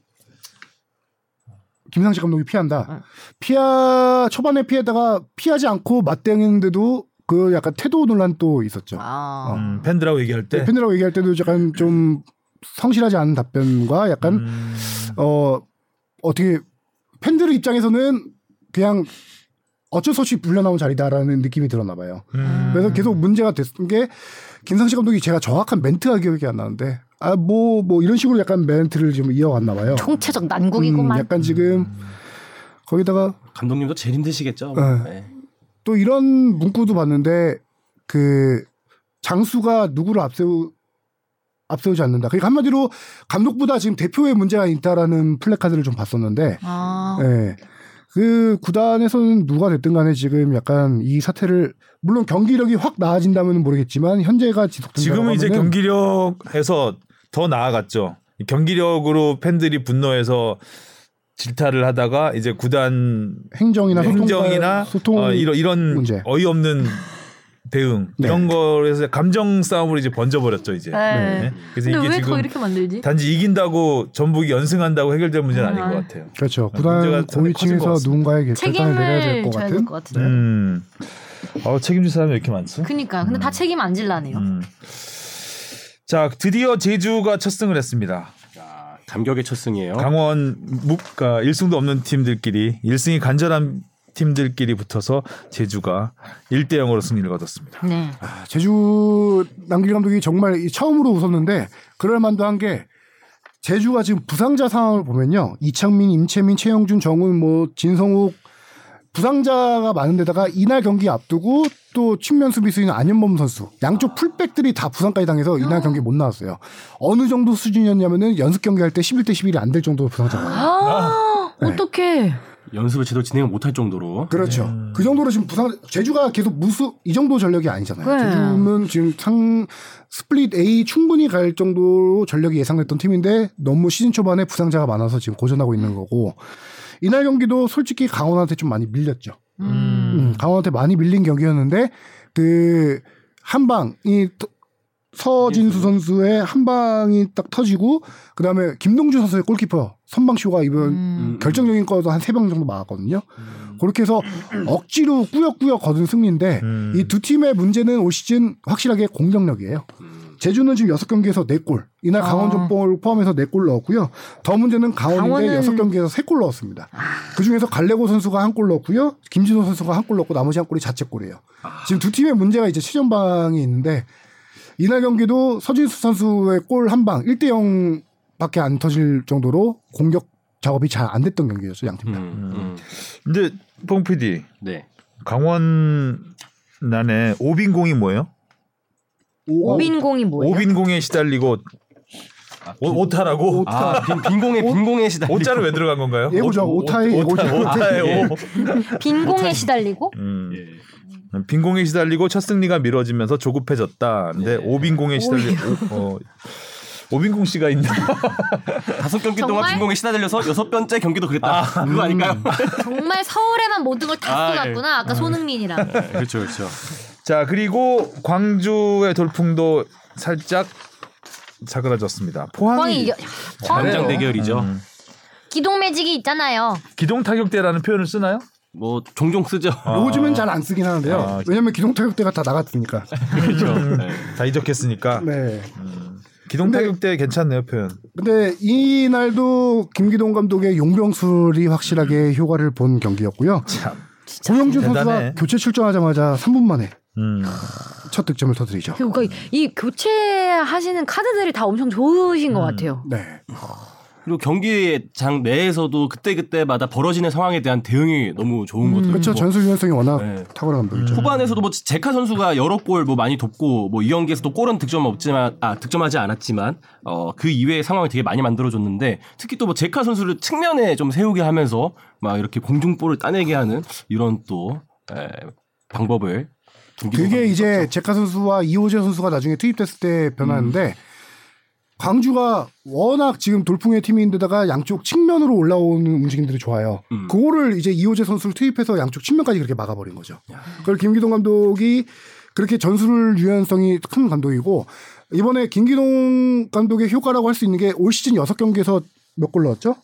Speaker 4: 김상식 감독이 피한다. 피하 초반에 피하다가 피하지 않고 맞대응했는데도 그 약간 태도 논란 또 있었죠.
Speaker 5: 아,
Speaker 2: 음, 팬들하고 얘기할 때
Speaker 4: 팬들하고 얘기할 때도 약간 좀 성실하지 않은 답변과 약간
Speaker 2: 음,
Speaker 4: 어 어떻게 팬들 의 입장에서는 그냥 어쩔 수 없이 불려나온 자리다라는 느낌이 들었나 봐요.
Speaker 2: 음.
Speaker 4: 그래서 계속 문제가 됐던 게 김상식 감독이 제가 정확한 멘트가 기억이 안 나는데 아 뭐 뭐 이런 식으로 약간 멘트를 좀 이어갔나 봐요.
Speaker 5: 총체적
Speaker 4: 음,
Speaker 5: 난국이구만.
Speaker 4: 약간 지금 거기다가
Speaker 3: 감독님도 제일 힘드시겠죠.
Speaker 4: 네.
Speaker 3: 네.
Speaker 4: 또 이런 문구도 봤는데 그 장수가 누구를 앞세우 앞세우지 않는다. 그러니까 한마디로 감독보다 지금 대표의 문제가 있다라는 플래카드를 좀 봤었는데
Speaker 5: 아,
Speaker 4: 예. 그 구단에서는 누가 됐든 간에 지금 약간 이 사태를 물론 경기력이 확 나아진다면 은 모르겠지만 현재가 지속된다.
Speaker 2: 지금은
Speaker 4: 음.
Speaker 2: 이제 경기력에서 더 나아갔죠. 경기력으로 팬들이 분노해서 질타를 하다가 이제 구단
Speaker 4: 행정이나 소통
Speaker 2: 행정이나
Speaker 4: 소통
Speaker 2: 어, 이런, 이런
Speaker 4: 문제.
Speaker 2: 어이없는 대응
Speaker 4: 네.
Speaker 2: 이런 거에서 감정 싸움으로 이제 번져버렸죠 이제.
Speaker 5: 네.
Speaker 2: 그래서
Speaker 5: 근데
Speaker 2: 이게
Speaker 5: 왜 더
Speaker 2: 지금
Speaker 5: 이렇게 만들지?
Speaker 2: 단지 이긴다고 전북이 연승한다고 해결될 문제는 아닌
Speaker 5: 아.
Speaker 2: 것 같아요.
Speaker 4: 그렇죠.
Speaker 2: 문제가
Speaker 4: 구단
Speaker 2: 상당히 커진 것
Speaker 4: 고위층에서
Speaker 2: 같습니다.
Speaker 4: 누군가에게 결단을 내려야 될
Speaker 5: 책임을
Speaker 4: 것
Speaker 5: 져야 될
Speaker 4: 같은.
Speaker 5: 것 같은데.
Speaker 2: 음. 어, 책임질 사람이 왜 이렇게 많지?
Speaker 5: 그니까 근데 다 책임 안 질라네요.
Speaker 2: 음. 자 드디어 제주가 첫 승을 했습니다.
Speaker 3: 자, 감격의 첫 승이에요.
Speaker 2: 강원 무가 1승도 없는 팀들끼리 1승이 간절한 팀들끼리 붙어서 제주가 1대 0으로 승리를 거뒀습니다.
Speaker 5: 네.
Speaker 4: 아, 제주 남길 감독이 정말 이 처음으로 웃었는데 그럴 만도 한 게 제주가 지금 부상자 상황을 보면요. 이창민, 임채민, 최영준, 정훈, 뭐 진성욱 부상자가 많은 데다가 이날 경기 앞두고 또 측면 수비수인 안현범 선수 양쪽 풀백들이 다 부상까지 당해서 이날 경기 못 나왔어요. 어느 정도 수준이었냐면은 연습 경기할 때 11대 11이 안 될 정도로 부상자가 많아요.
Speaker 5: 아, 어떡해.
Speaker 3: 연습을 제대로 진행을 못할 정도로.
Speaker 4: 그렇죠. 그 정도로 지금 부상 제주가 계속 무수 이 정도 전력이 아니잖아요.
Speaker 5: 네.
Speaker 4: 제주는 지금 상 스플릿 A 충분히 갈 정도로 전력이 예상됐던 팀인데 너무 시즌 초반에 부상자가 많아서 지금 고전하고 있는 거고 이날 경기도 솔직히 강원한테 좀 많이 밀렸죠. 음, 강원한테 많이 밀린 경기였는데 그 한방이 서진수 선수의 한방이 딱 터지고 그다음에 김동주 선수의 골키퍼 선방쇼가 이번
Speaker 3: 음.
Speaker 4: 결정적인 거도 한 세 방 정도 막았거든요. 그렇게 해서 억지로 꾸역꾸역 거둔 승리인데
Speaker 2: 음.
Speaker 4: 이 두 팀의 문제는 올 시즌 확실하게 공격력이에요.
Speaker 3: 음.
Speaker 4: 제주는 지금 여섯 경기에서 네골 이날
Speaker 5: 아.
Speaker 4: 강원 전봉을 포함해서 네 골 넣었고요. 더 문제는
Speaker 5: 강원은- 아.
Speaker 4: 강원인데 여섯 경기에서 세 골 넣었습니다. 그중에서 갈레고 선수가 한 골 넣었고요. 김진호 선수가 한 골 넣고 나머지 한 골이 자책골이에요.
Speaker 3: 아.
Speaker 4: 지금 두 팀의 문제가 이제 최전방에 있는데 이날 경기도 서진수 선수의 골 한 방, 1대0 밖에 안 터질 정도로 공격 작업이 잘 안 됐던 경기였어요 양팀 다.
Speaker 3: 음.
Speaker 2: 근데 뽕 PD
Speaker 3: 네.
Speaker 2: 강원 난에 오빈공이 뭐예요?
Speaker 3: 어?
Speaker 1: 오빈공이 뭐예요?
Speaker 2: 오빈공에 시달리고 오- 오타라고
Speaker 3: 아, 빈, 빈공의 빈공의 시다.
Speaker 2: 오자를 왜 들어간 건가요?
Speaker 4: 예고작
Speaker 2: 오-
Speaker 4: 오타에
Speaker 2: 오-
Speaker 4: 예고작
Speaker 2: 오타-
Speaker 4: 오타에.
Speaker 2: 오타에 오.
Speaker 3: 어?
Speaker 1: 빈공에 시달리고
Speaker 2: 음.
Speaker 3: 예.
Speaker 2: 빈공에 시달리고 첫 승리가 미뤄지면서 조급해졌다. 근데 오빈공에 시달리 어, 오빈공 씨가 있나?
Speaker 3: 다섯 경기 동안
Speaker 5: 정말?
Speaker 3: 빈공에 시달려서 여섯 번째 경기도 그랬다. 그거 아닐까요? 음.
Speaker 5: 정말 서울에만 모든 걸 다
Speaker 3: 아,
Speaker 5: 쏟았구나. 아까 손흥민이랑.
Speaker 3: 그렇죠, 그렇죠.
Speaker 2: 자 그리고 광주의 돌풍도 살짝 사그라졌습니다.
Speaker 5: 포항이
Speaker 2: 포항이
Speaker 5: 이겨.
Speaker 3: 단장
Speaker 5: 포항이
Speaker 3: 대결이죠.
Speaker 5: 기동 매직이 있잖아요.
Speaker 2: 기동 타격대라는 표현을 쓰나요?
Speaker 3: 뭐 종종 쓰죠.
Speaker 4: 요즘엔 잘 안 쓰긴 하는데요.
Speaker 2: 아.
Speaker 4: 왜냐면 기동 타격대가 다 나갔으니까.
Speaker 3: 그렇죠.
Speaker 2: 다 이적했으니까
Speaker 4: 네.
Speaker 2: 기동 타격대 괜찮네요 표현.
Speaker 4: 근데 이날도 김기동 감독의 용병술이 확실하게 효과를 본 경기였고요.
Speaker 2: 참.
Speaker 4: 고영준 선수가
Speaker 2: 대단해.
Speaker 4: 교체 출전하자마자 3분 만에
Speaker 2: 음.
Speaker 4: 첫 득점을 터뜨리죠.
Speaker 1: 그러니까 이 교체하시는 카드들이 다 엄청 좋으신 것
Speaker 3: 음.
Speaker 1: 같아요.
Speaker 4: 네.
Speaker 3: 그리고 경기장 내에서도 그때 그때마다 벌어지는 상황에 대한 대응이 너무 좋은 거죠.
Speaker 2: 음,
Speaker 4: 그렇죠.
Speaker 3: 뭐
Speaker 4: 전술 유연성이 워낙
Speaker 3: 네.
Speaker 4: 탁월한 감독이죠.
Speaker 3: 후반에서도 뭐 제카 선수가 여러 골 뭐 많이 돕고 뭐 이 경기에서도 골은 득점 없지만 아 득점하지 않았지만 어 그 이외의 상황을 되게 많이 만들어줬는데 특히 또 뭐 제카 선수를 측면에 좀 세우게 하면서 막 이렇게 공중볼을 따내게 하는 이런 또 에, 방법을 김기동
Speaker 4: 그게
Speaker 3: 감독이
Speaker 4: 이제 제카 선수와 이호재 선수가 나중에 투입됐을 때 변화인데
Speaker 3: 음.
Speaker 4: 광주가 워낙 지금 돌풍의 팀인데다가 양쪽 측면으로 올라오는 움직임들이 좋아요.
Speaker 3: 음.
Speaker 4: 그거를 이제 이호재 선수를 투입해서 양쪽 측면까지 그렇게 막아버린 거죠. 그걸 김기동 감독이 그렇게 전술 유연성이 큰 감독이고 이번에 김기동 감독의 효과라고 할 수 있는 게 올 시즌 6경기에서 몇 골 넣었죠?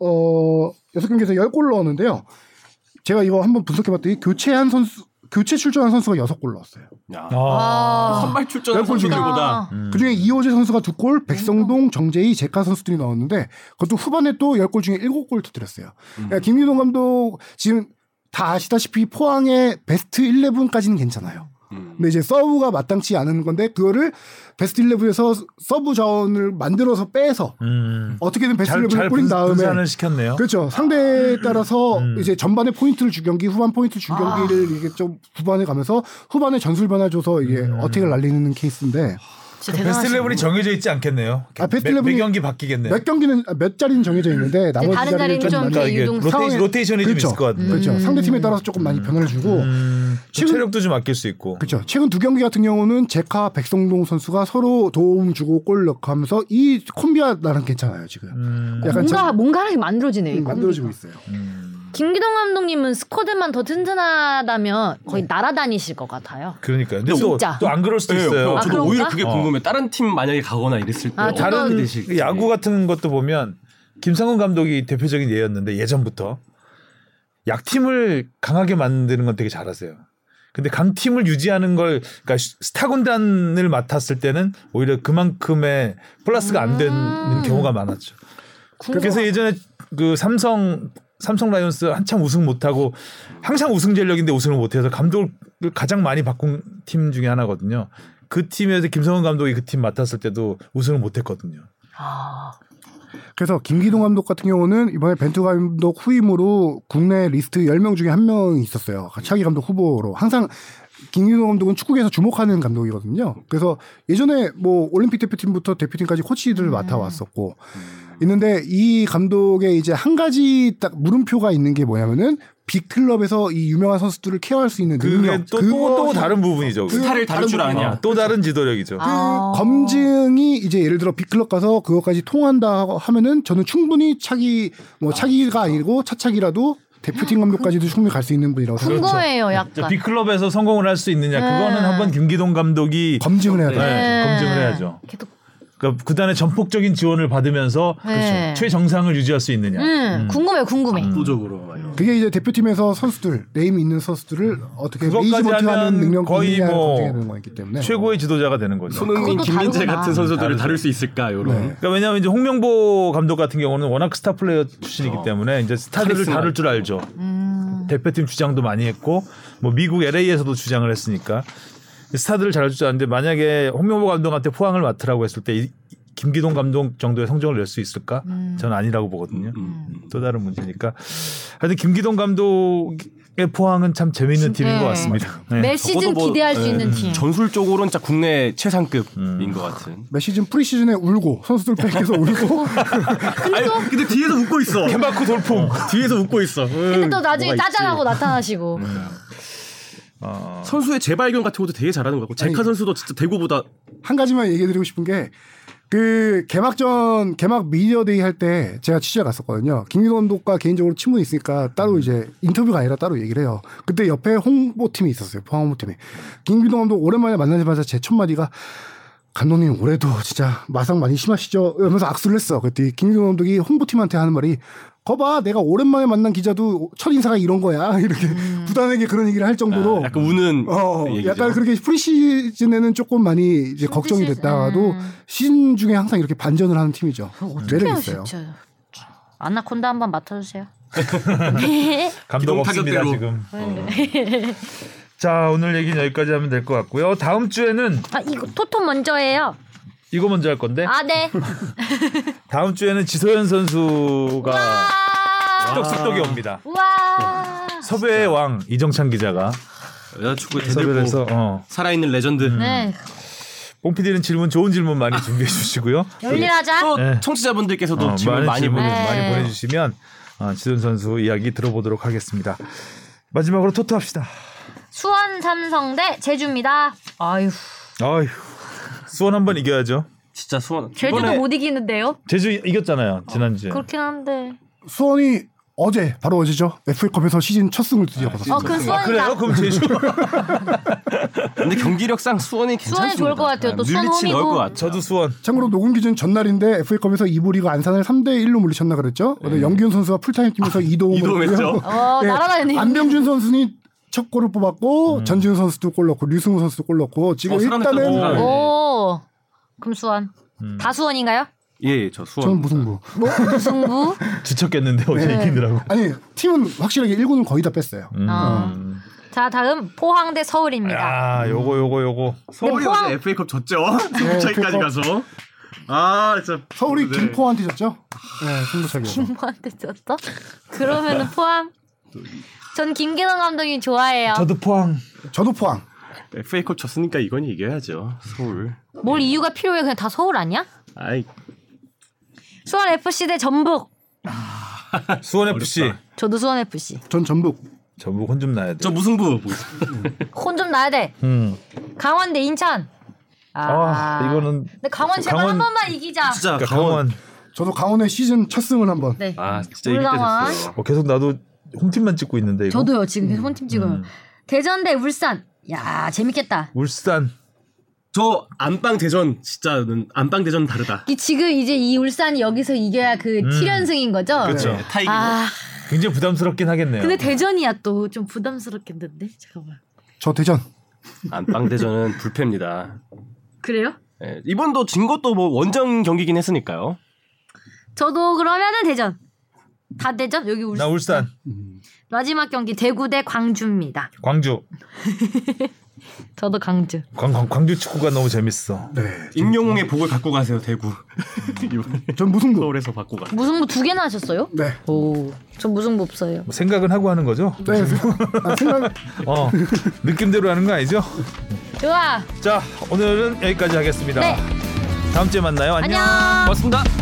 Speaker 4: 어, 6경기에서 10골 넣었는데요. 제가 이거 한번 분석해봤더니 교체한 선수 교체 출전한 선수가 6골 넣었어요.
Speaker 3: 야,
Speaker 5: 아.
Speaker 3: 선발 출전
Speaker 4: 골 중에.
Speaker 3: 선수들보다
Speaker 2: 음.
Speaker 4: 그중에 이호재 선수가 두 골, 백성동, 정재희, 제카 선수들이 넣었는데 그것도 후반에 또 10골 중에 7골 터뜨렸어요.
Speaker 2: 음.
Speaker 4: 그러니까 김유동 감독 지금 다 아시다시피 포항의 베스트 11까지는 괜찮아요.
Speaker 3: 음.
Speaker 4: 근데 이제 서브가 마땅치 않은 건데 그거를 베스트 11에서 서브 자원을 만들어서 빼서
Speaker 2: 음.
Speaker 4: 어떻게든 베스트
Speaker 2: 잘,
Speaker 4: 11을
Speaker 2: 잘
Speaker 4: 뿌린
Speaker 2: 분-
Speaker 4: 다음에
Speaker 2: 분산을 시켰네요.
Speaker 4: 그렇죠. 상대에 따라서
Speaker 2: 음.
Speaker 4: 이제 전반에 포인트를 주경기, 후반 포인트 주경기를 이게 좀 후반에 가면서 후반에 전술 변화 줘서 이게
Speaker 2: 음.
Speaker 4: 어택을 날리는 케이스인데
Speaker 1: 진짜
Speaker 2: 그 베스트
Speaker 1: 대단하시네.
Speaker 2: 레벨이 정해져 있지 않겠네요.
Speaker 4: 아, 베스트
Speaker 2: 매- 매
Speaker 4: 레벨이-
Speaker 2: 경기 바뀌겠네요.
Speaker 4: 몇 경기는 아, 몇 자리는 정해져 있는데 나머지
Speaker 5: 다른
Speaker 4: 자리는
Speaker 5: 자리는
Speaker 4: 좀
Speaker 5: 좀
Speaker 4: 많이-
Speaker 2: 그러니까 이게
Speaker 5: 유동성.
Speaker 2: 로테이, 로테이션이 좀
Speaker 4: 그렇죠.
Speaker 2: 있을 것 같은데.
Speaker 4: 그렇죠. 상대 팀에 따라서 조금 많이 변화를 주고
Speaker 2: 음, 좀
Speaker 4: 지금-
Speaker 2: 체력도 좀 아낄 수 있고.
Speaker 4: 그렇죠. 최근 두 경기 같은 경우는 제카 백성동 선수가 서로 도움 주고 골 넣고 하면서 이 콤비가 나랑 괜찮아요 지금.
Speaker 2: 음.
Speaker 4: 약간
Speaker 1: 뭔가 뭔가 하나씩 만들어지네요.
Speaker 4: 지금
Speaker 1: 이거.
Speaker 4: 만들어지고 있어요.
Speaker 1: 음. 김기동 감독님은 스쿼드만 더 튼튼하다면 거의 날아다니실 것 같아요.
Speaker 2: 그러니까요. 근데 또,
Speaker 1: 진짜.
Speaker 2: 또 안 그럴 수도
Speaker 3: 예,
Speaker 2: 있어요.
Speaker 3: 어,
Speaker 1: 아,
Speaker 3: 저도
Speaker 1: 그런가?
Speaker 3: 오히려 그게
Speaker 2: 어.
Speaker 3: 궁금해. 다른 팀 만약에 가거나 이랬을 때
Speaker 1: 아,
Speaker 3: 어떻게
Speaker 1: 저는
Speaker 2: 다른
Speaker 3: 되실지.
Speaker 2: 그 야구 같은 것도 보면 김상훈 감독이 대표적인 예였는데 예전부터 약팀을 강하게 만드는 건 되게 잘하세요. 근데 강팀을 유지하는 걸 그러니까 슈- 스타 군단을 맡았을 때는 오히려 그만큼의 플러스가 안 되는 경우가 많았죠. 그래서 예전에 그 삼성 삼성 라이온스 한참 우승 못하고 항상 우승 전력인데 우승을 못해서 감독을 가장 많이 바꾼 팀 중에 하나거든요. 그 팀에서 김성훈 감독이 그 팀 맡았을 때도 우승을 못했거든요.
Speaker 4: 그래서 김기동 감독 같은 경우는 이번에 벤투 감독 후임으로 국내 리스트 10명 중에 한 명이 있었어요. 차기 감독 후보로. 항상 김기동 감독은 축구계에서 주목하는 감독이거든요. 그래서 예전에 뭐 올림픽 대표팀부터 대표팀까지 코치들을 맡아왔었고 있는데 이 감독의 이제 한 가지 딱 물음표가 있는 게 뭐냐면은 빅클럽에서 이 유명한 선수들을 케어할 수 있는
Speaker 2: 그게
Speaker 4: 능력.
Speaker 2: 또,
Speaker 4: 그거-
Speaker 2: 또, 또 다른 부분이죠. 그게.
Speaker 3: 스타를 다룰 줄 아냐.
Speaker 2: 어, 또 다른 지도력이죠.
Speaker 4: 그
Speaker 5: 아.
Speaker 4: 검증이 이제 예를 들어 빅클럽 가서 그것까지 통한다 하고 하면은 저는 충분히 차기 뭐 차기가 아니고 차차기라도 대표팀 감독까지도 충분히 갈 수 있는 분이라고
Speaker 1: 그렇죠.
Speaker 4: 생각해요.
Speaker 1: 네.
Speaker 5: 궁금해요,
Speaker 2: 저
Speaker 5: 약간.
Speaker 2: 빅클럽에서 성공을 할 수 있느냐 그거는 한번 김기동 감독이
Speaker 4: 검증을 해야
Speaker 2: 네,
Speaker 4: 돼.
Speaker 5: 네.
Speaker 2: 검증을 해야죠.
Speaker 5: 계속-
Speaker 2: 그러니까 구단의 전폭적인 지원을 받으면서
Speaker 5: 네.
Speaker 2: 최정상을 유지할 수 있느냐.
Speaker 5: 음, 궁금해, 궁금해.
Speaker 3: 압도적으로 막 이런.
Speaker 4: 그게 이제 대표팀에서 선수들 네임 있는 선수들을 어떻게
Speaker 2: 그것까지 하면
Speaker 4: 매니지먼트하는 능력
Speaker 2: 거의
Speaker 4: 있느냐를
Speaker 2: 뭐
Speaker 4: 검증해야 되는 거기 때문에
Speaker 2: 최고의 지도자가 되는 거죠.
Speaker 3: 손흥민,
Speaker 5: 그것도
Speaker 3: 김민재
Speaker 5: 다르구나.
Speaker 3: 같은 선수들을 다룰 수 있을까 이런.
Speaker 4: 네.
Speaker 2: 그러니까 왜냐하면 이제 홍명보 감독 같은 경우는 워낙 스타 플레이어 출신이기 때문에 이제 스타들을
Speaker 3: 카리스마.
Speaker 2: 다룰 줄 알죠.
Speaker 1: 음.
Speaker 2: 대표팀 주장도 많이 했고 뭐 미국 LA에서도 주장을 했으니까 스타들을 잘할 줄 아는데 만약에 홍명보 감독한테 포항을 맡으라고 했을 때 이, 김기동 감독 정도의 성적을 낼 수 있을까?
Speaker 1: 음.
Speaker 2: 저는 아니라고 보거든요.
Speaker 3: 음.
Speaker 2: 또 다른 문제니까. 하여튼 김기동 감독의 포항은 참 재미있는 팀인 것
Speaker 1: 네.
Speaker 2: 같습니다. 네.
Speaker 1: 매 시즌
Speaker 3: 뭐,
Speaker 1: 기대할 수
Speaker 3: 예,
Speaker 1: 있는 팀.
Speaker 3: 전술적으로는 진짜 국내 최상급인 것 같은.
Speaker 4: 매 시즌 프리시즌에 울고 선수들 뺏겨서 울고
Speaker 3: 아니, 근데 뒤에서 웃고 있어. 캔바코 돌풍. 뒤에서 웃고 있어. 음.
Speaker 1: 근데 또 나중에 짜잔하고 나타나시고.
Speaker 2: 어,
Speaker 3: 선수의 재발견 같은 것도 되게 잘하는 것 같고 제카 선수도 진짜 대구보다
Speaker 4: 한 가지만 얘기해드리고 싶은 게 그 개막전 개막 미디어데이 할 때 제가 취재 갔었거든요. 김기동 감독과 개인적으로 친분이 있으니까 따로 이제 인터뷰가 아니라 따로 얘기를 해요. 그때 옆에 홍보팀이 있었어요. 포항 홍보팀이. 김기동 감독 오랜만에 만나자마자 제 첫 마디가 감독님 올해도 진짜 마상 많이 심하시죠? 이러면서 악수를 했어. 그랬더니 김기동 감독이 홍보팀한테 하는 말이 거봐 내가 오랜만에 만난 기자도 첫 인사가 이런 거야 이렇게 부단하게 그런 얘기를 할 정도로
Speaker 3: 약간 우는
Speaker 4: 어,
Speaker 3: 얘기죠.
Speaker 4: 약간 그렇게 프리시즌에는 조금 많이 이제 걱정이
Speaker 1: 시즌.
Speaker 4: 됐다가도
Speaker 1: 음.
Speaker 4: 시즌 중에 항상 이렇게 반전을 하는 팀이죠. 매력 있어요.
Speaker 1: 진짜. 아나콘다 한번 맡아주세요. 네.
Speaker 2: 감독
Speaker 3: 기동
Speaker 2: 없습니다
Speaker 3: 타격대로.
Speaker 2: 지금. 어. 자 오늘 얘기는 여기까지 하면 될 것 같고요. 다음 주에는
Speaker 1: 아 이거 토토 먼저예요.
Speaker 2: 이거 먼저 할 건데
Speaker 1: 아 네.
Speaker 2: 다음 주에는 지소연 선수가
Speaker 1: 와.
Speaker 2: 쑥덕 쑥덕이 옵니다.
Speaker 1: 와.
Speaker 2: 섭외의 왕 이정찬 기자가
Speaker 3: 여자 축구
Speaker 2: 섭외를
Speaker 3: 대들고
Speaker 2: 해서 어.
Speaker 3: 살아있는 레전드.
Speaker 1: 네.
Speaker 2: 뽕피디는 질문 좋은 질문 많이 준비해 주시고요.
Speaker 1: 열일하자.
Speaker 3: 그 또
Speaker 2: 네.
Speaker 3: 청취자분들께서도
Speaker 2: 어,
Speaker 3: 질문 많이
Speaker 2: 질문
Speaker 3: 보내.
Speaker 2: 많이
Speaker 1: 네.
Speaker 2: 보내주시면 어, 지소연 선수 이야기 들어보도록 하겠습니다. 마지막으로 토토합시다.
Speaker 1: 수원 삼성대 제주입니다. 아유.
Speaker 2: 아휴 수원 한번 이겨야죠.
Speaker 3: 진짜 수원.
Speaker 1: 제주도
Speaker 3: 이번에
Speaker 1: 못 이기는데요.
Speaker 2: 제주 이겼잖아요 지난주에.
Speaker 1: 그렇긴 한데.
Speaker 4: 수원이 어제 바로 어제죠. FA컵에서 시즌 첫 승을 드디어 거뒀어요.
Speaker 1: 어 그럼
Speaker 2: 아
Speaker 1: 수원이다.
Speaker 2: 그래요? 그럼 제주
Speaker 3: 근데 경기력상 수원이 괜찮습니다. 네.
Speaker 1: 좋을 것 같아요. 또 수원
Speaker 3: 밀리치 넣을
Speaker 1: 홈이고.
Speaker 3: 것 같아요.
Speaker 2: 저도 수원.
Speaker 4: 참고로 녹음 기준 전날인데 FA컵에서 이부리가 안산을 3대 1로 물리쳤나 그랬죠. 근데 연기훈 선수가 풀타임 뛰면서
Speaker 3: 네. 아, 이도움을
Speaker 4: 이도움을
Speaker 3: 했죠. 네.
Speaker 1: 어 날아다니는.
Speaker 4: 안병준 선수는 첫 골을 뽑았고 전지훈 선수도 골 넣고 류승우 선수도 골 넣고 지금
Speaker 3: 음. 어, 사람
Speaker 4: 일단은
Speaker 3: 있다. 오.
Speaker 1: 오.
Speaker 3: 네.
Speaker 1: 그럼 수원.
Speaker 3: 음.
Speaker 1: 다 수원인가요?
Speaker 3: 예, 예, 저 수원.
Speaker 4: 저는 무승부.
Speaker 3: 네.
Speaker 1: 승부.
Speaker 2: 지쳤겠는데 어제 이기느라고.
Speaker 4: 아니 팀은 확실하게 1군을 거의 다 뺐어요.
Speaker 1: 어. 자 다음 포항 대 서울입니다.
Speaker 2: 아 요거 요거 요거.
Speaker 3: 서울이
Speaker 1: 포항-
Speaker 3: 어제 FA컵 졌죠. 승부차기까지
Speaker 4: FA컵.
Speaker 3: 가서. 아, 진짜
Speaker 4: 서울이
Speaker 3: 네.
Speaker 4: 김포한테 졌죠? 네, 승부차기.
Speaker 1: 김포한테 졌어? 그러면은 포항. 전 김기동 감독이 좋아해요.
Speaker 2: 저도 포항.
Speaker 4: 저도 포항.
Speaker 3: FA컵 졌으니까 이건 이겨야죠. 서울.
Speaker 1: 뭘 이유가 필요해? 그냥 다 서울 아니야?
Speaker 3: 아이,
Speaker 1: 수원 FC 대 전북.
Speaker 2: 수원 FC.
Speaker 1: 저도 수원 FC.
Speaker 4: 전 전북.
Speaker 2: 전북 혼 좀 나야 돼.
Speaker 3: 저 무승부.
Speaker 1: 혼 좀 나야 돼.
Speaker 2: 음.
Speaker 1: 강원 대 인천. 아,
Speaker 2: 아, 이거는
Speaker 1: 근데 강원 제발
Speaker 2: 강원-
Speaker 1: 한 번만 이기자.
Speaker 3: 진짜
Speaker 2: 그러니까
Speaker 3: 강원.
Speaker 2: 강원.
Speaker 4: 저도 강원의 시즌 첫 승을 한번.
Speaker 1: 네.
Speaker 3: 아, 진짜 이길 때
Speaker 1: 올라와.
Speaker 3: 됐어요.
Speaker 2: 어, 계속 나도 홈팀만 찍고 있는데 이거.
Speaker 1: 저도요 지금 계속 혼팀 지금.
Speaker 2: 음.
Speaker 1: 대전 대 울산. 야 재밌겠다.
Speaker 2: 울산.
Speaker 3: 저 안방 대전 진짜는 안방 대전 다르다.
Speaker 1: 이 지금 이제 이 울산이 여기서 이겨야 그
Speaker 2: 음.
Speaker 1: 7연승인 거죠?
Speaker 2: 그렇죠.
Speaker 3: 네, 타이기.
Speaker 1: 아
Speaker 2: 굉장히 부담스럽긴 하겠네요.
Speaker 1: 근데 대전이야 또 좀 부담스럽겠는데 잠깐만.
Speaker 4: 저 대전.
Speaker 3: 안방 대전은 불패입니다.
Speaker 1: 그래요?
Speaker 3: 예, 이번도 진 것도 뭐 원정 경기긴 했으니까요.
Speaker 1: 저도 그러면은 대전. 다 대전 여기 울산.
Speaker 2: 나 울산,
Speaker 1: 마지막 경기 대구 대 광주입니다.
Speaker 2: 광주.
Speaker 1: 저도 광주.
Speaker 2: 광, 광, 광주 축구가 너무 재밌어.
Speaker 4: 네.
Speaker 3: 임영웅의 복을 갖고 가세요 대구. 이번에
Speaker 4: 전 무승부.
Speaker 3: 서울에서 받고 가.
Speaker 1: 무승부 두 개나 하셨어요?
Speaker 4: 네.
Speaker 1: 오, 저 무승부 없어요.
Speaker 2: 뭐 생각은 하고 하는 거죠?
Speaker 4: 네. 아, 생각
Speaker 2: 어. 느낌대로 하는 거 아니죠?
Speaker 1: 좋아.
Speaker 2: 자, 오늘은 여기까지 하겠습니다.
Speaker 1: 네.
Speaker 2: 다음 주에 만나요. 안녕.
Speaker 1: 안녕.
Speaker 3: 고맙습니다.